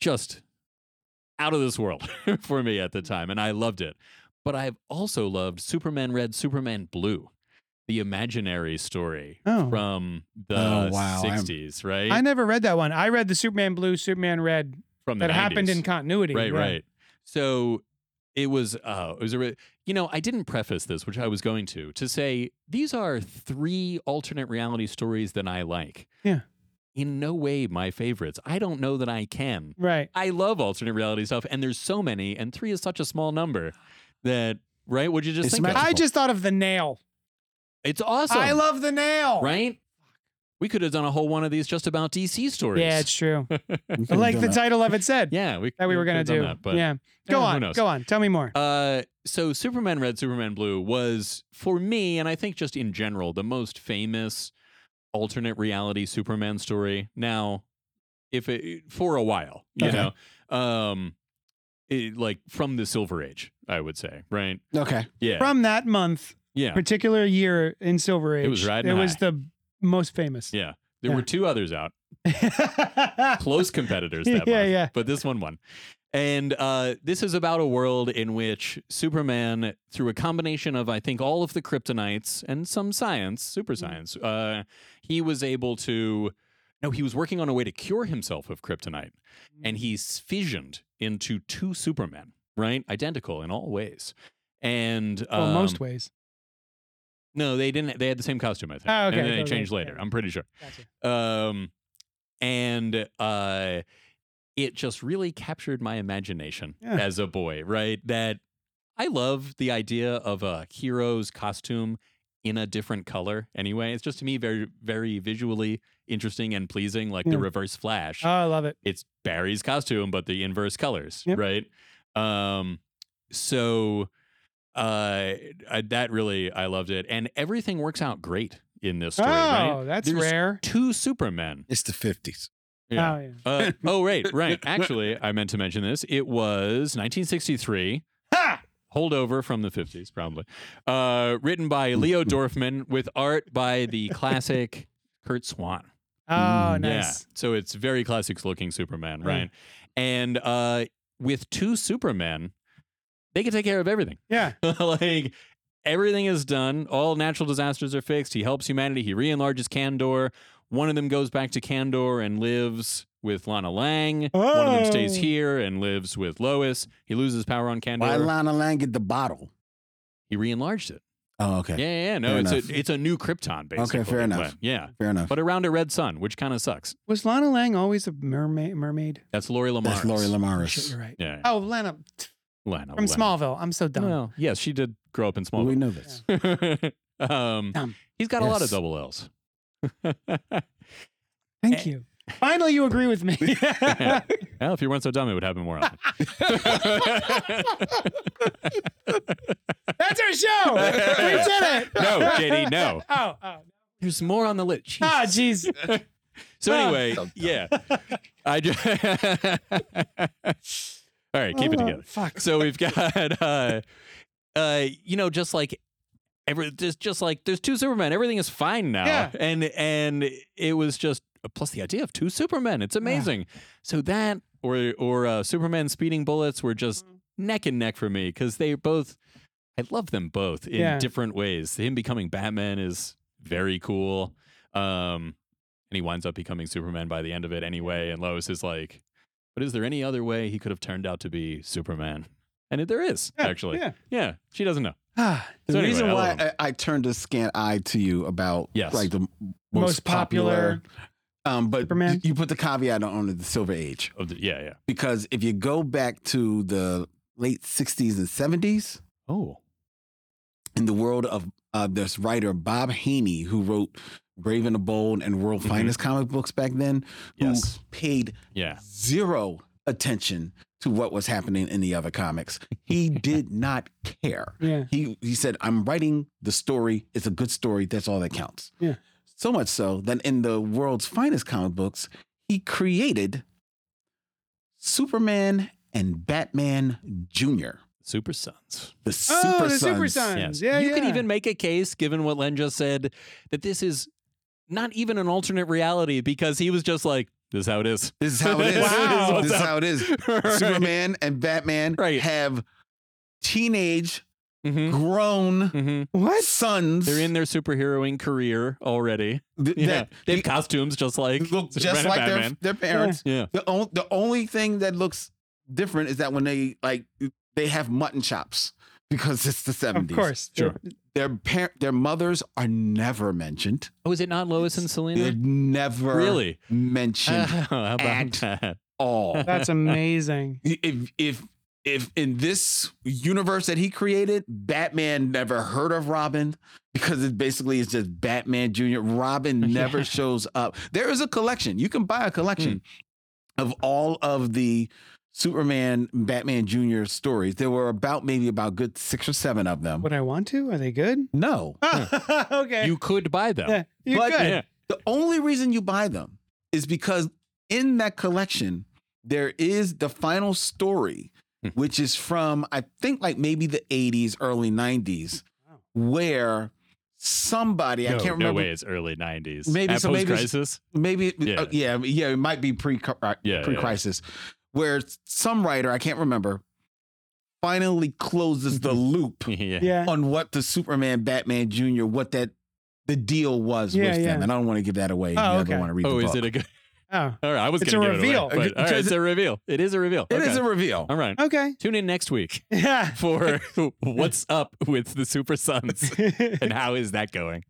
[SPEAKER 2] Just out of this world for me at the time. And I loved it. But I've also loved Superman Red, Superman Blue, the imaginary story
[SPEAKER 1] Oh.
[SPEAKER 2] from the
[SPEAKER 3] Oh, wow, I'm-
[SPEAKER 2] 60s, right?
[SPEAKER 1] I never read that one. I read the Superman Blue, Superman Red
[SPEAKER 2] from the
[SPEAKER 1] that happened
[SPEAKER 2] 90s.
[SPEAKER 1] in continuity.
[SPEAKER 2] Right,
[SPEAKER 1] yeah.
[SPEAKER 2] right. So it was, uh, it was a, re- you know, I didn't preface this, which I was going to, to say these are three alternate reality stories that I like.
[SPEAKER 1] Yeah.
[SPEAKER 2] In no way my favorites. I don't know that I can.
[SPEAKER 1] Right.
[SPEAKER 2] I love alternate reality stuff, and there's so many, and three is such a small number that, right? Would you just
[SPEAKER 3] It's
[SPEAKER 2] think? of?
[SPEAKER 3] magic.
[SPEAKER 1] I just thought of the nail.
[SPEAKER 2] It's awesome,
[SPEAKER 1] I love the nail.
[SPEAKER 2] right? We could have done a whole one of these just about DC stories.
[SPEAKER 1] Yeah, it's true.
[SPEAKER 3] We could've
[SPEAKER 1] like
[SPEAKER 3] done
[SPEAKER 1] the
[SPEAKER 3] that.
[SPEAKER 1] title of it said
[SPEAKER 2] yeah, we
[SPEAKER 1] that we were
[SPEAKER 2] could
[SPEAKER 1] gonna
[SPEAKER 2] have done
[SPEAKER 1] do.
[SPEAKER 2] that, but
[SPEAKER 1] yeah. Go
[SPEAKER 2] eh, who
[SPEAKER 1] on.
[SPEAKER 2] knows?
[SPEAKER 1] Go on. Tell me more.
[SPEAKER 2] Uh, so Superman Red, Superman Blue was for me, and I think just in general, the most famous alternate reality Superman story. Now, if it for a while, you
[SPEAKER 3] Okay.
[SPEAKER 2] know, um, it, like from the Silver Age, I would say, right?
[SPEAKER 3] okay.
[SPEAKER 2] Yeah,
[SPEAKER 1] From that month,
[SPEAKER 2] yeah.
[SPEAKER 1] particular year in Silver Age,
[SPEAKER 2] It was riding
[SPEAKER 1] it was
[SPEAKER 2] high.
[SPEAKER 1] the most famous.
[SPEAKER 2] Yeah. There were
[SPEAKER 1] Yeah.
[SPEAKER 2] two others out,
[SPEAKER 1] Yeah.
[SPEAKER 2] close competitors that
[SPEAKER 1] Yeah,
[SPEAKER 2] month,
[SPEAKER 1] yeah.
[SPEAKER 2] but this one won. And uh, this is about a world in which Superman, through a combination of, I think, all of the kryptonites and some science, super
[SPEAKER 1] Mm-hmm.
[SPEAKER 2] science, uh, he was able to. No, he was working on a way to cure himself of kryptonite.
[SPEAKER 1] Mm.
[SPEAKER 2] And he's fissioned into two Supermen, right? Identical in all ways. And
[SPEAKER 1] well, most
[SPEAKER 2] um,
[SPEAKER 1] ways.
[SPEAKER 2] no, they didn't. They had the same costume, I think.
[SPEAKER 1] Oh, okay,
[SPEAKER 2] And then they
[SPEAKER 1] okay,
[SPEAKER 2] changed
[SPEAKER 1] yeah.
[SPEAKER 2] later. I'm pretty sure
[SPEAKER 1] Gotcha.
[SPEAKER 2] um, and uh, it just really captured my imagination
[SPEAKER 1] Yeah.
[SPEAKER 2] as a boy. Right, that I love the idea of a hero's costume in a different color. Anyway, it's just to me very, very visually interesting and pleasing, like
[SPEAKER 1] Yeah.
[SPEAKER 2] the Reverse Flash.
[SPEAKER 1] Oh, I love it.
[SPEAKER 2] it's Barry's costume, but the inverse colors,
[SPEAKER 1] Yep.
[SPEAKER 2] right? Um, so uh, I, that really I loved it, and everything works out great in this story.
[SPEAKER 1] oh,
[SPEAKER 2] right?
[SPEAKER 1] that's
[SPEAKER 2] There's
[SPEAKER 1] rare.
[SPEAKER 2] Two Supermen.
[SPEAKER 3] It's the 50s.
[SPEAKER 2] Yeah.
[SPEAKER 1] Oh, yeah.
[SPEAKER 2] Uh, oh, right, right. Actually, I meant to mention this. It was 1963.
[SPEAKER 1] Ha!
[SPEAKER 2] holdover from the 50s probably uh, written by leo dorfman with art by the classic kurt swan
[SPEAKER 1] Oh, nice.
[SPEAKER 2] Mm, yeah so it's very classics looking superman
[SPEAKER 1] Yeah.
[SPEAKER 2] right and uh, with two supermen they can take care of everything
[SPEAKER 1] Yeah.
[SPEAKER 2] like everything is done all natural disasters are fixed he helps humanity he re-enlarges candor one of them goes back to candor and lives with lana lang one of them stays
[SPEAKER 1] Oh.
[SPEAKER 2] here and lives with lois he loses power on candor
[SPEAKER 3] Why Lana Lang get the bottle?
[SPEAKER 2] he re-enlarged it
[SPEAKER 3] Oh, okay.
[SPEAKER 2] yeah, yeah, yeah. No,
[SPEAKER 3] Fair
[SPEAKER 2] it's
[SPEAKER 3] enough.
[SPEAKER 2] a it's a new Krypton, basically.
[SPEAKER 3] fair enough.
[SPEAKER 2] but- yeah,
[SPEAKER 3] Fair enough.
[SPEAKER 2] but around a red sun, which kind of sucks.
[SPEAKER 1] Was Lana Lang always a mermaid? mermaid?
[SPEAKER 2] That's Lori Lamar.
[SPEAKER 3] That's Lori
[SPEAKER 1] Shit,
[SPEAKER 3] Lamaris.
[SPEAKER 1] you're right.
[SPEAKER 2] Yeah,
[SPEAKER 1] Oh, Lana t-
[SPEAKER 2] Lana.
[SPEAKER 1] from
[SPEAKER 2] Lana.
[SPEAKER 1] Smallville. I'm so dumb.
[SPEAKER 2] Well, yes, she did grow up in
[SPEAKER 3] we
[SPEAKER 2] Smallville.
[SPEAKER 3] know this.
[SPEAKER 2] um,
[SPEAKER 1] Dumb.
[SPEAKER 2] he's got a lot of
[SPEAKER 3] Yes.
[SPEAKER 2] double L's. eh.
[SPEAKER 1] Thank you. Finally, you agree with me.
[SPEAKER 2] Well, if you weren't so dumb, it would happen more often.
[SPEAKER 1] That's our show. We did it.
[SPEAKER 2] No, JD, no.
[SPEAKER 1] Oh, oh.
[SPEAKER 2] There's more on the list.
[SPEAKER 1] Ah, jeez.
[SPEAKER 2] So
[SPEAKER 1] Ah.
[SPEAKER 2] anyway, yeah, I just. All right, keep it
[SPEAKER 1] Oh,
[SPEAKER 2] together.
[SPEAKER 1] Fuck.
[SPEAKER 2] so we've got uh uh you know just like every just just like there's two supermen everything is fine now
[SPEAKER 1] Yeah.
[SPEAKER 2] and and it was just plus the idea of two supermen it's amazing so that or or uh, superman speeding bullets were just
[SPEAKER 1] Mm-hmm.
[SPEAKER 2] neck and neck for me because they both i love them both in
[SPEAKER 1] Yeah.
[SPEAKER 2] different ways him becoming batman is very cool um and he winds up becoming superman by the end of it anyway and lois is like but is there any other way he could have turned out to be Superman? And it, there is,
[SPEAKER 1] Yeah,
[SPEAKER 2] actually. Yeah.
[SPEAKER 1] yeah.
[SPEAKER 2] she doesn't know.
[SPEAKER 1] Ah,
[SPEAKER 3] The
[SPEAKER 2] So anyway,
[SPEAKER 3] reason
[SPEAKER 2] I love
[SPEAKER 3] why I, I turned a scant eye to you about
[SPEAKER 2] Yes.
[SPEAKER 3] like the most,
[SPEAKER 1] Most popular
[SPEAKER 3] popular, um, but
[SPEAKER 1] Superman.
[SPEAKER 3] you put the caveat on it, the Silver Age
[SPEAKER 2] Of the, Oh, yeah, yeah.
[SPEAKER 3] because if you go back to the late '60s and '70s
[SPEAKER 2] Oh,
[SPEAKER 3] in the world of uh, this writer Bob Haney who wrote Brave and the Bold and World
[SPEAKER 2] Mhm.
[SPEAKER 3] Finest comic books back then, who
[SPEAKER 2] yes.
[SPEAKER 3] paid
[SPEAKER 2] Yeah.
[SPEAKER 3] zero attention to what was happening in the other comics. He did not care.
[SPEAKER 1] yeah.
[SPEAKER 3] He he said, "I'm writing the story. It's a good story. That's all that counts."
[SPEAKER 1] Yeah.
[SPEAKER 3] So much so that in the world's finest comic books, he created Superman and Batman Junior,
[SPEAKER 2] Super Sons.
[SPEAKER 3] the
[SPEAKER 1] Oh,
[SPEAKER 3] Super
[SPEAKER 1] the Super
[SPEAKER 3] Sons.
[SPEAKER 1] Sons. Yeah,
[SPEAKER 2] you
[SPEAKER 1] yeah.
[SPEAKER 2] could even make a case, given what Len just said, that this is not even an alternate reality because he was just like, this is how it is.
[SPEAKER 3] This is how it is.
[SPEAKER 1] Wow.
[SPEAKER 3] This is how it is. Superman and Batman
[SPEAKER 2] Right.
[SPEAKER 3] have teenage
[SPEAKER 2] hmm
[SPEAKER 3] grown
[SPEAKER 2] hmm
[SPEAKER 1] What?
[SPEAKER 3] sons.
[SPEAKER 2] They're in their superheroing career already.
[SPEAKER 3] th-
[SPEAKER 2] Yeah.
[SPEAKER 3] that
[SPEAKER 2] they have costumes just like
[SPEAKER 3] look
[SPEAKER 2] Superman
[SPEAKER 3] just
[SPEAKER 2] and
[SPEAKER 3] like their,
[SPEAKER 2] Batman.
[SPEAKER 3] their parents.
[SPEAKER 2] Yeah.
[SPEAKER 3] The, on, the only thing that looks different is that when they like they have mutton chops because it's the 70s.
[SPEAKER 1] Of course.
[SPEAKER 2] Sure.
[SPEAKER 3] Their par- their mothers are never mentioned.
[SPEAKER 2] Oh, is it not Lois and
[SPEAKER 3] They're
[SPEAKER 2] Selena?
[SPEAKER 3] never
[SPEAKER 2] Really?
[SPEAKER 3] mentioned
[SPEAKER 2] Oh, how about
[SPEAKER 3] act.
[SPEAKER 2] that?
[SPEAKER 3] all.
[SPEAKER 1] That's amazing.
[SPEAKER 3] if if if in this universe that he created, Batman never heard of Robin because it basically is just Batman Jr. Robin never
[SPEAKER 2] Yeah.
[SPEAKER 3] shows up. There is a collection. You can buy a collection of all of the Superman Batman Jr. stories. There were about maybe about good six or seven of them.
[SPEAKER 1] Would I want to? Are they good?
[SPEAKER 3] No.
[SPEAKER 1] Ah, okay.
[SPEAKER 2] You could buy them.
[SPEAKER 1] yeah, you
[SPEAKER 3] But-
[SPEAKER 1] good.
[SPEAKER 2] Yeah.
[SPEAKER 3] The only reason you buy them is because in that collection, there is the final story,
[SPEAKER 2] Hmm.
[SPEAKER 3] which is from, I think, like maybe the 80s, early 90s,
[SPEAKER 1] Wow.
[SPEAKER 3] where somebody, I
[SPEAKER 2] no,
[SPEAKER 3] can't
[SPEAKER 2] no
[SPEAKER 3] remember,
[SPEAKER 2] way it's early 90s.
[SPEAKER 3] Maybe-
[SPEAKER 2] At
[SPEAKER 3] so maybe it's-
[SPEAKER 2] post-crisis?
[SPEAKER 3] maybe,
[SPEAKER 2] Yeah.
[SPEAKER 3] yeah. yeah, yeah, it might be pre
[SPEAKER 2] Yeah, yeah,
[SPEAKER 3] pre crisis, where some writer, I can't remember, finally closes the
[SPEAKER 2] Mm-hmm.
[SPEAKER 3] loop
[SPEAKER 2] yeah.
[SPEAKER 1] Yeah.
[SPEAKER 3] on what the Superman, Batman Jr., what that. The deal was
[SPEAKER 1] Yeah,
[SPEAKER 3] with
[SPEAKER 1] yeah.
[SPEAKER 3] them, and I don't want to give that away. if
[SPEAKER 1] Oh,
[SPEAKER 3] you ever
[SPEAKER 1] okay.
[SPEAKER 3] want to read
[SPEAKER 2] Oh,
[SPEAKER 3] the
[SPEAKER 2] is
[SPEAKER 3] book.
[SPEAKER 2] it a good?
[SPEAKER 1] Oh,
[SPEAKER 2] All right, I was
[SPEAKER 1] It's
[SPEAKER 2] going
[SPEAKER 1] a
[SPEAKER 2] to give it away,
[SPEAKER 1] reveal.
[SPEAKER 2] but- all right,
[SPEAKER 3] Because
[SPEAKER 2] it's a reveal. It is a reveal.
[SPEAKER 3] It is
[SPEAKER 2] okay.
[SPEAKER 3] a reveal.
[SPEAKER 2] All right.
[SPEAKER 1] okay.
[SPEAKER 2] Tune in next week
[SPEAKER 1] Yeah.
[SPEAKER 2] for what's up with the Super Sons and how is that going?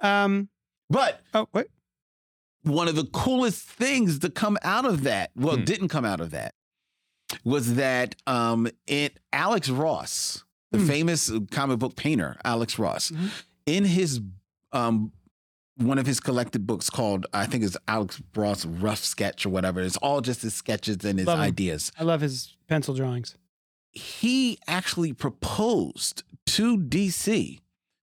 [SPEAKER 1] um.
[SPEAKER 3] But
[SPEAKER 1] Oh, what?
[SPEAKER 3] one of the coolest things to come out of that, well,
[SPEAKER 2] Hmm.
[SPEAKER 3] didn't come out of that, was that um, it Alex Ross, the
[SPEAKER 1] Hmm.
[SPEAKER 3] famous uh, comic book painter Alex Ross,
[SPEAKER 2] Mm-hmm.
[SPEAKER 1] Mhm.
[SPEAKER 3] in his um, one of his collected books called I think it's Alex Ross Rough Sketch or whatever. It's all just his sketches and his
[SPEAKER 1] Love him.
[SPEAKER 3] ideas.
[SPEAKER 1] I love his pencil drawings.
[SPEAKER 3] he actually proposed to DC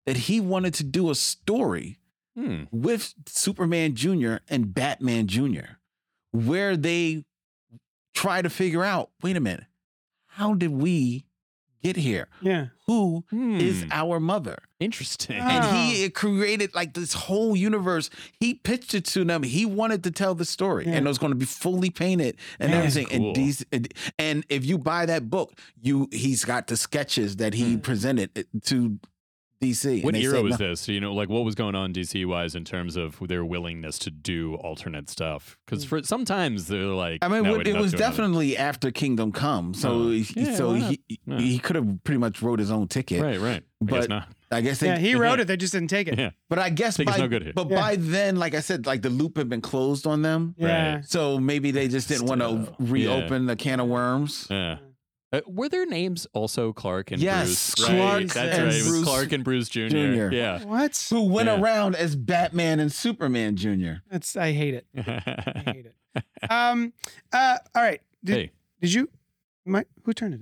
[SPEAKER 3] that he wanted to do a story
[SPEAKER 2] Hmm.
[SPEAKER 3] with Superman Jr. and Batman Jr., where they try to figure out wait a minute, how did we get here?
[SPEAKER 1] Yeah.
[SPEAKER 3] Who is
[SPEAKER 2] Hmm.
[SPEAKER 3] our mother?
[SPEAKER 2] interesting?
[SPEAKER 1] Ah.
[SPEAKER 3] And he it created like this whole universe. He pitched it to them. He wanted to tell the story,
[SPEAKER 1] Yeah.
[SPEAKER 3] and it was going to be fully painted and
[SPEAKER 1] Man.
[SPEAKER 3] everything.
[SPEAKER 2] Cool.
[SPEAKER 3] And these, and- and if you buy that book, you he's got the sketches that he presented it to DC. and
[SPEAKER 2] Hmm. what
[SPEAKER 3] they
[SPEAKER 2] era
[SPEAKER 3] said,
[SPEAKER 2] was
[SPEAKER 3] "No."
[SPEAKER 2] this? You know, like what was going on DC wise in terms of their willingness to do alternate stuff? Because for sometimes they're like,
[SPEAKER 3] Mm. I mean,
[SPEAKER 2] "No,
[SPEAKER 3] what-
[SPEAKER 2] we're
[SPEAKER 3] it
[SPEAKER 2] not
[SPEAKER 3] was
[SPEAKER 2] doing another."
[SPEAKER 3] definitely after Kingdom Come, so
[SPEAKER 2] Oh.
[SPEAKER 3] he-
[SPEAKER 2] Yeah,
[SPEAKER 3] so
[SPEAKER 2] why not?
[SPEAKER 3] he
[SPEAKER 2] Yeah.
[SPEAKER 3] he could have pretty much wrote his own ticket.
[SPEAKER 2] right, right. I guess
[SPEAKER 3] But-
[SPEAKER 2] not.
[SPEAKER 3] I guess they
[SPEAKER 1] Yeah, he wrote it. They just didn't take it.
[SPEAKER 2] Yeah.
[SPEAKER 3] But I guess
[SPEAKER 2] Think it's
[SPEAKER 3] by,
[SPEAKER 2] no good here.
[SPEAKER 3] but
[SPEAKER 1] Yeah.
[SPEAKER 3] by then, like I said, like the loop had been closed on them.
[SPEAKER 1] Yeah.
[SPEAKER 2] Right.
[SPEAKER 3] So maybe they just didn't want to
[SPEAKER 2] Still.
[SPEAKER 3] reopen the can of worms.
[SPEAKER 2] Yeah. Uh, were their names also Clark and
[SPEAKER 3] Yes,
[SPEAKER 2] Bruce?
[SPEAKER 3] Clark
[SPEAKER 2] right. That's
[SPEAKER 1] and
[SPEAKER 2] right. It was
[SPEAKER 3] Bruce
[SPEAKER 2] Clark and Bruce Jr.
[SPEAKER 3] Jr..
[SPEAKER 2] Yeah.
[SPEAKER 1] What?
[SPEAKER 3] Who went
[SPEAKER 2] Yeah.
[SPEAKER 3] around as Batman and Superman Jr.
[SPEAKER 1] That's I hate it. I hate it. Um. Uh. All right. Did,
[SPEAKER 2] hey,
[SPEAKER 1] did you? My who turned it?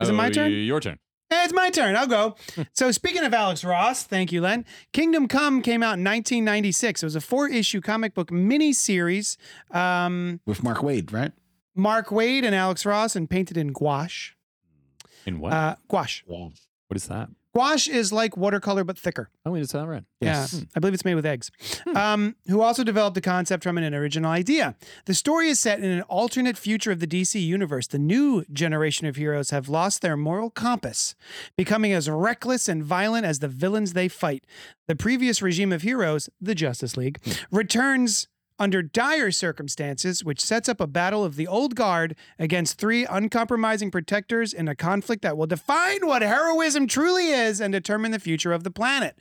[SPEAKER 1] Is it my
[SPEAKER 2] oh,
[SPEAKER 1] turn?
[SPEAKER 2] y- Your turn.
[SPEAKER 1] Eh, It's my turn. I'll go. so, speaking of Alex Ross, thank you, Len. Kingdom Come came out in 1996. It was a four issue comic book miniseries. Um,
[SPEAKER 3] with Mark Wade, right?
[SPEAKER 1] Mark Wade and Alex Ross, and painted in gouache.
[SPEAKER 2] In what?
[SPEAKER 1] Uh, gouache.
[SPEAKER 2] what is that?
[SPEAKER 1] Gouache is like watercolor, but thicker.
[SPEAKER 2] Oh, wait, it's not red.
[SPEAKER 1] Yeah, I believe it's made with eggs. Um, who also developed the concept from an original idea. The story is set in an alternate future of the DC universe. The new generation of heroes have lost their moral compass, becoming as reckless and violent as the villains they fight. The previous regime of heroes, the Justice League, returns under dire circumstances, which sets up a battle of the old guard against three uncompromising protectors in a conflict that will define what heroism truly is and determine the future of the planet.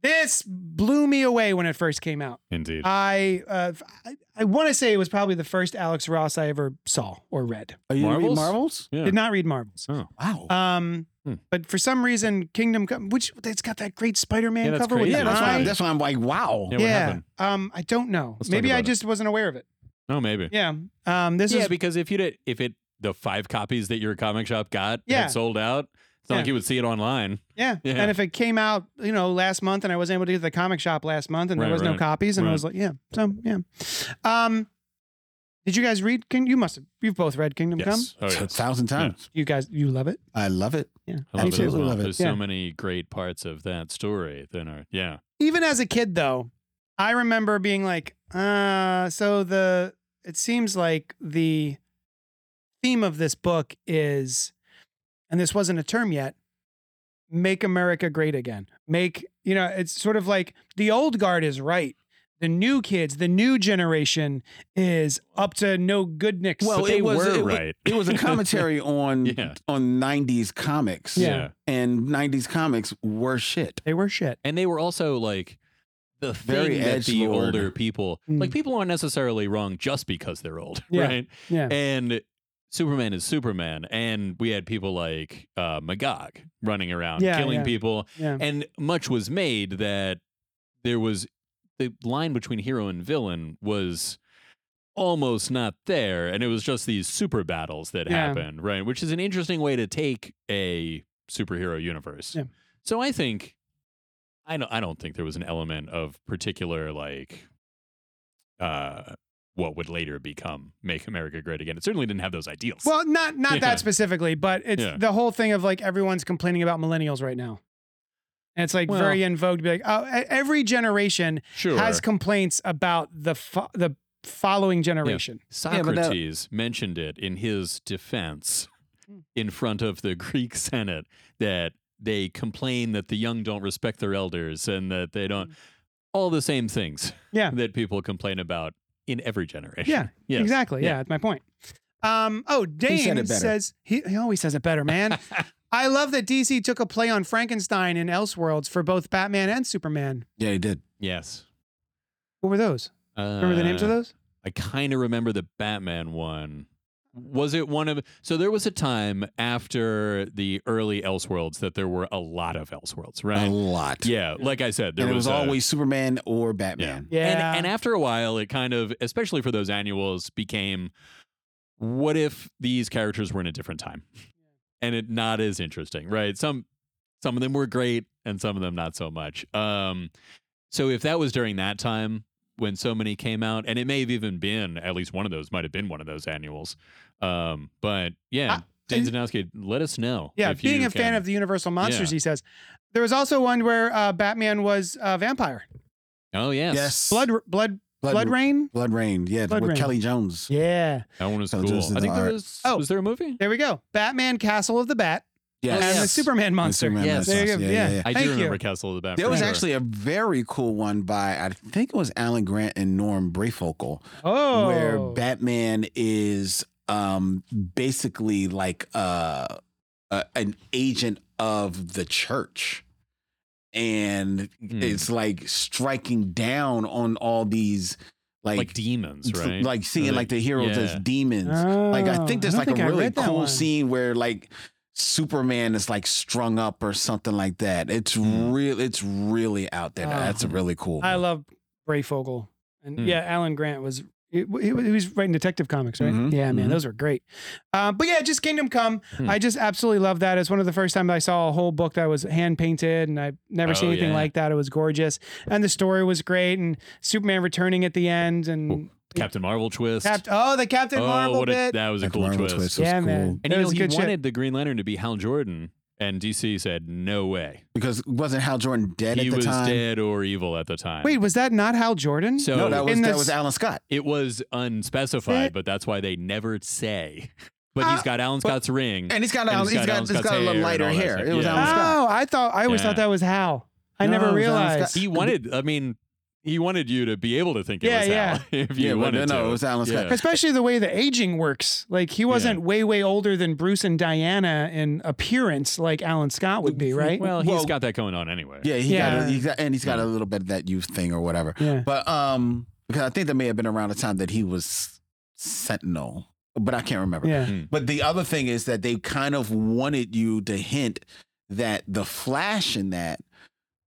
[SPEAKER 1] This blew me away when it first came out.
[SPEAKER 2] Indeed.
[SPEAKER 1] I uh, I, I want to say it was probably the first Alex Ross I ever saw or read.
[SPEAKER 3] Are you
[SPEAKER 2] Marvels?
[SPEAKER 3] Marvels? Marvels?
[SPEAKER 2] yeah.
[SPEAKER 1] Did not read Marvels.
[SPEAKER 2] Oh.
[SPEAKER 3] Wow.
[SPEAKER 1] Um,
[SPEAKER 2] Hmm.
[SPEAKER 1] but for some reason, Kingdom Come, which it's got that great Spider-Man
[SPEAKER 2] Yeah, that's
[SPEAKER 1] cover with
[SPEAKER 2] crazy.
[SPEAKER 3] yeah,
[SPEAKER 1] the
[SPEAKER 3] that's why,
[SPEAKER 1] eye.
[SPEAKER 2] I-
[SPEAKER 3] that's why I'm like, wow.
[SPEAKER 2] Yeah. what
[SPEAKER 1] yeah.
[SPEAKER 2] happened?
[SPEAKER 1] Um, I don't know.
[SPEAKER 2] Let's talk
[SPEAKER 1] Maybe I
[SPEAKER 2] about it.
[SPEAKER 1] just wasn't aware of it.
[SPEAKER 2] No, Oh, maybe.
[SPEAKER 1] Yeah. Um, this
[SPEAKER 2] yeah,
[SPEAKER 1] is
[SPEAKER 2] because if you did, if it the five copies that your comic shop got
[SPEAKER 1] Yeah.
[SPEAKER 2] had sold out, it's not
[SPEAKER 1] Yeah.
[SPEAKER 2] like you would see it online.
[SPEAKER 1] yeah.
[SPEAKER 2] yeah.
[SPEAKER 1] And if it came out, you know, last month, and I wasn't able to get to the comic shop last month, and there
[SPEAKER 2] Right,
[SPEAKER 1] was no
[SPEAKER 2] right,
[SPEAKER 1] copies, and I
[SPEAKER 2] right.
[SPEAKER 1] was like, yeah. So yeah. Um, did you guys read? King- you must have. You've both read Kingdom Come.
[SPEAKER 2] Yes. Oh,
[SPEAKER 3] A
[SPEAKER 2] yes.
[SPEAKER 3] thousand times.
[SPEAKER 1] You guys, you love it.
[SPEAKER 3] I love it.
[SPEAKER 1] Yeah.
[SPEAKER 2] I love it as
[SPEAKER 3] Absolutely
[SPEAKER 2] well.
[SPEAKER 3] love it.
[SPEAKER 2] There's
[SPEAKER 1] Yeah.
[SPEAKER 2] so many great parts of that story that are yeah.
[SPEAKER 1] even as a kid though i remember being like uh so the it seems like the theme of this book is and this wasn't a term yet make america great again make you know it's sort of like the old guard is right the new kids the new generation is up to no goodness
[SPEAKER 3] Well,
[SPEAKER 2] but they
[SPEAKER 3] it was-
[SPEAKER 2] were
[SPEAKER 3] it was-
[SPEAKER 2] right.
[SPEAKER 3] It was a commentary on
[SPEAKER 2] Yeah.
[SPEAKER 3] on 90s comics.
[SPEAKER 1] Yeah.
[SPEAKER 3] And 90s comics were shit.
[SPEAKER 1] they were shit
[SPEAKER 2] And they were also like the
[SPEAKER 3] Very
[SPEAKER 2] thing that the
[SPEAKER 3] edgelord.
[SPEAKER 2] older people
[SPEAKER 1] Mm.
[SPEAKER 2] like people aren't necessarily wrong just because they're old,
[SPEAKER 1] Yeah.
[SPEAKER 2] right?
[SPEAKER 1] yeah
[SPEAKER 2] And Superman is Superman, and we had people like uh, Magog running around
[SPEAKER 1] Yeah,
[SPEAKER 2] killing
[SPEAKER 1] yeah.
[SPEAKER 2] people,
[SPEAKER 1] yeah
[SPEAKER 2] and much was made that there was the line between hero and villain was almost not there and it was just these super battles that
[SPEAKER 1] Yeah.
[SPEAKER 2] happened right which is an interesting way to take a superhero universe
[SPEAKER 1] Yeah.
[SPEAKER 2] so i think i don't i don't think there was an element of particular like uh what would later become make america great again it certainly didn't have those ideals
[SPEAKER 1] well not not
[SPEAKER 2] Yeah.
[SPEAKER 1] that specifically but it's
[SPEAKER 2] Yeah.
[SPEAKER 1] the whole thing of like everyone's complaining about millennials right now and it's like
[SPEAKER 2] Well-
[SPEAKER 1] very in vogue to be like oh, e- every generation
[SPEAKER 2] sure
[SPEAKER 1] has complaints about the fo- the following generation
[SPEAKER 3] Yeah, but that-
[SPEAKER 2] Socrates mentioned it in his defense
[SPEAKER 1] Hmm.
[SPEAKER 2] in front of the Greek Senate that they complain that the young don't respect their elders and that they don't all the same things
[SPEAKER 1] Hmm. Yeah.
[SPEAKER 2] that people complain about in every generation.
[SPEAKER 1] Yeah,
[SPEAKER 2] Yes.
[SPEAKER 1] exactly yeah. that's my point um oh
[SPEAKER 3] said
[SPEAKER 1] Dane
[SPEAKER 3] it better.
[SPEAKER 1] says he, he always says it better man I love that DC took a play on Frankenstein and Elseworlds for both Batman and Superman
[SPEAKER 3] Yeah, he did.
[SPEAKER 2] Yes.
[SPEAKER 1] what were those remember the names of
[SPEAKER 2] Uh,
[SPEAKER 1] those
[SPEAKER 2] I kind of remember the Batman one.
[SPEAKER 3] Mm-hmm.
[SPEAKER 2] Was it one of so there was a time after the early Elseworlds that there were a lot of Elseworlds,
[SPEAKER 3] A
[SPEAKER 2] right?
[SPEAKER 3] lot.
[SPEAKER 2] yeah, like I said, there
[SPEAKER 3] and it was,
[SPEAKER 2] a-
[SPEAKER 3] always Superman or Batman.
[SPEAKER 1] yeah
[SPEAKER 2] And, and after a while, it kind of, especially for those annuals, became what if these characters were in a different time? and it not as interesting, right? Some some of them were great and some of them not so much. Um, so if that was during that time when so many came out, and it may have even been at least one of those might have been one of those annuals. Um, but yeah,
[SPEAKER 1] Ah,
[SPEAKER 2] Dan
[SPEAKER 1] and-
[SPEAKER 2] Zanowski, let us know.
[SPEAKER 1] Yeah,
[SPEAKER 2] if
[SPEAKER 1] being
[SPEAKER 2] you
[SPEAKER 1] a fan
[SPEAKER 2] can-
[SPEAKER 1] of the Universal monsters,
[SPEAKER 2] Yeah.
[SPEAKER 1] he says there was also one where uh, Batman was a vampire.
[SPEAKER 2] oh yes,
[SPEAKER 3] Yes.
[SPEAKER 1] Blood, blood, blood, rain.
[SPEAKER 3] Blood Rain. Yeah,
[SPEAKER 1] Blood
[SPEAKER 3] with
[SPEAKER 1] Rain.
[SPEAKER 3] Kelly Jones.
[SPEAKER 1] Yeah,
[SPEAKER 2] that one was
[SPEAKER 3] So
[SPEAKER 2] cool.
[SPEAKER 3] this is
[SPEAKER 2] I think
[SPEAKER 3] the
[SPEAKER 2] there
[SPEAKER 3] art.
[SPEAKER 2] was
[SPEAKER 1] Oh.
[SPEAKER 2] was there a movie?
[SPEAKER 1] there we go. Batman Castle of the Bat
[SPEAKER 3] Yes.
[SPEAKER 1] and the Superman monster.
[SPEAKER 3] Superman
[SPEAKER 4] Yes.
[SPEAKER 1] There you
[SPEAKER 3] monster.
[SPEAKER 1] go.
[SPEAKER 3] Yeah,
[SPEAKER 1] Yeah,
[SPEAKER 3] yeah, yeah.
[SPEAKER 2] I do
[SPEAKER 1] Thank
[SPEAKER 2] remember
[SPEAKER 1] you.
[SPEAKER 2] Castle of the Bat.
[SPEAKER 3] There
[SPEAKER 2] for
[SPEAKER 3] was
[SPEAKER 2] sure.
[SPEAKER 3] actually a very cool one by I think it was Alan Grant and Norm Brayfogle,
[SPEAKER 1] Oh,
[SPEAKER 3] where Batman is um basically like uh a, an agent of the church. And
[SPEAKER 2] Hmm.
[SPEAKER 3] it's like striking down on all these like,
[SPEAKER 2] like, demons,
[SPEAKER 3] f-
[SPEAKER 2] right?
[SPEAKER 3] like seeing
[SPEAKER 2] Or
[SPEAKER 3] like the heroes
[SPEAKER 2] yeah.
[SPEAKER 3] as demons. Like I think there's
[SPEAKER 1] Oh,
[SPEAKER 3] like
[SPEAKER 1] don't
[SPEAKER 3] a
[SPEAKER 1] I
[SPEAKER 3] really
[SPEAKER 1] read that
[SPEAKER 3] cool
[SPEAKER 1] one.
[SPEAKER 3] scene where like Superman is like strung up or something like that. It's
[SPEAKER 2] Hmm.
[SPEAKER 3] real. It's really out there.
[SPEAKER 1] Ah.
[SPEAKER 3] That's a really cool.
[SPEAKER 1] I
[SPEAKER 3] one.
[SPEAKER 1] love Bray Fogel, and
[SPEAKER 2] Hmm.
[SPEAKER 1] yeah, Alan Grant was. He, he was- he was writing Detective Comics, right?
[SPEAKER 3] Mhm.
[SPEAKER 1] Yeah, man,
[SPEAKER 3] Mhm.
[SPEAKER 1] those were great. Um, but yeah, just Kingdom Come.
[SPEAKER 2] Mm-hmm. Hmm.
[SPEAKER 1] I just absolutely love that. It's one of the first times I saw a whole book that was hand painted, and I've never
[SPEAKER 2] Oh,
[SPEAKER 1] seen anything
[SPEAKER 2] yeah.
[SPEAKER 1] like that. It was gorgeous, and the story was great, and Superman returning at the end, and
[SPEAKER 2] Captain Marvel twist.
[SPEAKER 1] Cap- oh, the Captain
[SPEAKER 2] oh,
[SPEAKER 1] Marvel
[SPEAKER 2] what a-
[SPEAKER 1] bit.
[SPEAKER 2] that was a
[SPEAKER 3] That
[SPEAKER 2] cool
[SPEAKER 3] Marvel
[SPEAKER 2] twist.
[SPEAKER 3] twist was
[SPEAKER 1] Yeah, man.
[SPEAKER 3] cool.
[SPEAKER 2] And
[SPEAKER 1] That
[SPEAKER 2] you know,
[SPEAKER 1] was
[SPEAKER 2] he
[SPEAKER 1] good shit.
[SPEAKER 2] wanted the Green Lantern to be Hal Jordan, and DC said no way.
[SPEAKER 3] because wasn't Hal Jordan dead
[SPEAKER 2] he
[SPEAKER 3] at the
[SPEAKER 2] was
[SPEAKER 3] time?
[SPEAKER 2] dead or evil at the time.
[SPEAKER 1] Wait, was that not Hal Jordan?
[SPEAKER 2] so
[SPEAKER 3] No, that was
[SPEAKER 1] In
[SPEAKER 3] that
[SPEAKER 1] this-
[SPEAKER 3] was Alan Scott.
[SPEAKER 2] it was unspecified,
[SPEAKER 1] That-
[SPEAKER 2] but that's why they never say. But
[SPEAKER 1] Ah,
[SPEAKER 2] he's got Alan
[SPEAKER 3] but-
[SPEAKER 2] Scott's ring.
[SPEAKER 3] And he's got
[SPEAKER 2] And
[SPEAKER 3] Alan,
[SPEAKER 2] he's got
[SPEAKER 3] he's got
[SPEAKER 2] Alan
[SPEAKER 3] he's got,
[SPEAKER 2] Scott's
[SPEAKER 3] a little
[SPEAKER 2] hair
[SPEAKER 3] lighter
[SPEAKER 2] and all that
[SPEAKER 3] hair.
[SPEAKER 2] stuff.
[SPEAKER 3] It was
[SPEAKER 2] Yeah.
[SPEAKER 3] Alan Scott.
[SPEAKER 1] oh, I thought I always
[SPEAKER 2] Yeah.
[SPEAKER 1] thought that was Hal. I
[SPEAKER 3] No, it
[SPEAKER 1] never
[SPEAKER 3] was Alan
[SPEAKER 1] realized.
[SPEAKER 3] Scott.
[SPEAKER 2] he wanted. I mean, he wanted you to be able to think it
[SPEAKER 1] Yeah,
[SPEAKER 2] was
[SPEAKER 1] yeah.
[SPEAKER 2] Hal if you
[SPEAKER 3] Yeah, but no,
[SPEAKER 2] wanted
[SPEAKER 3] no,
[SPEAKER 2] to.
[SPEAKER 3] it was Alan Scott.
[SPEAKER 2] Yeah.
[SPEAKER 1] Especially the way the aging works. Like he wasn't way, way older than Bruce and Diana in appearance, like Alan Scott would be, right?
[SPEAKER 2] Well, he's
[SPEAKER 3] Well-
[SPEAKER 2] got that going on anyway.
[SPEAKER 3] Yeah, he got
[SPEAKER 1] Yeah.
[SPEAKER 3] a, he got and he's got a little bit of that youth thing or whatever.
[SPEAKER 1] yeah.
[SPEAKER 3] But um, because I think that may have been around the time that he was Sentinel, but I can't remember.
[SPEAKER 1] Yeah.
[SPEAKER 3] But the other thing is that they kind of wanted you to hint that the Flash in that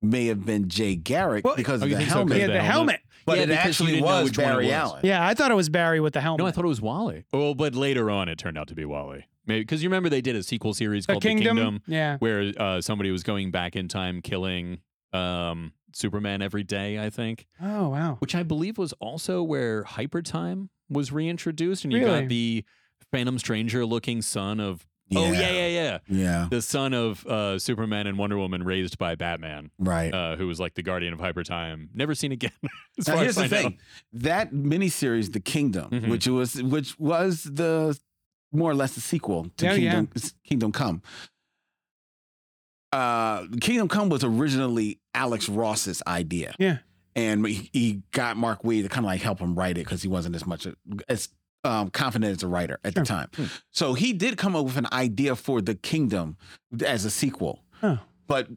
[SPEAKER 3] may have been Jay Garrick
[SPEAKER 1] Well,
[SPEAKER 3] because
[SPEAKER 2] oh,
[SPEAKER 3] of
[SPEAKER 2] you
[SPEAKER 3] the
[SPEAKER 2] think so, 'cause
[SPEAKER 3] helmet,
[SPEAKER 1] He had
[SPEAKER 2] the
[SPEAKER 1] the
[SPEAKER 2] helmet.
[SPEAKER 1] helmet.
[SPEAKER 3] but
[SPEAKER 2] Yeah,
[SPEAKER 3] it
[SPEAKER 2] because you
[SPEAKER 3] actually
[SPEAKER 2] didn't know
[SPEAKER 3] was
[SPEAKER 2] which one it
[SPEAKER 3] Barry
[SPEAKER 2] was.
[SPEAKER 3] Allen.
[SPEAKER 1] Yeah, I thought it was Barry with the helmet.
[SPEAKER 2] No, I thought it was Wally. Oh, but later on, it turned out to be Wally. Maybe because you remember they did a sequel series
[SPEAKER 1] the
[SPEAKER 2] called
[SPEAKER 1] kingdom.
[SPEAKER 2] The Kingdom,
[SPEAKER 1] Yeah.
[SPEAKER 2] where uh, somebody was going back in time, killing um, Superman every day. I think,
[SPEAKER 1] Oh wow.
[SPEAKER 2] which I believe was also where Hypertime was reintroduced, and you
[SPEAKER 1] Really?
[SPEAKER 2] got the Phantom Stranger looking son of. Oh yeah, yeah, yeah.
[SPEAKER 3] yeah,
[SPEAKER 2] The son of uh, Superman and Wonder Woman, raised by Batman,
[SPEAKER 3] right.
[SPEAKER 2] uh, who was like the guardian of Hypertime. Never seen again. as
[SPEAKER 3] now
[SPEAKER 2] far
[SPEAKER 3] here's
[SPEAKER 2] as
[SPEAKER 3] the
[SPEAKER 2] I know.
[SPEAKER 3] thing: that miniseries, The Kingdom,
[SPEAKER 2] Mhm.
[SPEAKER 3] which was which was the more or less the sequel to
[SPEAKER 1] Oh, yeah.
[SPEAKER 3] Kingdom Kingdom Come. Uh, Kingdom Come was originally Alex Ross's idea.
[SPEAKER 1] Yeah.
[SPEAKER 3] and he, he got Mark Wade to kind of like help him write it because he wasn't as much a- as um, confident as a writer at
[SPEAKER 1] Sure. Hmm.
[SPEAKER 3] the time. So he did come up with an idea for The Kingdom as a sequel,
[SPEAKER 1] Huh.
[SPEAKER 3] but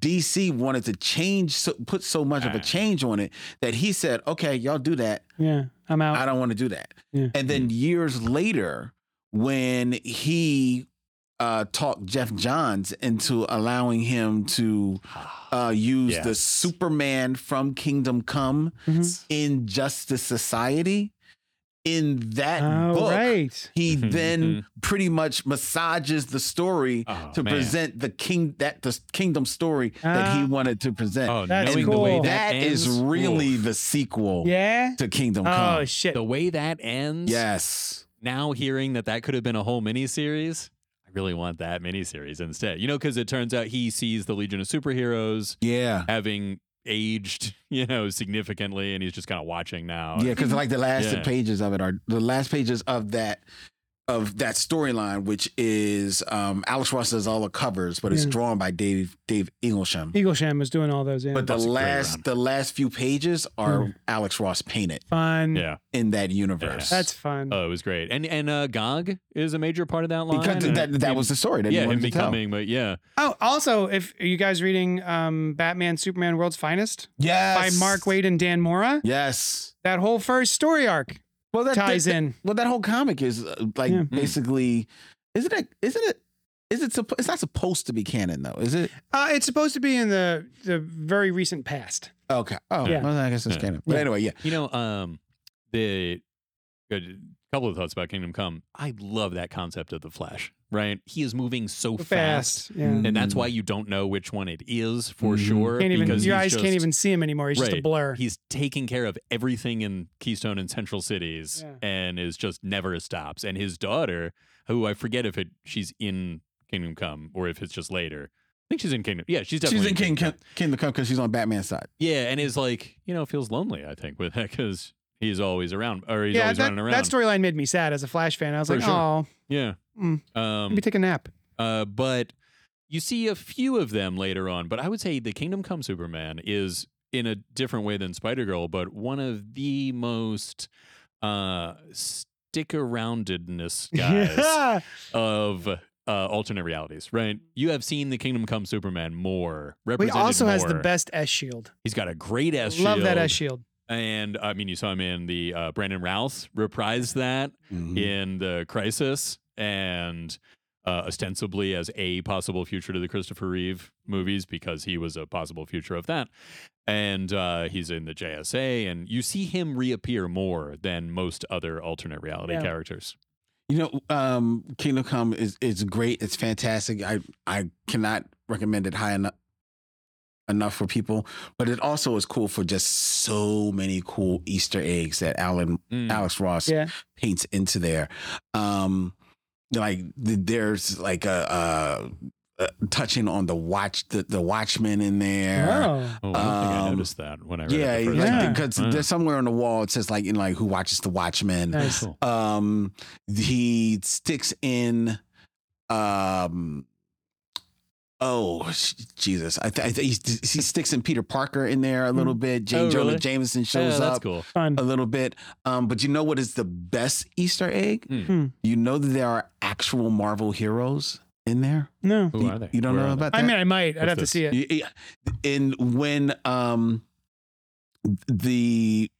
[SPEAKER 3] DC wanted to change, so, put so much of
[SPEAKER 2] Ah.
[SPEAKER 3] a change on it that he said, "Okay, y'all do that.
[SPEAKER 1] Yeah. I'm out.
[SPEAKER 3] I don't want to do that."
[SPEAKER 1] Oh. Yeah.
[SPEAKER 3] And then years later, when he uh, talked Jeff Johns into allowing him to uh, use the
[SPEAKER 2] Yes.
[SPEAKER 3] Superman from Kingdom Come
[SPEAKER 1] Mhm.
[SPEAKER 3] in Justice Society, in that
[SPEAKER 1] Oh
[SPEAKER 3] book,
[SPEAKER 1] right.
[SPEAKER 3] he
[SPEAKER 2] Mhm,
[SPEAKER 3] then pretty much massages the story
[SPEAKER 2] Oh,
[SPEAKER 3] to
[SPEAKER 2] man.
[SPEAKER 3] present the king that the kingdom story that he
[SPEAKER 1] Ah.
[SPEAKER 3] wanted to present.
[SPEAKER 2] Oh,
[SPEAKER 1] That's
[SPEAKER 2] knowing the
[SPEAKER 1] cool.
[SPEAKER 2] way that,
[SPEAKER 3] that is
[SPEAKER 2] ends,
[SPEAKER 3] really
[SPEAKER 2] oof.
[SPEAKER 3] the sequel
[SPEAKER 1] Yeah.
[SPEAKER 3] to Kingdom Come.
[SPEAKER 1] Oh shit.
[SPEAKER 2] the way that ends.
[SPEAKER 3] yes.
[SPEAKER 2] Now hearing that that could have been a whole miniseries, I really want that miniseries instead. You know, because it turns out he sees the Legion of Superheroes
[SPEAKER 3] Yeah.
[SPEAKER 2] having aged, you know, significantly, and he's just kind of watching now.
[SPEAKER 3] Yeah, because like the last
[SPEAKER 2] Oh, Yeah.
[SPEAKER 3] pages of it are the last pages of that of that storyline, which is um Alex Ross does all the covers, but it's
[SPEAKER 1] Yeah.
[SPEAKER 3] drawn by Dave Dave Inglesham.
[SPEAKER 1] Eaglesham was doing all those. Yeah.
[SPEAKER 3] But the
[SPEAKER 2] That's a great
[SPEAKER 3] last
[SPEAKER 2] round.
[SPEAKER 3] the last few pages are
[SPEAKER 1] Mm.
[SPEAKER 3] Alex Ross painted
[SPEAKER 1] fun.
[SPEAKER 2] yeah.
[SPEAKER 3] in that universe.
[SPEAKER 1] That's fun.
[SPEAKER 2] Oh, it was great. And and uh, Gog is a major part of that line.
[SPEAKER 3] because
[SPEAKER 2] and-
[SPEAKER 3] that that was the story that
[SPEAKER 2] yeah,
[SPEAKER 3] he
[SPEAKER 2] him
[SPEAKER 3] wanted to tell.
[SPEAKER 2] becoming, but yeah,
[SPEAKER 1] oh, also, if are you guys reading um, Batman, Superman, World's Finest
[SPEAKER 3] Yes.
[SPEAKER 1] by Mark Wade and Dan Mora,
[SPEAKER 3] Yes.
[SPEAKER 1] that whole first story arc
[SPEAKER 3] Well, that
[SPEAKER 1] ties
[SPEAKER 3] that-
[SPEAKER 1] in.
[SPEAKER 3] Well, that whole comic is uh, like
[SPEAKER 1] Yeah.
[SPEAKER 3] basically, isn't it? Isn't it? Is it? suppo- It's not supposed to be canon, though, is it?
[SPEAKER 1] Uh, it's supposed to be in the the very recent past.
[SPEAKER 3] Okay. Oh,
[SPEAKER 1] Yeah.
[SPEAKER 3] well, I guess it's
[SPEAKER 2] Yeah.
[SPEAKER 3] canon. But
[SPEAKER 1] Yeah.
[SPEAKER 3] anyway, yeah.
[SPEAKER 2] you know, um, the a um, couple of thoughts about Kingdom Come. I love that concept of the Flash, right? He is moving so fast.
[SPEAKER 1] fast. Yeah.
[SPEAKER 2] And that's why you don't know which one it is for
[SPEAKER 4] Mhm.
[SPEAKER 2] sure.
[SPEAKER 1] Can't even,
[SPEAKER 2] because
[SPEAKER 1] your eyes
[SPEAKER 2] he's
[SPEAKER 1] can't
[SPEAKER 2] just-
[SPEAKER 1] even see him anymore. He's just a
[SPEAKER 2] Right.
[SPEAKER 1] blur.
[SPEAKER 2] He's taking care of everything in Keystone and Central Cities
[SPEAKER 1] Yeah.
[SPEAKER 2] and is just never stops. And his daughter, who I forget if it she's in Kingdom Come or if it's just later. I think she's in Kingdom. Yeah, she's definitely
[SPEAKER 3] She's in King,
[SPEAKER 2] Kingdom Come.
[SPEAKER 3] King, Kingdom Come because she's on Batman's side.
[SPEAKER 2] Yeah, and is like, you know, feels lonely, I think, with that because he's always around or he's
[SPEAKER 1] yeah,
[SPEAKER 2] always
[SPEAKER 1] that,
[SPEAKER 2] running around.
[SPEAKER 1] that storyline made me sad as a Flash fan. I was
[SPEAKER 2] For
[SPEAKER 1] like,
[SPEAKER 2] sure.
[SPEAKER 1] oh,
[SPEAKER 2] yeah.
[SPEAKER 1] Mm.
[SPEAKER 2] Um,
[SPEAKER 1] maybe take a nap.
[SPEAKER 2] uh, but you see a few of them later on. But I would say the Kingdom Come Superman is in a different way than Spider Girl, but one of the most uh, stick aroundedness guys
[SPEAKER 1] Yeah.
[SPEAKER 2] of uh, alternate realities. Right? You have seen the Kingdom Come Superman more
[SPEAKER 1] He
[SPEAKER 2] represented.
[SPEAKER 1] also has the
[SPEAKER 2] more.
[SPEAKER 1] best S shield.
[SPEAKER 2] He's got a great S
[SPEAKER 1] Love
[SPEAKER 2] shield.
[SPEAKER 1] that S shield.
[SPEAKER 2] And I mean, you saw him in the uh, Brandon Rouse reprised that
[SPEAKER 3] Mm.
[SPEAKER 2] in the crisis and uh, ostensibly as a possible future to the Christopher Reeve movies because he was a possible future of that. And uh, he's in the JSA, and you see him reappear more than most other alternate reality
[SPEAKER 1] Yeah.
[SPEAKER 2] characters.
[SPEAKER 3] You know, um, Kingdom Come is is great. It's fantastic. I I cannot recommend it high enough enough for people, but it also is cool for just so many cool Easter eggs that Alan
[SPEAKER 2] Mm.
[SPEAKER 3] Alex Ross
[SPEAKER 1] Yeah.
[SPEAKER 3] paints into there. Um, like th- there's like a, a, a touching on the watch the, the Watchmen in there.
[SPEAKER 1] Oh.
[SPEAKER 2] Oh, I don't think I
[SPEAKER 3] Um,
[SPEAKER 2] noticed that when I read
[SPEAKER 3] Yeah,
[SPEAKER 2] it the
[SPEAKER 3] because
[SPEAKER 2] first
[SPEAKER 1] like
[SPEAKER 2] time.
[SPEAKER 1] the-
[SPEAKER 2] Wow.
[SPEAKER 3] there's somewhere on the wall it says like in like who watches the Watchmen
[SPEAKER 1] Nice.
[SPEAKER 2] Cool.
[SPEAKER 3] um he sticks in um oh sh- jesus i, th- I th- he, he sticks in peter parker in there a little bit jane
[SPEAKER 2] Oh,
[SPEAKER 3] jonah
[SPEAKER 2] really?
[SPEAKER 3] jameson
[SPEAKER 2] Yeah,
[SPEAKER 3] shows
[SPEAKER 2] that's
[SPEAKER 3] up
[SPEAKER 2] cool.
[SPEAKER 1] Fun.
[SPEAKER 3] a little bit um but you know what is the best easter egg
[SPEAKER 2] Hmm.
[SPEAKER 1] Hmm.
[SPEAKER 3] you know that there are actual marvel heroes in there
[SPEAKER 1] No.
[SPEAKER 2] Who
[SPEAKER 3] you,
[SPEAKER 2] are they?
[SPEAKER 3] you don't
[SPEAKER 2] Where
[SPEAKER 3] know
[SPEAKER 2] are they?
[SPEAKER 3] about that
[SPEAKER 1] I mean, I might. I'd
[SPEAKER 2] What's
[SPEAKER 1] have to
[SPEAKER 2] this?
[SPEAKER 1] see it.
[SPEAKER 3] Y- y- and when um the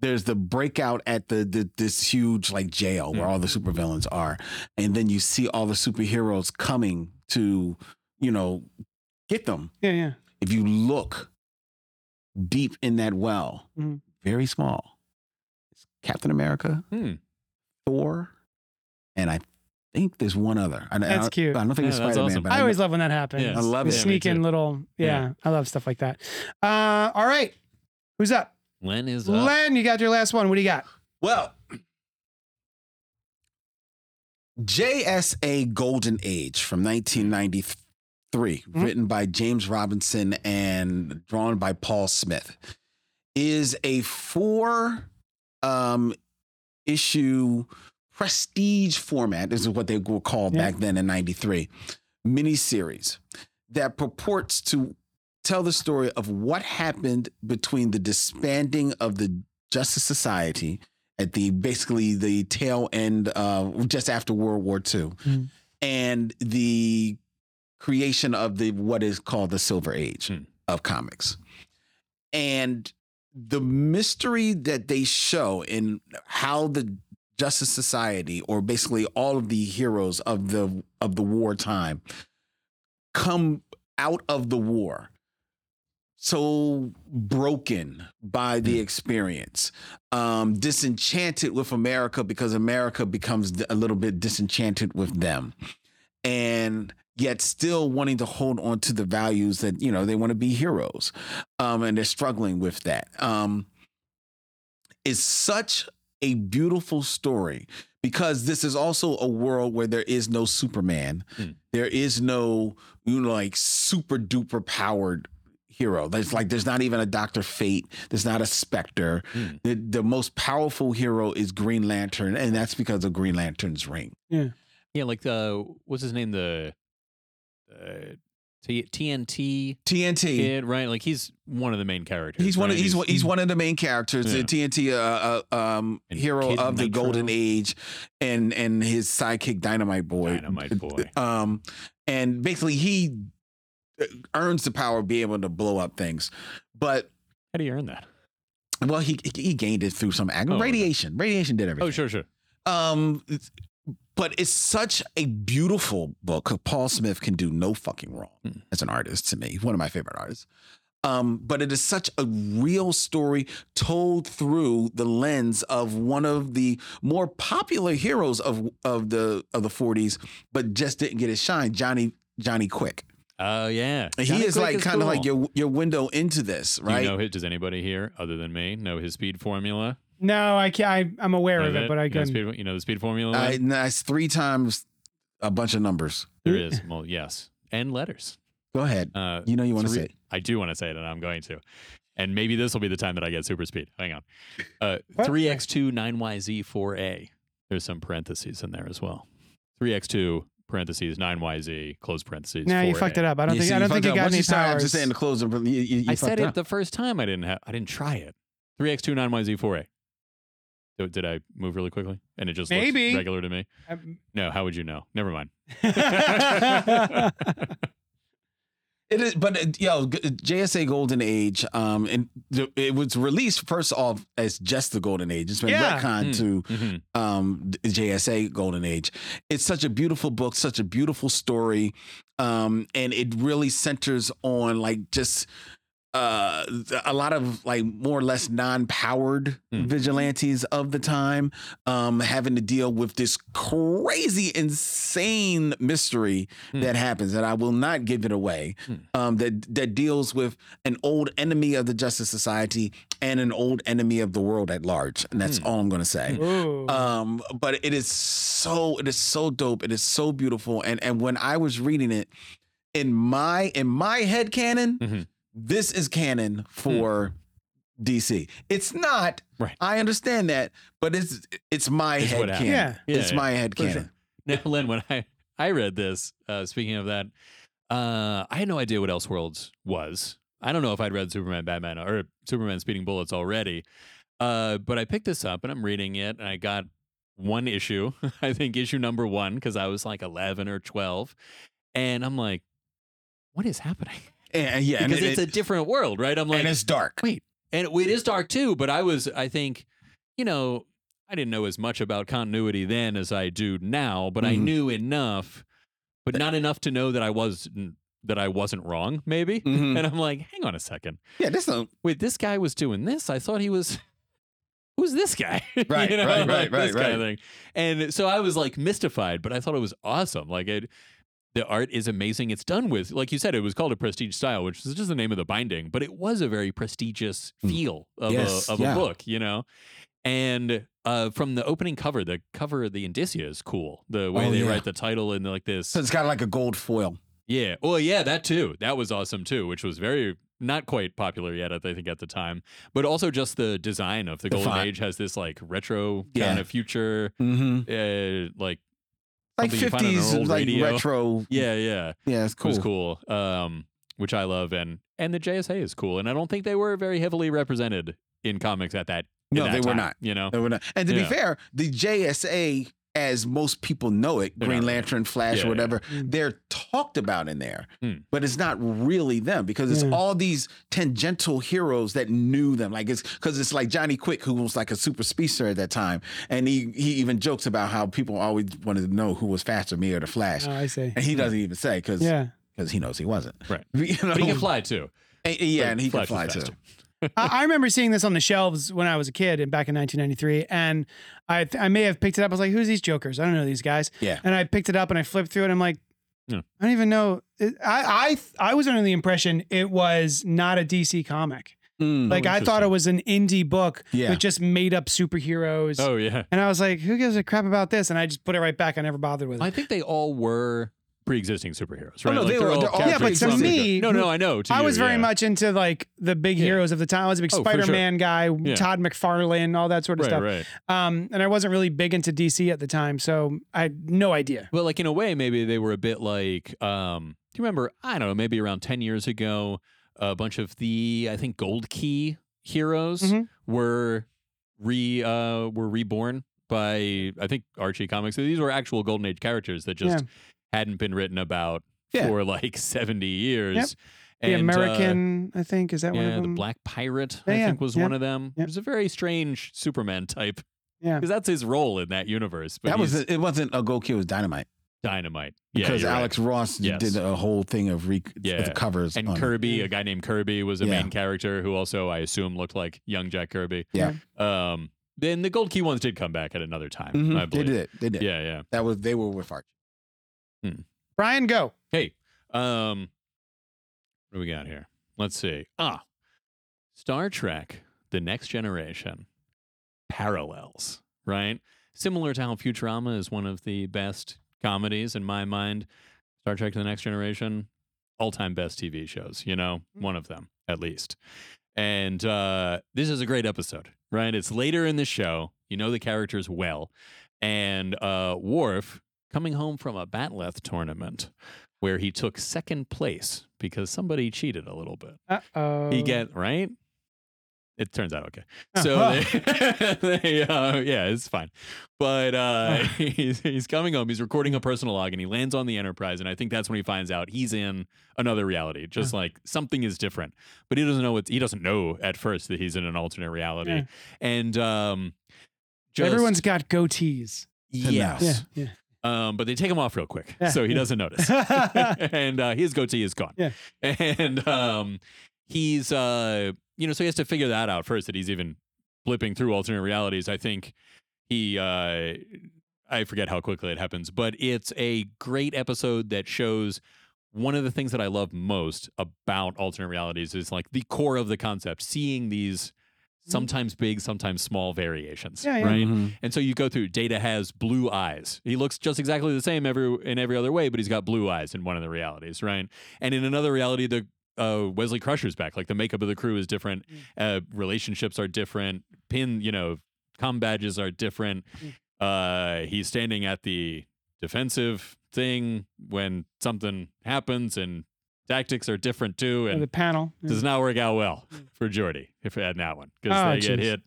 [SPEAKER 3] there's the breakout at the, the this huge like jail where all the supervillains are and then you see all the superheroes coming to you know get them
[SPEAKER 1] Yeah, yeah.
[SPEAKER 3] if you look deep in that well
[SPEAKER 2] Mm-hmm.
[SPEAKER 1] Mhm.
[SPEAKER 3] very small it's captain america
[SPEAKER 2] Hmm.
[SPEAKER 3] thor and i think there's one other I, I
[SPEAKER 1] That's
[SPEAKER 3] don't-
[SPEAKER 1] cute.
[SPEAKER 3] i don't think
[SPEAKER 2] Yeah,
[SPEAKER 3] it's
[SPEAKER 2] that's
[SPEAKER 3] spider-man
[SPEAKER 2] awesome.
[SPEAKER 3] but
[SPEAKER 1] I
[SPEAKER 3] know-
[SPEAKER 1] always love when that happens.
[SPEAKER 2] Yeah.
[SPEAKER 3] I love
[SPEAKER 1] The
[SPEAKER 3] it.
[SPEAKER 2] Yeah, me
[SPEAKER 1] sneak in
[SPEAKER 2] too.
[SPEAKER 1] little. Yeah,
[SPEAKER 2] Yeah.
[SPEAKER 1] I love stuff like that. Uh, all right. Who's up?
[SPEAKER 2] Len is up.
[SPEAKER 1] Len, you got your last one. What do you got?
[SPEAKER 3] Well, JSA Golden Age from 1993,
[SPEAKER 1] Mhm.
[SPEAKER 3] written by James Robinson and drawn by Paul Smith, is a four um, issue prestige format. This is what they were called
[SPEAKER 1] Yeah.
[SPEAKER 3] back then in 93 miniseries that purports to tell the story of what happened between the disbanding of the Justice Society at the basically the tail end of just after World War II
[SPEAKER 1] Mm.
[SPEAKER 3] and the creation of the what is called the Silver Age
[SPEAKER 2] Mm.
[SPEAKER 3] of comics. And the mystery that they show in how the Justice Society or basically all of the heroes of the of the war time come out of the war so broken by the experience um, disenchanted with America because America becomes a little bit disenchanted with them, and yet still wanting to hold on to the values that you know they want to be heroes, um, and they're struggling with that. Um, it's such a beautiful story because this is also a world where there is no Superman,
[SPEAKER 2] Mm.
[SPEAKER 3] there is no you know, like super duper powered hero. There's like there's not even a Doctor Fate, there's not a Spectre,
[SPEAKER 2] Hmm.
[SPEAKER 3] the, the most powerful hero is Green Lantern, and that's because of Green Lantern's ring.
[SPEAKER 2] Yeah, like the what's his name? The uh, T- TNT
[SPEAKER 3] TNT.
[SPEAKER 2] kid, right? Like he's one of the main characters.
[SPEAKER 3] He's one. Of,
[SPEAKER 2] right?
[SPEAKER 3] he's one. He's one of the main characters.
[SPEAKER 2] Mm-hmm. Yeah.
[SPEAKER 3] The TNT uh, uh, um,
[SPEAKER 2] And
[SPEAKER 3] hero
[SPEAKER 2] Kid
[SPEAKER 3] of the
[SPEAKER 2] Nitro.
[SPEAKER 3] Golden Age, and and his sidekick Dynamite Boy.
[SPEAKER 2] Dynamite Boy.
[SPEAKER 3] Um, and basically he uh, earns the power of being able to blow up things, but
[SPEAKER 2] How do you earn that?
[SPEAKER 3] well, he he gained it through some ag-
[SPEAKER 2] Oh, okay.
[SPEAKER 3] radiation. Radiation did everything.
[SPEAKER 2] Oh, sure, sure.
[SPEAKER 3] Um, but it's such a beautiful book. Paul Smith can do no fucking wrong
[SPEAKER 2] Mm.
[SPEAKER 3] as an artist to me. He's one of my favorite artists. Um, but it is such a real story told through the lens of one of the more popular heroes of of the of the 40s, but just didn't get his shine, Johnny Johnny Quick.
[SPEAKER 2] Oh yeah,
[SPEAKER 3] And
[SPEAKER 2] Johnny
[SPEAKER 3] he is
[SPEAKER 2] Quick
[SPEAKER 3] like kind of like
[SPEAKER 2] cool.
[SPEAKER 3] your your window into this,
[SPEAKER 2] Do you
[SPEAKER 3] right?
[SPEAKER 2] know his- does anybody here other than me know his speed formula?
[SPEAKER 1] No, I can't. I, I'm aware
[SPEAKER 2] Know
[SPEAKER 1] of
[SPEAKER 2] that?
[SPEAKER 1] it, but I
[SPEAKER 2] you know,
[SPEAKER 1] couldn't.
[SPEAKER 2] speed, you know the speed formula.
[SPEAKER 3] I,
[SPEAKER 2] Len?
[SPEAKER 3] that's three times a bunch of numbers.
[SPEAKER 2] there is well, yes, and letters.
[SPEAKER 3] Go ahead.
[SPEAKER 2] Uh,
[SPEAKER 3] You know you want to
[SPEAKER 2] Three-
[SPEAKER 3] say it.
[SPEAKER 2] I do want to say it, and I'm going to. And maybe this will be the time that I get super speed. Hang on. Uh,
[SPEAKER 1] What?
[SPEAKER 2] 3x2 9YZ4A. There's some parentheses in there as well. 3x2 parentheses 9YZ close parentheses.
[SPEAKER 1] No, you fucked it up. I don't
[SPEAKER 3] Yeah,
[SPEAKER 1] think.
[SPEAKER 3] see,
[SPEAKER 1] I don't
[SPEAKER 3] fucked
[SPEAKER 1] think you
[SPEAKER 3] up.
[SPEAKER 1] got
[SPEAKER 3] Once
[SPEAKER 1] any
[SPEAKER 3] you started
[SPEAKER 1] powers.
[SPEAKER 3] Just saying the closing, but you, you, you
[SPEAKER 2] I
[SPEAKER 3] fucked
[SPEAKER 2] said it
[SPEAKER 3] up.
[SPEAKER 2] the first time. I didn't have. I didn't try it. 3x2 9YZ4A. So Did I move really quickly? And it just
[SPEAKER 1] Maybe.
[SPEAKER 2] looks regular to me.
[SPEAKER 1] Um,
[SPEAKER 2] No, how would you know? Never mind. Mm-hmm.
[SPEAKER 3] It is, but uh, yo, g- JSA Golden Age, um, and th- it was released first off as just the Golden Age. It's been
[SPEAKER 1] Yeah.
[SPEAKER 3] retconned
[SPEAKER 2] Mm.
[SPEAKER 3] to
[SPEAKER 2] Mhm.
[SPEAKER 3] um, d- JSA Golden Age. It's such a beautiful book, such a beautiful story, um, and it really centers on like just uh, th- a lot of like more or less non-powered
[SPEAKER 2] Hmm.
[SPEAKER 3] vigilantes of the time um, having to deal with this crazy, insane mystery
[SPEAKER 2] Hmm.
[SPEAKER 3] that happens, and I will not give it away.
[SPEAKER 2] Hmm.
[SPEAKER 3] Um, that that deals with an old enemy of the Justice Society and an old enemy of the world at large, and that's
[SPEAKER 2] Hmm.
[SPEAKER 3] all I'm going to say
[SPEAKER 1] ooh.
[SPEAKER 2] Mm-hmm.
[SPEAKER 3] um but it is so it is so dope it is so beautiful and and when i was reading it in my in my head canon
[SPEAKER 2] Mhm.
[SPEAKER 3] this is
[SPEAKER 2] Hmm.
[SPEAKER 3] canon for dc it's not
[SPEAKER 2] Right.
[SPEAKER 3] i understand that but it's it's my
[SPEAKER 2] It's
[SPEAKER 3] head
[SPEAKER 2] what happened.
[SPEAKER 3] canon
[SPEAKER 1] yeah.
[SPEAKER 2] Yeah,
[SPEAKER 3] it's
[SPEAKER 2] yeah.
[SPEAKER 3] my head
[SPEAKER 2] For sure.
[SPEAKER 3] canon
[SPEAKER 2] Now, Lynn, when I, I read this, uh, speaking of that, uh, I had no idea what Elseworlds was. I don't know if I'd read Superman, Batman, or Superman Speeding Bullets already, uh, but I picked this up and I'm reading it, and I got one issue, I think issue number one, because I was like 11 or 12, and I'm like, what is happening?
[SPEAKER 3] and, and yeah
[SPEAKER 2] because
[SPEAKER 3] and
[SPEAKER 2] it's
[SPEAKER 3] it-
[SPEAKER 2] a different world, right? I'm like,
[SPEAKER 3] and it's dark
[SPEAKER 2] Wait. and it is dark too but i was i think you know i didn't know as much about continuity then as i do now but i
[SPEAKER 3] Mhm.
[SPEAKER 2] knew enough but not enough to know that i was that i wasn't wrong maybe
[SPEAKER 3] Mhm.
[SPEAKER 2] and i'm like hang on a second
[SPEAKER 3] yeah this is
[SPEAKER 2] wait this guy was doing this i thought he was who's this guy
[SPEAKER 3] Right,
[SPEAKER 2] you know,
[SPEAKER 3] right, right,
[SPEAKER 2] like this
[SPEAKER 3] right,
[SPEAKER 2] kind of thing and so i was like mystified but i thought it was awesome like it the art is amazing it's done with like you said it was called a prestige style which is just the name of the binding but it was a very prestigious
[SPEAKER 3] Mm.
[SPEAKER 2] feel of,
[SPEAKER 3] Yes,
[SPEAKER 2] a, of
[SPEAKER 3] yeah.
[SPEAKER 2] a book you know and uh, from the opening cover the cover of the indicia is cool the way
[SPEAKER 3] Oh,
[SPEAKER 2] they
[SPEAKER 3] yeah.
[SPEAKER 2] write the title and like this
[SPEAKER 3] so it's got like a gold foil
[SPEAKER 2] yeah. Well, yeah, that too. That was awesome too, which was very not quite popular yet, I think, at the time. But also just the design of the,
[SPEAKER 3] The
[SPEAKER 2] Golden
[SPEAKER 3] font.
[SPEAKER 2] Age has this like retro
[SPEAKER 3] Yeah.
[SPEAKER 2] kind of future,
[SPEAKER 3] mm-hmm.
[SPEAKER 2] uh, like
[SPEAKER 3] like
[SPEAKER 2] Something you find on an
[SPEAKER 3] 50s
[SPEAKER 2] old
[SPEAKER 3] like
[SPEAKER 2] radio.
[SPEAKER 3] retro
[SPEAKER 2] yeah, yeah,
[SPEAKER 3] yeah it's
[SPEAKER 2] cool.
[SPEAKER 3] cool,
[SPEAKER 2] was cool. Um, which I love, and and the JSA is cool, and I don't think they were very heavily represented in comics at that. in
[SPEAKER 3] No,
[SPEAKER 2] that
[SPEAKER 3] they were
[SPEAKER 2] time,
[SPEAKER 3] not.
[SPEAKER 2] You know,
[SPEAKER 3] No, we're not. And to
[SPEAKER 2] Yeah.
[SPEAKER 3] be fair, the JSA, as most people know it,
[SPEAKER 2] They're
[SPEAKER 3] Green
[SPEAKER 2] not-
[SPEAKER 3] Lantern, Flash,
[SPEAKER 2] Yeah, yeah.
[SPEAKER 3] whatever,
[SPEAKER 1] Mm.
[SPEAKER 3] they're talked about in there,
[SPEAKER 2] Hmm.
[SPEAKER 3] but it's not really them because it's
[SPEAKER 1] Yeah.
[SPEAKER 3] all these tangential heroes that knew them. Like it's because it's like Johnny Quick, who was like a super speedster at that time, and he he even jokes about how people always wanted to know who was faster, me or the Flash.
[SPEAKER 1] Oh, I see.
[SPEAKER 3] and he doesn't even say because
[SPEAKER 1] Yeah,
[SPEAKER 3] he knows he wasn't.
[SPEAKER 2] Right.
[SPEAKER 3] You know?
[SPEAKER 2] but he can fly too.
[SPEAKER 3] And- and yeah,
[SPEAKER 2] But
[SPEAKER 3] and he can
[SPEAKER 2] Flash was
[SPEAKER 3] fly too.
[SPEAKER 2] faster.
[SPEAKER 1] I, I remember seeing this on the shelves when I was a kid and back in 1993, and I th- I may have picked it up. I was like, "Who's these jokers? I don't know these guys."
[SPEAKER 3] Yeah.
[SPEAKER 1] And I picked it up and I flipped through it. and I'm like,
[SPEAKER 2] Yeah.
[SPEAKER 1] I don't even know. It- I I th- I was under the impression it was not a DC comic.
[SPEAKER 3] Mm.
[SPEAKER 1] Like I thought it
[SPEAKER 2] interesting.
[SPEAKER 1] was an indie book
[SPEAKER 3] Yeah.
[SPEAKER 1] with just made up superheroes.
[SPEAKER 2] Oh yeah.
[SPEAKER 1] And I was like, "Who gives a crap about this?" And I just put it right back. I never bothered with it.
[SPEAKER 2] I think they all were pre-existing superheroes,
[SPEAKER 3] Oh,
[SPEAKER 2] right?
[SPEAKER 3] no, they
[SPEAKER 2] they're
[SPEAKER 3] were-
[SPEAKER 2] all
[SPEAKER 3] they're all
[SPEAKER 2] characters
[SPEAKER 1] Yeah, but to
[SPEAKER 2] from the-
[SPEAKER 1] me-
[SPEAKER 2] no, no, I know. to
[SPEAKER 1] I
[SPEAKER 2] you,
[SPEAKER 1] was very
[SPEAKER 2] yeah.
[SPEAKER 1] much into like the big
[SPEAKER 2] Yeah.
[SPEAKER 1] heroes of the time. I was a big
[SPEAKER 2] Oh, for sure.
[SPEAKER 1] Spider-Man guy,
[SPEAKER 2] Yeah.
[SPEAKER 1] Todd McFarlane, all that sort of
[SPEAKER 2] right,
[SPEAKER 1] stuff.
[SPEAKER 2] right.
[SPEAKER 1] Um, and I wasn't really big into DC at the time, so I had no idea.
[SPEAKER 2] Well, like in a way, maybe they were a bit like. Um, do you remember? I don't know. Maybe around ten years ago, a bunch of the I think Gold Key heroes
[SPEAKER 1] Mhm.
[SPEAKER 2] were re uh, were reborn by I think Archie Comics. So these were actual Golden Age characters that just hadn't been written about
[SPEAKER 3] Yeah.
[SPEAKER 2] for like seventy years.
[SPEAKER 1] Yep. The
[SPEAKER 2] And, uh,
[SPEAKER 1] American, I think, is that one
[SPEAKER 2] yeah,
[SPEAKER 1] of them?
[SPEAKER 2] the Black Pirate,
[SPEAKER 1] Yeah,
[SPEAKER 2] I
[SPEAKER 1] yeah,
[SPEAKER 2] think, was
[SPEAKER 1] yeah,
[SPEAKER 2] one of them.
[SPEAKER 1] yeah.
[SPEAKER 2] It was a very strange Superman type.
[SPEAKER 1] Yeah.
[SPEAKER 2] because that's his role in that universe. But
[SPEAKER 3] That was
[SPEAKER 2] he's-
[SPEAKER 3] it. Wasn't a gold kid. It was dynamite.
[SPEAKER 2] Dynamite. Yeah,
[SPEAKER 3] because
[SPEAKER 2] you're right.
[SPEAKER 3] Alex Ross
[SPEAKER 2] Yes.
[SPEAKER 3] did a whole thing of, re- of
[SPEAKER 2] Yeah.
[SPEAKER 3] covers
[SPEAKER 2] and
[SPEAKER 3] on it.
[SPEAKER 2] Kirby, a guy named Kirby, was a
[SPEAKER 3] Yeah.
[SPEAKER 2] main character who also I assume looked like young Jack Kirby.
[SPEAKER 3] Yeah. Mm-hmm.
[SPEAKER 2] Um. Then the Gold Key ones did come back at another time.
[SPEAKER 4] Mhm.
[SPEAKER 2] I
[SPEAKER 3] They
[SPEAKER 2] believe.
[SPEAKER 3] did it. They did. it.
[SPEAKER 2] Yeah. Yeah.
[SPEAKER 3] That was they were with Arch.
[SPEAKER 1] Brian, go.
[SPEAKER 2] Hey, um, what do we got here? Let's see. Ah, Star Trek: The Next Generation parallels, right? Similar to how Futurama is one of the best comedies in my mind, Star Trek: The Next Generation, all-time best TV shows. You know, one of them at least. And uh, this is a great episode, right? It's later in the show. You know the characters well, and uh, Worf coming home from a Batleth tournament where he took second place because somebody cheated a little bit.
[SPEAKER 1] Uh oh.
[SPEAKER 2] He get right. It turns out okay.
[SPEAKER 1] Uh-huh.
[SPEAKER 2] So they, they, uh, yeah, it's fine. But uh, he's he's coming home. He's recording a personal log, and he lands on the Enterprise. And I think that's when he finds out he's in another reality. Just like something is different, but he doesn't know what he doesn't know at first that he's in an alternate reality.
[SPEAKER 1] Yeah.
[SPEAKER 2] And um, just,
[SPEAKER 1] Everyone's got goatees.
[SPEAKER 2] yes.
[SPEAKER 1] Yeah. yeah.
[SPEAKER 2] Um, but they take him off real quick,
[SPEAKER 1] Yeah.
[SPEAKER 2] so he doesn't notice. and uh, his goatee is gone.
[SPEAKER 1] Yeah.
[SPEAKER 2] And um, he's, uh, you know, so he has to figure that out first that he's even flipping through alternate realities. I think he, uh, I forget how quickly it happens, but it's a great episode that shows one of the things that I love most about alternate realities is like the core of the concept, seeing these sometimes big, sometimes small variations,
[SPEAKER 1] Mm-hmm. Yeah, yeah.
[SPEAKER 3] Mm-hmm.
[SPEAKER 2] right? And so you go through. Data has blue eyes. He looks just exactly the same every in every other way, but he's got blue eyes in one of the realities, right? And in another reality, the uh, Wesley Crusher's back. Like the makeup of the crew is different. Uh, relationships are different. Pin, you know, com badges are different. Uh, he's standing at the defensive thing when something happens, and tactics are different too. And
[SPEAKER 1] The panel. Yeah. Mm.
[SPEAKER 2] does not work out well for Jordy if had that one because
[SPEAKER 1] Oh,
[SPEAKER 2] they get
[SPEAKER 1] jeez.
[SPEAKER 2] hit.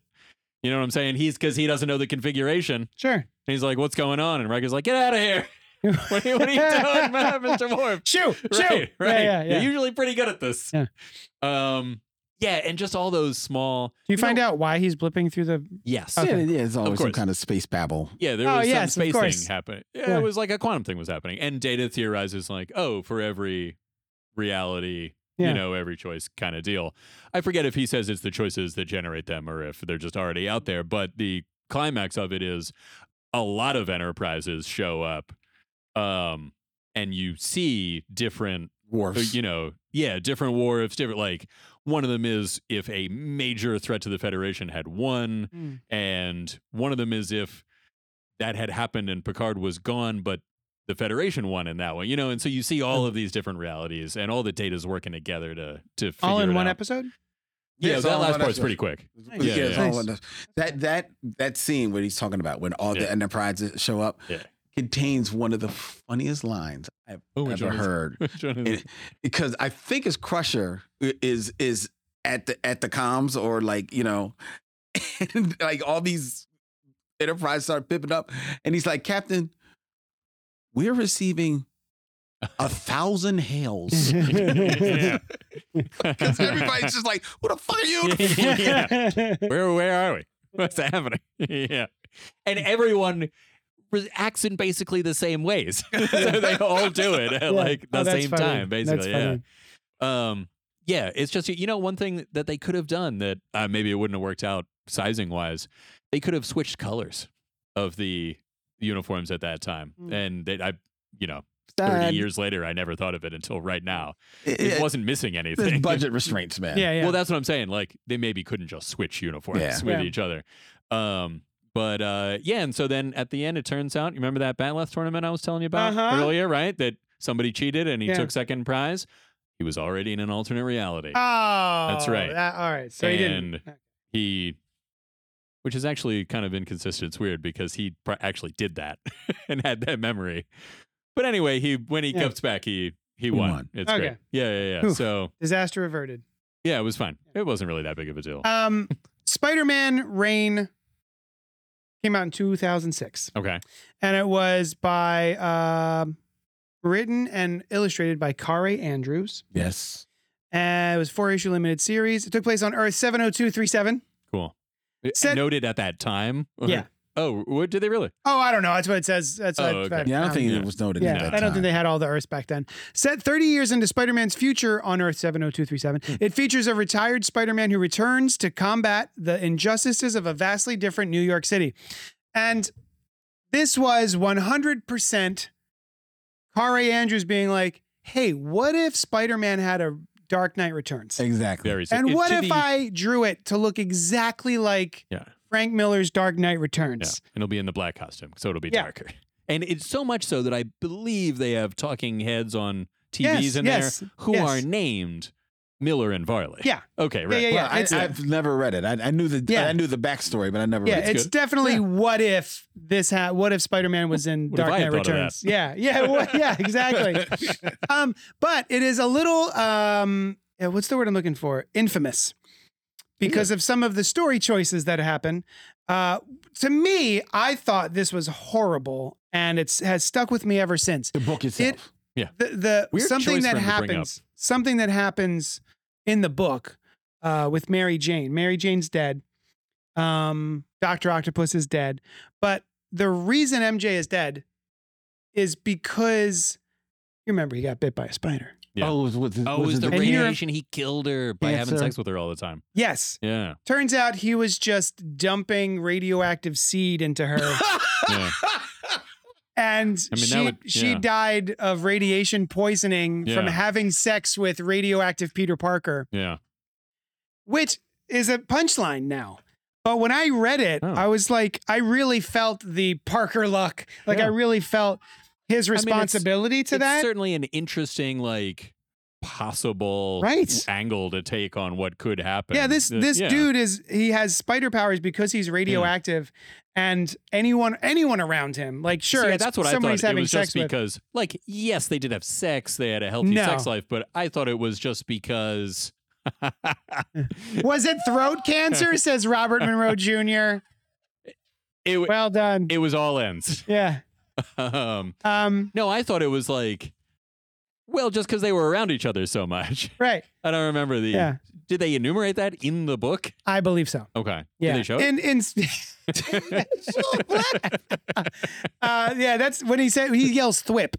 [SPEAKER 2] You know what I'm saying? He's because he doesn't know the configuration. And
[SPEAKER 1] Sure.
[SPEAKER 2] he's like, "What's going on?" And Riker's like, "Get out of here! what, are you, what are you doing, Mr. Worf?"
[SPEAKER 1] Shoo. Shoo.
[SPEAKER 2] Right, right.
[SPEAKER 1] Yeah, yeah, yeah.
[SPEAKER 2] You're usually pretty good at this.
[SPEAKER 1] Yeah.
[SPEAKER 2] Um. Yeah, and just all those small.
[SPEAKER 1] Do you find out Oh, why he's blipping through the?
[SPEAKER 2] Yes.
[SPEAKER 1] Okay.
[SPEAKER 3] Yeah, yeah, it's always some
[SPEAKER 2] course.
[SPEAKER 3] kind of space babble.
[SPEAKER 2] Yeah, there
[SPEAKER 1] Oh,
[SPEAKER 2] was
[SPEAKER 1] yes, of
[SPEAKER 2] some space
[SPEAKER 1] course.
[SPEAKER 2] thing happening. Yeah,
[SPEAKER 1] Yeah.
[SPEAKER 2] It was like a quantum thing was happening. And Data theorizes like, oh, for every reality,
[SPEAKER 1] Yeah.
[SPEAKER 2] you know, every choice kind of deal. I forget if he says it's the choices that generate them or if they're just already out there. But the climax of it is a lot of enterprises show up. Um, and you see different
[SPEAKER 3] Worf.
[SPEAKER 2] uh, you know, yeah, different wharfs, different like one of them is if a major threat to the Federation had won,
[SPEAKER 1] Mm.
[SPEAKER 2] and one of them is if that had happened and Picard was gone, but the Federation won in that one, you know, and so you see
[SPEAKER 1] Mm-hmm.
[SPEAKER 2] all of these different realities and all the data's working together to to figure
[SPEAKER 1] All in
[SPEAKER 2] it
[SPEAKER 1] one
[SPEAKER 2] out.
[SPEAKER 1] episode.
[SPEAKER 2] Yeah,
[SPEAKER 3] Yes, all
[SPEAKER 2] that
[SPEAKER 3] in
[SPEAKER 2] last
[SPEAKER 3] one
[SPEAKER 2] part's
[SPEAKER 3] episode.
[SPEAKER 2] pretty quick.
[SPEAKER 3] Yeah,
[SPEAKER 2] Yeah,
[SPEAKER 3] it's
[SPEAKER 2] yeah.
[SPEAKER 3] all in the- That that that scene what he's talking about when all
[SPEAKER 2] Yeah.
[SPEAKER 3] the enterprises show up
[SPEAKER 2] Yeah.
[SPEAKER 3] contains one of the funniest lines I've
[SPEAKER 2] Oh, which
[SPEAKER 3] ever
[SPEAKER 2] one is-
[SPEAKER 3] heard.
[SPEAKER 2] which one is
[SPEAKER 3] And- because I think it's Crusher is is at the at the comms or like you know, and like all these enterprise start pipping up, and he's like, Captain, we're receiving a thousand hails
[SPEAKER 2] it?
[SPEAKER 3] because everybody's just like, who the fuck are you?
[SPEAKER 2] Yeah. where where are we? What's happening? yeah, and everyone re- acts in basically the same ways, so they all do it at like the
[SPEAKER 1] Oh, that's
[SPEAKER 2] same
[SPEAKER 1] funny.
[SPEAKER 2] time, basically.
[SPEAKER 1] That's
[SPEAKER 2] yeah.
[SPEAKER 1] funny.
[SPEAKER 2] Um. Yeah. It's just you know one thing that they could have done that uh, maybe it wouldn't have worked out sizing wise. They could have switched colors of the uniforms at that time,
[SPEAKER 1] Mm.
[SPEAKER 2] and they, I you know. 30 years later, I never thought of it until right now. It
[SPEAKER 3] It-
[SPEAKER 2] wasn't missing
[SPEAKER 3] there's
[SPEAKER 2] anything.
[SPEAKER 3] budget restraints, man.
[SPEAKER 1] Yeah, yeah.
[SPEAKER 2] Well, that's what I'm saying. Like they maybe couldn't just switch uniforms
[SPEAKER 3] Yeah.
[SPEAKER 2] with
[SPEAKER 1] Yeah.
[SPEAKER 2] each other. Um, but uh, yeah, and so then at the end, it turns out you remember that Batleth tournament I was telling you about
[SPEAKER 1] Uh-huh.
[SPEAKER 2] earlier, right? That somebody cheated and he
[SPEAKER 1] Yeah.
[SPEAKER 2] took second prize. He was already in an alternate reality.
[SPEAKER 1] Oh,
[SPEAKER 2] That's right.
[SPEAKER 1] that- all right. So he didn't.
[SPEAKER 2] He, which is actually kind of inconsistent. It's weird because he pr- actually did that and had that memory. But anyway, he when he
[SPEAKER 1] Yeah.
[SPEAKER 2] comes back, he he
[SPEAKER 3] He
[SPEAKER 2] won.
[SPEAKER 3] won.
[SPEAKER 2] It's
[SPEAKER 1] Okay.
[SPEAKER 2] great. Yeah, yeah, yeah.
[SPEAKER 1] Whew.
[SPEAKER 2] So
[SPEAKER 1] Disaster averted.
[SPEAKER 2] yeah, it was fine. It wasn't really that big of a deal.
[SPEAKER 1] Um, Spider-Man Rain came out in 2006,
[SPEAKER 2] okay.
[SPEAKER 1] and it was by um written and illustrated by Kare Andrews.
[SPEAKER 3] Yes.
[SPEAKER 1] And it was four issue limited oh series. It took place on Earth 70237.
[SPEAKER 2] Cool.
[SPEAKER 1] Said-
[SPEAKER 2] Noted at that time.
[SPEAKER 1] Yeah.
[SPEAKER 2] Oh, what did they really?
[SPEAKER 1] Oh, I don't know. That's what it says. That's what
[SPEAKER 2] Oh,
[SPEAKER 1] I've-
[SPEAKER 2] okay.
[SPEAKER 1] I've
[SPEAKER 3] Yeah, I don't
[SPEAKER 1] found.
[SPEAKER 3] think
[SPEAKER 2] Yeah.
[SPEAKER 3] it was noted.
[SPEAKER 1] Yeah,
[SPEAKER 3] at that
[SPEAKER 1] I don't
[SPEAKER 3] time.
[SPEAKER 1] think they had all the Earths back then. Set 30 years into Spider Man's future on Earth
[SPEAKER 2] Hmm.
[SPEAKER 1] 70237, it features a retired Spider Man who returns to combat the injustices of a vastly different New York City. And this was 100% Kari Andrews being like, hey, what if Spider Man had a Dark Knight Returns?
[SPEAKER 3] exactly.
[SPEAKER 2] Very.
[SPEAKER 1] And
[SPEAKER 2] it-
[SPEAKER 1] what
[SPEAKER 2] to
[SPEAKER 1] if
[SPEAKER 2] the-
[SPEAKER 1] I drew it to look exactly like
[SPEAKER 2] Yeah.
[SPEAKER 1] Frank Miller's Dark Knight
[SPEAKER 2] Yeah,
[SPEAKER 1] Returns?
[SPEAKER 2] and it'll be in the black costume, so it'll be
[SPEAKER 1] Yeah.
[SPEAKER 2] darker. And it's so much so that I believe they have talking heads on TVs
[SPEAKER 1] Yes,
[SPEAKER 2] in
[SPEAKER 1] yes,
[SPEAKER 2] there who
[SPEAKER 1] yes.
[SPEAKER 2] are named Miller and Varley.
[SPEAKER 1] Yeah.
[SPEAKER 2] Okay.
[SPEAKER 1] Yeah,
[SPEAKER 2] Right.
[SPEAKER 1] yeah, yeah.
[SPEAKER 3] Well, I,
[SPEAKER 1] it's-
[SPEAKER 3] I've never read it. I, I knew the
[SPEAKER 1] Yeah.
[SPEAKER 3] I knew the backstory, but I never
[SPEAKER 1] Yeah,
[SPEAKER 3] read it.
[SPEAKER 1] it's
[SPEAKER 2] good.
[SPEAKER 1] definitely what if this ha- what if Spider Man was in
[SPEAKER 2] What if
[SPEAKER 1] Dark
[SPEAKER 2] I
[SPEAKER 1] Knight
[SPEAKER 2] had thought of that?
[SPEAKER 1] Returns? Yeah, yeah, what, yeah, exactly. um, but it is a little um, yeah, what's the word I'm looking for? Infamous, because of some of the story choices that happen. Uh, to me, I thought this was horrible, and it's has stuck with me ever since
[SPEAKER 3] The book
[SPEAKER 1] itself. the, the
[SPEAKER 2] Weird
[SPEAKER 1] something
[SPEAKER 2] choice
[SPEAKER 1] that
[SPEAKER 2] for him to bring
[SPEAKER 1] happens something that happens in the book uh, with Mary Jane. Mary Jane's dead. Um, Doctor Octopus is dead. But the reason MJ is dead is because you remember he got bit by a spider.
[SPEAKER 2] Yeah.
[SPEAKER 3] Oh, it was, was,
[SPEAKER 2] Oh, it was the
[SPEAKER 1] And you're-
[SPEAKER 2] radiation he killed her by having
[SPEAKER 3] Answer.
[SPEAKER 2] sex with her all the time?
[SPEAKER 1] Yes.
[SPEAKER 2] Yeah.
[SPEAKER 1] Turns out he was just dumping radioactive seed into her.
[SPEAKER 2] yeah.
[SPEAKER 1] And
[SPEAKER 2] I mean, that
[SPEAKER 1] she
[SPEAKER 2] would-
[SPEAKER 1] she
[SPEAKER 2] yeah.
[SPEAKER 1] died of radiation poisoning from
[SPEAKER 2] Yeah.
[SPEAKER 1] having sex with radioactive Peter Parker.
[SPEAKER 2] Yeah.
[SPEAKER 1] which is a punchline now. But when I read it,
[SPEAKER 2] Oh.
[SPEAKER 1] I was like, I really felt the Parker luck. Like
[SPEAKER 2] Yeah.
[SPEAKER 1] I really felt his
[SPEAKER 2] it's-
[SPEAKER 1] responsibility to
[SPEAKER 2] it's
[SPEAKER 1] that.
[SPEAKER 2] certainly an interesting, like, possible
[SPEAKER 1] Right.
[SPEAKER 2] angle to take on what could happen.
[SPEAKER 1] yeah, this
[SPEAKER 2] Uh,
[SPEAKER 1] this
[SPEAKER 2] yeah.
[SPEAKER 1] dude is he has spider powers because he's radioactive, and anyone anyone around him, like sure,
[SPEAKER 2] See,
[SPEAKER 1] it's
[SPEAKER 2] that's what I
[SPEAKER 1] somebody's
[SPEAKER 2] thought. It
[SPEAKER 1] having
[SPEAKER 2] was
[SPEAKER 1] sex
[SPEAKER 2] just
[SPEAKER 1] with.
[SPEAKER 2] because, like, yes, they did have sex. They had a healthy
[SPEAKER 1] No.
[SPEAKER 2] sex life, but I thought it was just because.
[SPEAKER 1] Was it throat cancer? says Robert Monroe Jr.
[SPEAKER 2] It, w-
[SPEAKER 1] Well done.
[SPEAKER 2] it was all ends.
[SPEAKER 1] yeah.
[SPEAKER 2] Um,
[SPEAKER 1] Um.
[SPEAKER 2] no, I thought it was like, well, just because they were around each other so much.
[SPEAKER 1] Right.
[SPEAKER 2] I don't remember the.
[SPEAKER 1] Yeah.
[SPEAKER 2] Did they enumerate that in the book?
[SPEAKER 1] I believe so.
[SPEAKER 2] Okay.
[SPEAKER 1] Yeah.
[SPEAKER 2] Did they show it?
[SPEAKER 1] And and uh, yeah, that's when he said he yells thwip.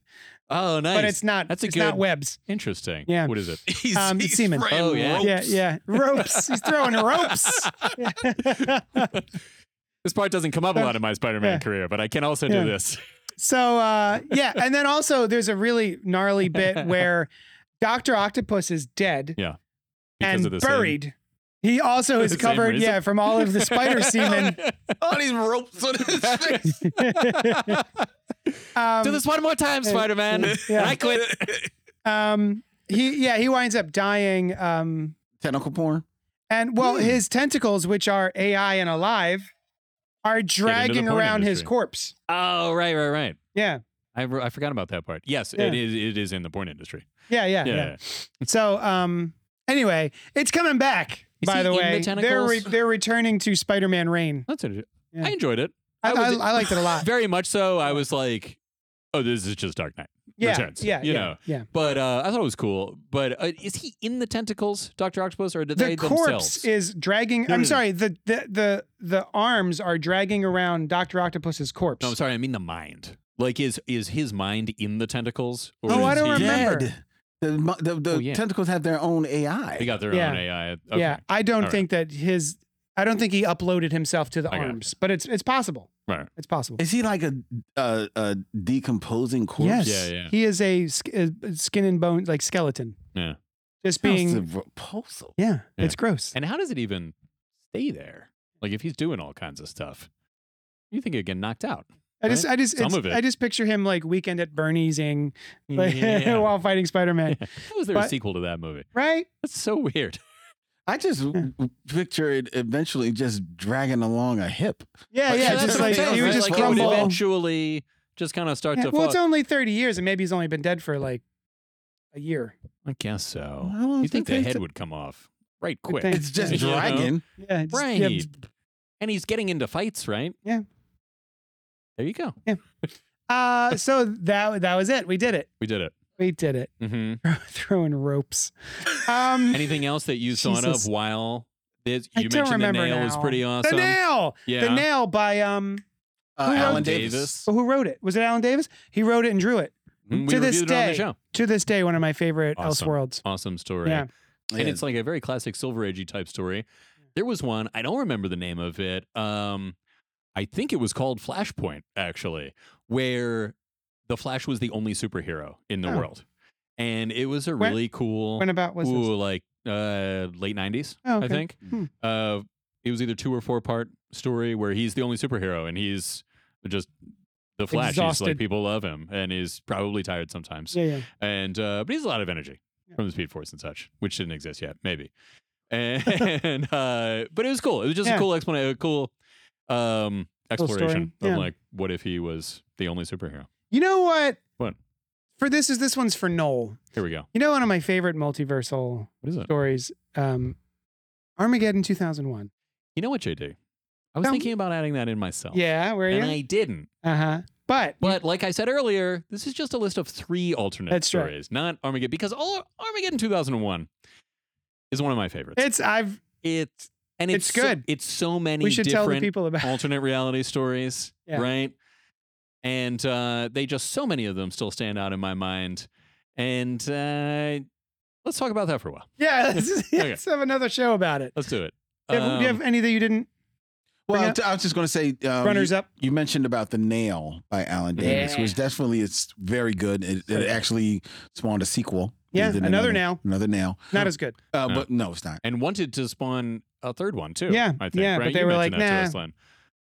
[SPEAKER 2] oh, nice.
[SPEAKER 1] but it's not.
[SPEAKER 2] That's
[SPEAKER 1] That's it's
[SPEAKER 2] a
[SPEAKER 1] not
[SPEAKER 2] good-
[SPEAKER 1] webs.
[SPEAKER 2] Interesting.
[SPEAKER 1] Yeah.
[SPEAKER 2] What is it?
[SPEAKER 3] He's,
[SPEAKER 1] Um,
[SPEAKER 3] he's
[SPEAKER 1] semen.
[SPEAKER 3] spraying
[SPEAKER 2] Oh, yeah.
[SPEAKER 3] ropes.
[SPEAKER 1] Yeah, yeah, ropes. He's throwing ropes.
[SPEAKER 2] This part doesn't come up a
[SPEAKER 1] Uh,
[SPEAKER 2] lot in my Spider-Man
[SPEAKER 1] yeah.
[SPEAKER 2] career, but I can also
[SPEAKER 1] Yeah.
[SPEAKER 2] do this.
[SPEAKER 1] so uh, yeah, and then also there's a really gnarly bit where Doctor Octopus is dead
[SPEAKER 2] because
[SPEAKER 1] and
[SPEAKER 2] of this
[SPEAKER 1] buried. He also is
[SPEAKER 2] The same
[SPEAKER 1] covered,
[SPEAKER 2] reason.
[SPEAKER 1] yeah, from all of the spider semen.
[SPEAKER 3] All these Oh, ropes on his face.
[SPEAKER 1] Um,
[SPEAKER 2] do this one more time,
[SPEAKER 1] yeah.
[SPEAKER 2] Spider-Man.
[SPEAKER 1] Yeah.
[SPEAKER 2] And I quit.
[SPEAKER 1] um, he yeah, he winds up dying. Um,
[SPEAKER 3] Tentacle porn.
[SPEAKER 1] and well, his tentacles, which are AI and alive, are dragging
[SPEAKER 2] porn
[SPEAKER 1] around his
[SPEAKER 2] industry.
[SPEAKER 1] corpse.
[SPEAKER 2] Oh, right, right, right.
[SPEAKER 1] Yeah,
[SPEAKER 2] I, re- I forgot about that part. Yes,
[SPEAKER 1] Yeah.
[SPEAKER 2] it is. It is in the porn industry.
[SPEAKER 1] yeah, yeah, yeah. So, um, anyway, it's coming back.
[SPEAKER 2] Is
[SPEAKER 1] by
[SPEAKER 2] he
[SPEAKER 1] the
[SPEAKER 2] in the
[SPEAKER 1] way, they're
[SPEAKER 2] tentacles?
[SPEAKER 1] re- they're returning to Spider-Man Reign.
[SPEAKER 2] that's interesting.
[SPEAKER 1] Yeah. Uh,
[SPEAKER 2] I enjoyed Oh, it.
[SPEAKER 1] I,
[SPEAKER 2] I
[SPEAKER 1] I,
[SPEAKER 2] was-
[SPEAKER 1] I liked it a lot.
[SPEAKER 2] Very much so. I was like, oh, this is just Dark Knight.
[SPEAKER 1] Yeah,
[SPEAKER 2] Returns,
[SPEAKER 1] yeah,
[SPEAKER 2] you
[SPEAKER 1] yeah,
[SPEAKER 2] know.
[SPEAKER 1] yeah.
[SPEAKER 2] But uh, I thought it was cool. But uh, is he in the tentacles, Doctor Octopus, or did
[SPEAKER 1] The
[SPEAKER 2] they
[SPEAKER 1] corpse
[SPEAKER 2] themselves?
[SPEAKER 1] is dragging.
[SPEAKER 2] No, no,
[SPEAKER 1] I'm
[SPEAKER 2] no.
[SPEAKER 1] sorry. The, the the the arms are dragging around Doctor Octopus's corpse.
[SPEAKER 2] no, I'm sorry. I mean the mind. Like, is is his mind in the tentacles? Or
[SPEAKER 1] Oh, I
[SPEAKER 2] is
[SPEAKER 1] don't
[SPEAKER 2] he-
[SPEAKER 1] remember.
[SPEAKER 3] Dead. The mo- the, the
[SPEAKER 2] Oh, yeah.
[SPEAKER 3] tentacles have their own AI.
[SPEAKER 2] They got their
[SPEAKER 1] Yeah.
[SPEAKER 2] own AI. Okay.
[SPEAKER 1] Yeah, I don't
[SPEAKER 2] All
[SPEAKER 1] think that his. I don't think he uploaded himself to the
[SPEAKER 2] I got it.
[SPEAKER 1] arms, but it's it's possible.
[SPEAKER 2] Right.
[SPEAKER 1] It's possible.
[SPEAKER 3] Is he like a a, a decomposing corpse?
[SPEAKER 1] yes.
[SPEAKER 2] Yeah, yeah.
[SPEAKER 1] He is a, sk- a skin and bone like skeleton.
[SPEAKER 2] Yeah.
[SPEAKER 1] Just
[SPEAKER 3] Being
[SPEAKER 1] being.
[SPEAKER 3] repulsive.
[SPEAKER 1] Yeah,
[SPEAKER 2] Yeah.
[SPEAKER 1] It's gross.
[SPEAKER 2] And how does it even stay there? Like, if he's doing all kinds of stuff, you think it'd get knocked out?
[SPEAKER 1] I just, I just,
[SPEAKER 2] Some
[SPEAKER 1] it's-
[SPEAKER 2] of it.
[SPEAKER 1] I just picture him like weekend at Bernie'sing like,
[SPEAKER 2] Yeah.
[SPEAKER 1] while fighting Spider Man,
[SPEAKER 2] How was there a
[SPEAKER 1] But-
[SPEAKER 2] sequel to that movie?
[SPEAKER 1] right?
[SPEAKER 2] That's so weird.
[SPEAKER 3] I just w- w- picture it eventually just dragging along a hip.
[SPEAKER 1] Yeah,
[SPEAKER 3] Like,
[SPEAKER 1] Uh, yeah.
[SPEAKER 3] that's
[SPEAKER 1] Just
[SPEAKER 3] what I'm
[SPEAKER 1] like
[SPEAKER 3] saying,
[SPEAKER 1] he would
[SPEAKER 3] right?
[SPEAKER 1] just
[SPEAKER 3] Like, it would
[SPEAKER 1] crumble.
[SPEAKER 3] have
[SPEAKER 2] eventually just kind of start
[SPEAKER 1] Yeah,
[SPEAKER 2] to
[SPEAKER 1] well, it's
[SPEAKER 2] fall.
[SPEAKER 1] only thirty years, and maybe he's only been dead for like a year.
[SPEAKER 2] I guess so.
[SPEAKER 3] How long
[SPEAKER 2] Oh, You
[SPEAKER 3] does
[SPEAKER 2] think
[SPEAKER 3] it
[SPEAKER 2] the
[SPEAKER 3] take
[SPEAKER 2] head
[SPEAKER 3] to-
[SPEAKER 2] would come off right
[SPEAKER 1] Good
[SPEAKER 2] quick?
[SPEAKER 1] thing.
[SPEAKER 3] It's just
[SPEAKER 2] You know?
[SPEAKER 3] dragging.
[SPEAKER 1] Yeah, just-
[SPEAKER 2] Right.
[SPEAKER 1] yeah,
[SPEAKER 2] And he's getting into fights, right?
[SPEAKER 1] Yeah.
[SPEAKER 2] There you go.
[SPEAKER 1] Uh, so that that was it. We did it.
[SPEAKER 2] We did it.
[SPEAKER 1] We did it.
[SPEAKER 2] Mm-hmm.
[SPEAKER 1] Throwing ropes. Um,
[SPEAKER 2] Anything else that you thought
[SPEAKER 1] Jesus.
[SPEAKER 2] of while this?
[SPEAKER 1] I
[SPEAKER 2] You
[SPEAKER 1] don't
[SPEAKER 2] mentioned the
[SPEAKER 1] remember
[SPEAKER 2] nail was
[SPEAKER 1] now.
[SPEAKER 2] pretty
[SPEAKER 1] the
[SPEAKER 2] awesome.
[SPEAKER 1] nail.
[SPEAKER 2] um, Yeah.
[SPEAKER 1] The nail by um
[SPEAKER 3] Uh,
[SPEAKER 1] Who
[SPEAKER 3] Alan
[SPEAKER 1] wrote-
[SPEAKER 3] Davis.
[SPEAKER 1] But who wrote it? Was it Alan Davis? He wrote it and drew it.
[SPEAKER 2] Mhm. We
[SPEAKER 1] To this
[SPEAKER 2] reviewed it on
[SPEAKER 1] day.
[SPEAKER 2] the show.
[SPEAKER 1] To this day, one of my favorite
[SPEAKER 2] Awesome.
[SPEAKER 1] Elseworlds.
[SPEAKER 2] Awesome story.
[SPEAKER 1] Yeah.
[SPEAKER 2] and it's like a very classic silver agey type story there was one i don't remember the name of it um i think it was called flashpoint actually where the flash was the only superhero in the
[SPEAKER 1] Oh.
[SPEAKER 2] world and it was a
[SPEAKER 1] When-
[SPEAKER 2] really cool
[SPEAKER 1] When about was this?
[SPEAKER 2] ooh, like uh late 90s
[SPEAKER 1] Oh,
[SPEAKER 2] i
[SPEAKER 1] okay.
[SPEAKER 2] think
[SPEAKER 1] Hmm.
[SPEAKER 2] uh it was either two or four part story where he's the only superhero and he's just the flash he's
[SPEAKER 1] Exhausted.
[SPEAKER 2] like people love him and he's probably tired sometimes
[SPEAKER 1] Yeah, yeah.
[SPEAKER 2] and uh, but he's a lot of energy from the Speed Force and such, which didn't exist yet, maybe. And uh, but it was cool. It was just
[SPEAKER 1] Yeah.
[SPEAKER 2] a cool explanation, a cool um,
[SPEAKER 1] Cool story,
[SPEAKER 2] exploration
[SPEAKER 1] yeah.
[SPEAKER 2] of like what if he was the only superhero.
[SPEAKER 1] You know what?
[SPEAKER 2] What?
[SPEAKER 1] For this is this one's for Noel.
[SPEAKER 2] Here we go.
[SPEAKER 1] You know one of my favorite multiversal
[SPEAKER 2] What is it?
[SPEAKER 1] stories, um, Armageddon 2001.
[SPEAKER 2] You know what, JD? I was
[SPEAKER 1] Tell me.
[SPEAKER 2] thinking about adding that in myself.
[SPEAKER 1] Yeah, where
[SPEAKER 2] and
[SPEAKER 1] you?
[SPEAKER 2] I didn't.
[SPEAKER 1] uh huh. But
[SPEAKER 2] But like I said earlier, this is just a list of three alternate
[SPEAKER 1] That's right.
[SPEAKER 2] stories, not Armageddon, because all Armageddon 2001 is one of my favorites.
[SPEAKER 1] it's I've
[SPEAKER 2] It's and it's,
[SPEAKER 1] It's
[SPEAKER 2] so-
[SPEAKER 1] good.
[SPEAKER 2] it's so many.
[SPEAKER 1] we should tell
[SPEAKER 2] different
[SPEAKER 1] the people about.
[SPEAKER 2] alternate reality stories,
[SPEAKER 1] Yeah.
[SPEAKER 2] right? And uh, they just so many of them still stand out in my mind. And uh, let's talk about that for a while.
[SPEAKER 1] Yeah, let's,
[SPEAKER 2] Okay.
[SPEAKER 1] let's have another show about it.
[SPEAKER 2] Let's do it.
[SPEAKER 1] Do you, have, do you have
[SPEAKER 2] Um,
[SPEAKER 1] any that you didn't?
[SPEAKER 3] well, I was just going to say, um,
[SPEAKER 1] runners
[SPEAKER 3] you,
[SPEAKER 1] up.
[SPEAKER 3] you mentioned about the nail by Alan Davis,
[SPEAKER 1] Yeah.
[SPEAKER 3] which definitely is very good. It, it actually spawned a sequel.
[SPEAKER 1] Yeah,
[SPEAKER 3] They did
[SPEAKER 1] another nail.
[SPEAKER 3] another nail.
[SPEAKER 1] Not as good.
[SPEAKER 3] Uh,
[SPEAKER 2] No.
[SPEAKER 3] But no, it's not.
[SPEAKER 2] and wanted to spawn a third one too.
[SPEAKER 1] Yeah,
[SPEAKER 2] I think.
[SPEAKER 1] yeah,
[SPEAKER 2] right?
[SPEAKER 1] but they
[SPEAKER 2] You
[SPEAKER 1] were
[SPEAKER 2] mentioned
[SPEAKER 1] like,
[SPEAKER 2] that to
[SPEAKER 1] nah.
[SPEAKER 2] us, Len.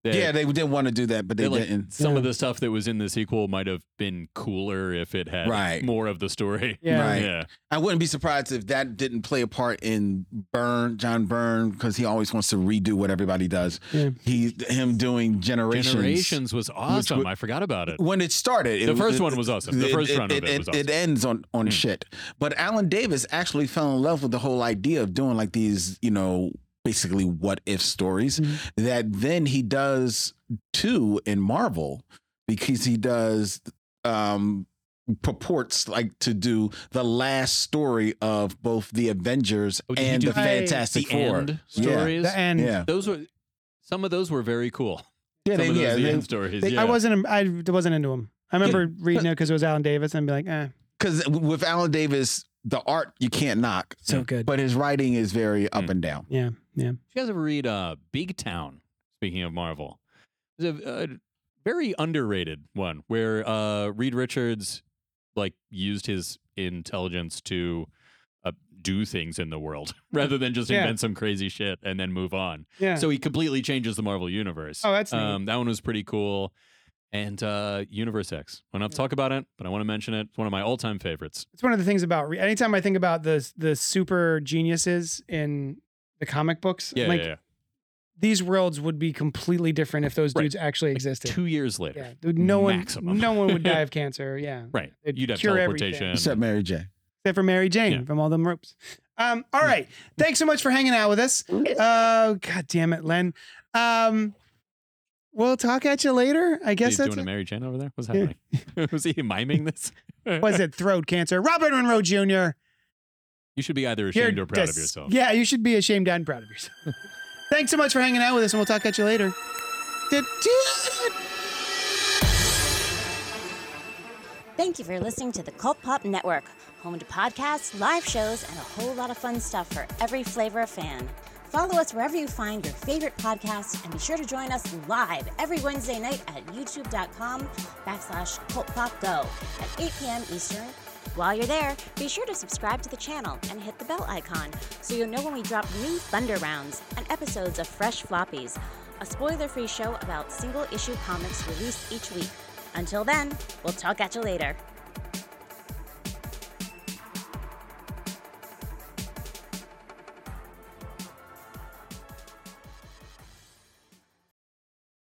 [SPEAKER 2] That-
[SPEAKER 3] Yeah, they did want to do that, but they
[SPEAKER 2] that, like,
[SPEAKER 3] didn't.
[SPEAKER 2] some of
[SPEAKER 1] Yeah.
[SPEAKER 2] the stuff that was in the sequel might have been cooler if it had
[SPEAKER 3] Right.
[SPEAKER 2] more of the story.
[SPEAKER 1] Yeah.
[SPEAKER 3] Right.
[SPEAKER 2] Yeah.
[SPEAKER 3] I wouldn't be surprised if that didn't play a part in Byrne, John Byrne, because he always wants to redo what everybody does.
[SPEAKER 1] Yeah.
[SPEAKER 3] He, him doing generations.
[SPEAKER 2] Generations was awesome.
[SPEAKER 3] would-
[SPEAKER 2] I forgot about it.
[SPEAKER 3] When it started, it
[SPEAKER 2] The
[SPEAKER 3] was-
[SPEAKER 2] first
[SPEAKER 3] it-
[SPEAKER 2] one was awesome. The first round of it was awesome.
[SPEAKER 3] It ends on on
[SPEAKER 2] Mm.
[SPEAKER 3] shit. But Alan Davis actually fell in love with the whole idea of doing like these, you know, basically what if stories
[SPEAKER 1] Mhm.
[SPEAKER 3] that then he does too in Marvel because he does um purports like to do the last story of both the Avengers
[SPEAKER 2] Oh, did he
[SPEAKER 3] and
[SPEAKER 2] do
[SPEAKER 3] the
[SPEAKER 1] the-
[SPEAKER 3] Fantastic
[SPEAKER 2] The
[SPEAKER 3] Four.
[SPEAKER 2] end
[SPEAKER 3] Yeah.
[SPEAKER 2] stories.
[SPEAKER 1] The end.
[SPEAKER 3] Yeah.
[SPEAKER 2] Those were some of those were very cool.
[SPEAKER 3] Yeah,
[SPEAKER 2] Some
[SPEAKER 3] they-
[SPEAKER 2] of those
[SPEAKER 3] yeah,
[SPEAKER 2] the
[SPEAKER 3] they-
[SPEAKER 2] end stories.
[SPEAKER 3] they-
[SPEAKER 2] yeah.
[SPEAKER 1] I wasn't. I wasn't into him. I remember reading it because it was Alan Davis and be like, eh,
[SPEAKER 3] because with Alan Davis, the art you can't knock,
[SPEAKER 1] so good.
[SPEAKER 3] but his writing is very up
[SPEAKER 2] Mm.
[SPEAKER 3] and down.
[SPEAKER 1] yeah, yeah.
[SPEAKER 2] Did you guys ever read uh, Big Town? Speaking of Marvel, there's a, a very underrated one where uh, Reed Richards like used his intelligence to uh, do things in the world rather than just
[SPEAKER 1] Yeah.
[SPEAKER 2] invent some crazy shit and then move on.
[SPEAKER 1] Yeah.
[SPEAKER 2] So he completely changes the Marvel universe.
[SPEAKER 1] oh, that's neat.
[SPEAKER 2] um, that one was pretty cool. And uh, Universe X. I don't have to talk about it, but I want to mention it. It's one of my all-time favorites.
[SPEAKER 1] it's one of the things about re- anytime I think about the the super geniuses in the comic books, I'm
[SPEAKER 2] Yeah,
[SPEAKER 1] like
[SPEAKER 2] yeah, yeah.
[SPEAKER 1] these worlds would be completely different if those
[SPEAKER 2] Right.
[SPEAKER 1] dudes actually existed.
[SPEAKER 2] Two years later,
[SPEAKER 1] yeah, dude, no one,
[SPEAKER 2] maximum.
[SPEAKER 1] no one would die of cancer. Yeah,
[SPEAKER 2] right?
[SPEAKER 1] It'd
[SPEAKER 2] You'd have
[SPEAKER 1] cure
[SPEAKER 2] teleportation.
[SPEAKER 3] Except Mary J.
[SPEAKER 1] except for Mary Jane
[SPEAKER 2] Yeah.
[SPEAKER 1] from all them ropes. Um, all right, thanks so much for hanging out with us. Uh, God damn it, Len. Um, we'll talk at you later. I guess
[SPEAKER 2] Is he
[SPEAKER 1] that's
[SPEAKER 2] doing
[SPEAKER 1] it.
[SPEAKER 2] a Mary Jane over there? What's
[SPEAKER 1] Yeah.
[SPEAKER 2] happening? was he miming this?
[SPEAKER 1] was it throat cancer? Robert Monroe Jr.
[SPEAKER 2] You should be either ashamed or proud
[SPEAKER 1] dis-
[SPEAKER 2] of yourself.
[SPEAKER 1] Yeah, you should be ashamed and proud of yourself. Thanks so much for hanging out with us, and we'll talk at you later. Du-du-
[SPEAKER 5] Thank you for listening to the Cult Pop Network, home to podcasts, live shows, and a whole lot of fun stuff for every flavor of fan. Follow us wherever you find your favorite podcasts, and be sure to join us live every Wednesday night at youtube.com backslash cultpopgo at 8 p.m. Eastern. While you're there, be sure to subscribe to the channel and hit the bell icon so you'll know when we drop new Thunder Rounds and episodes of Fresh Floppies, a spoiler-free show about single-issue comics released each week. Until then, we'll talk at you later.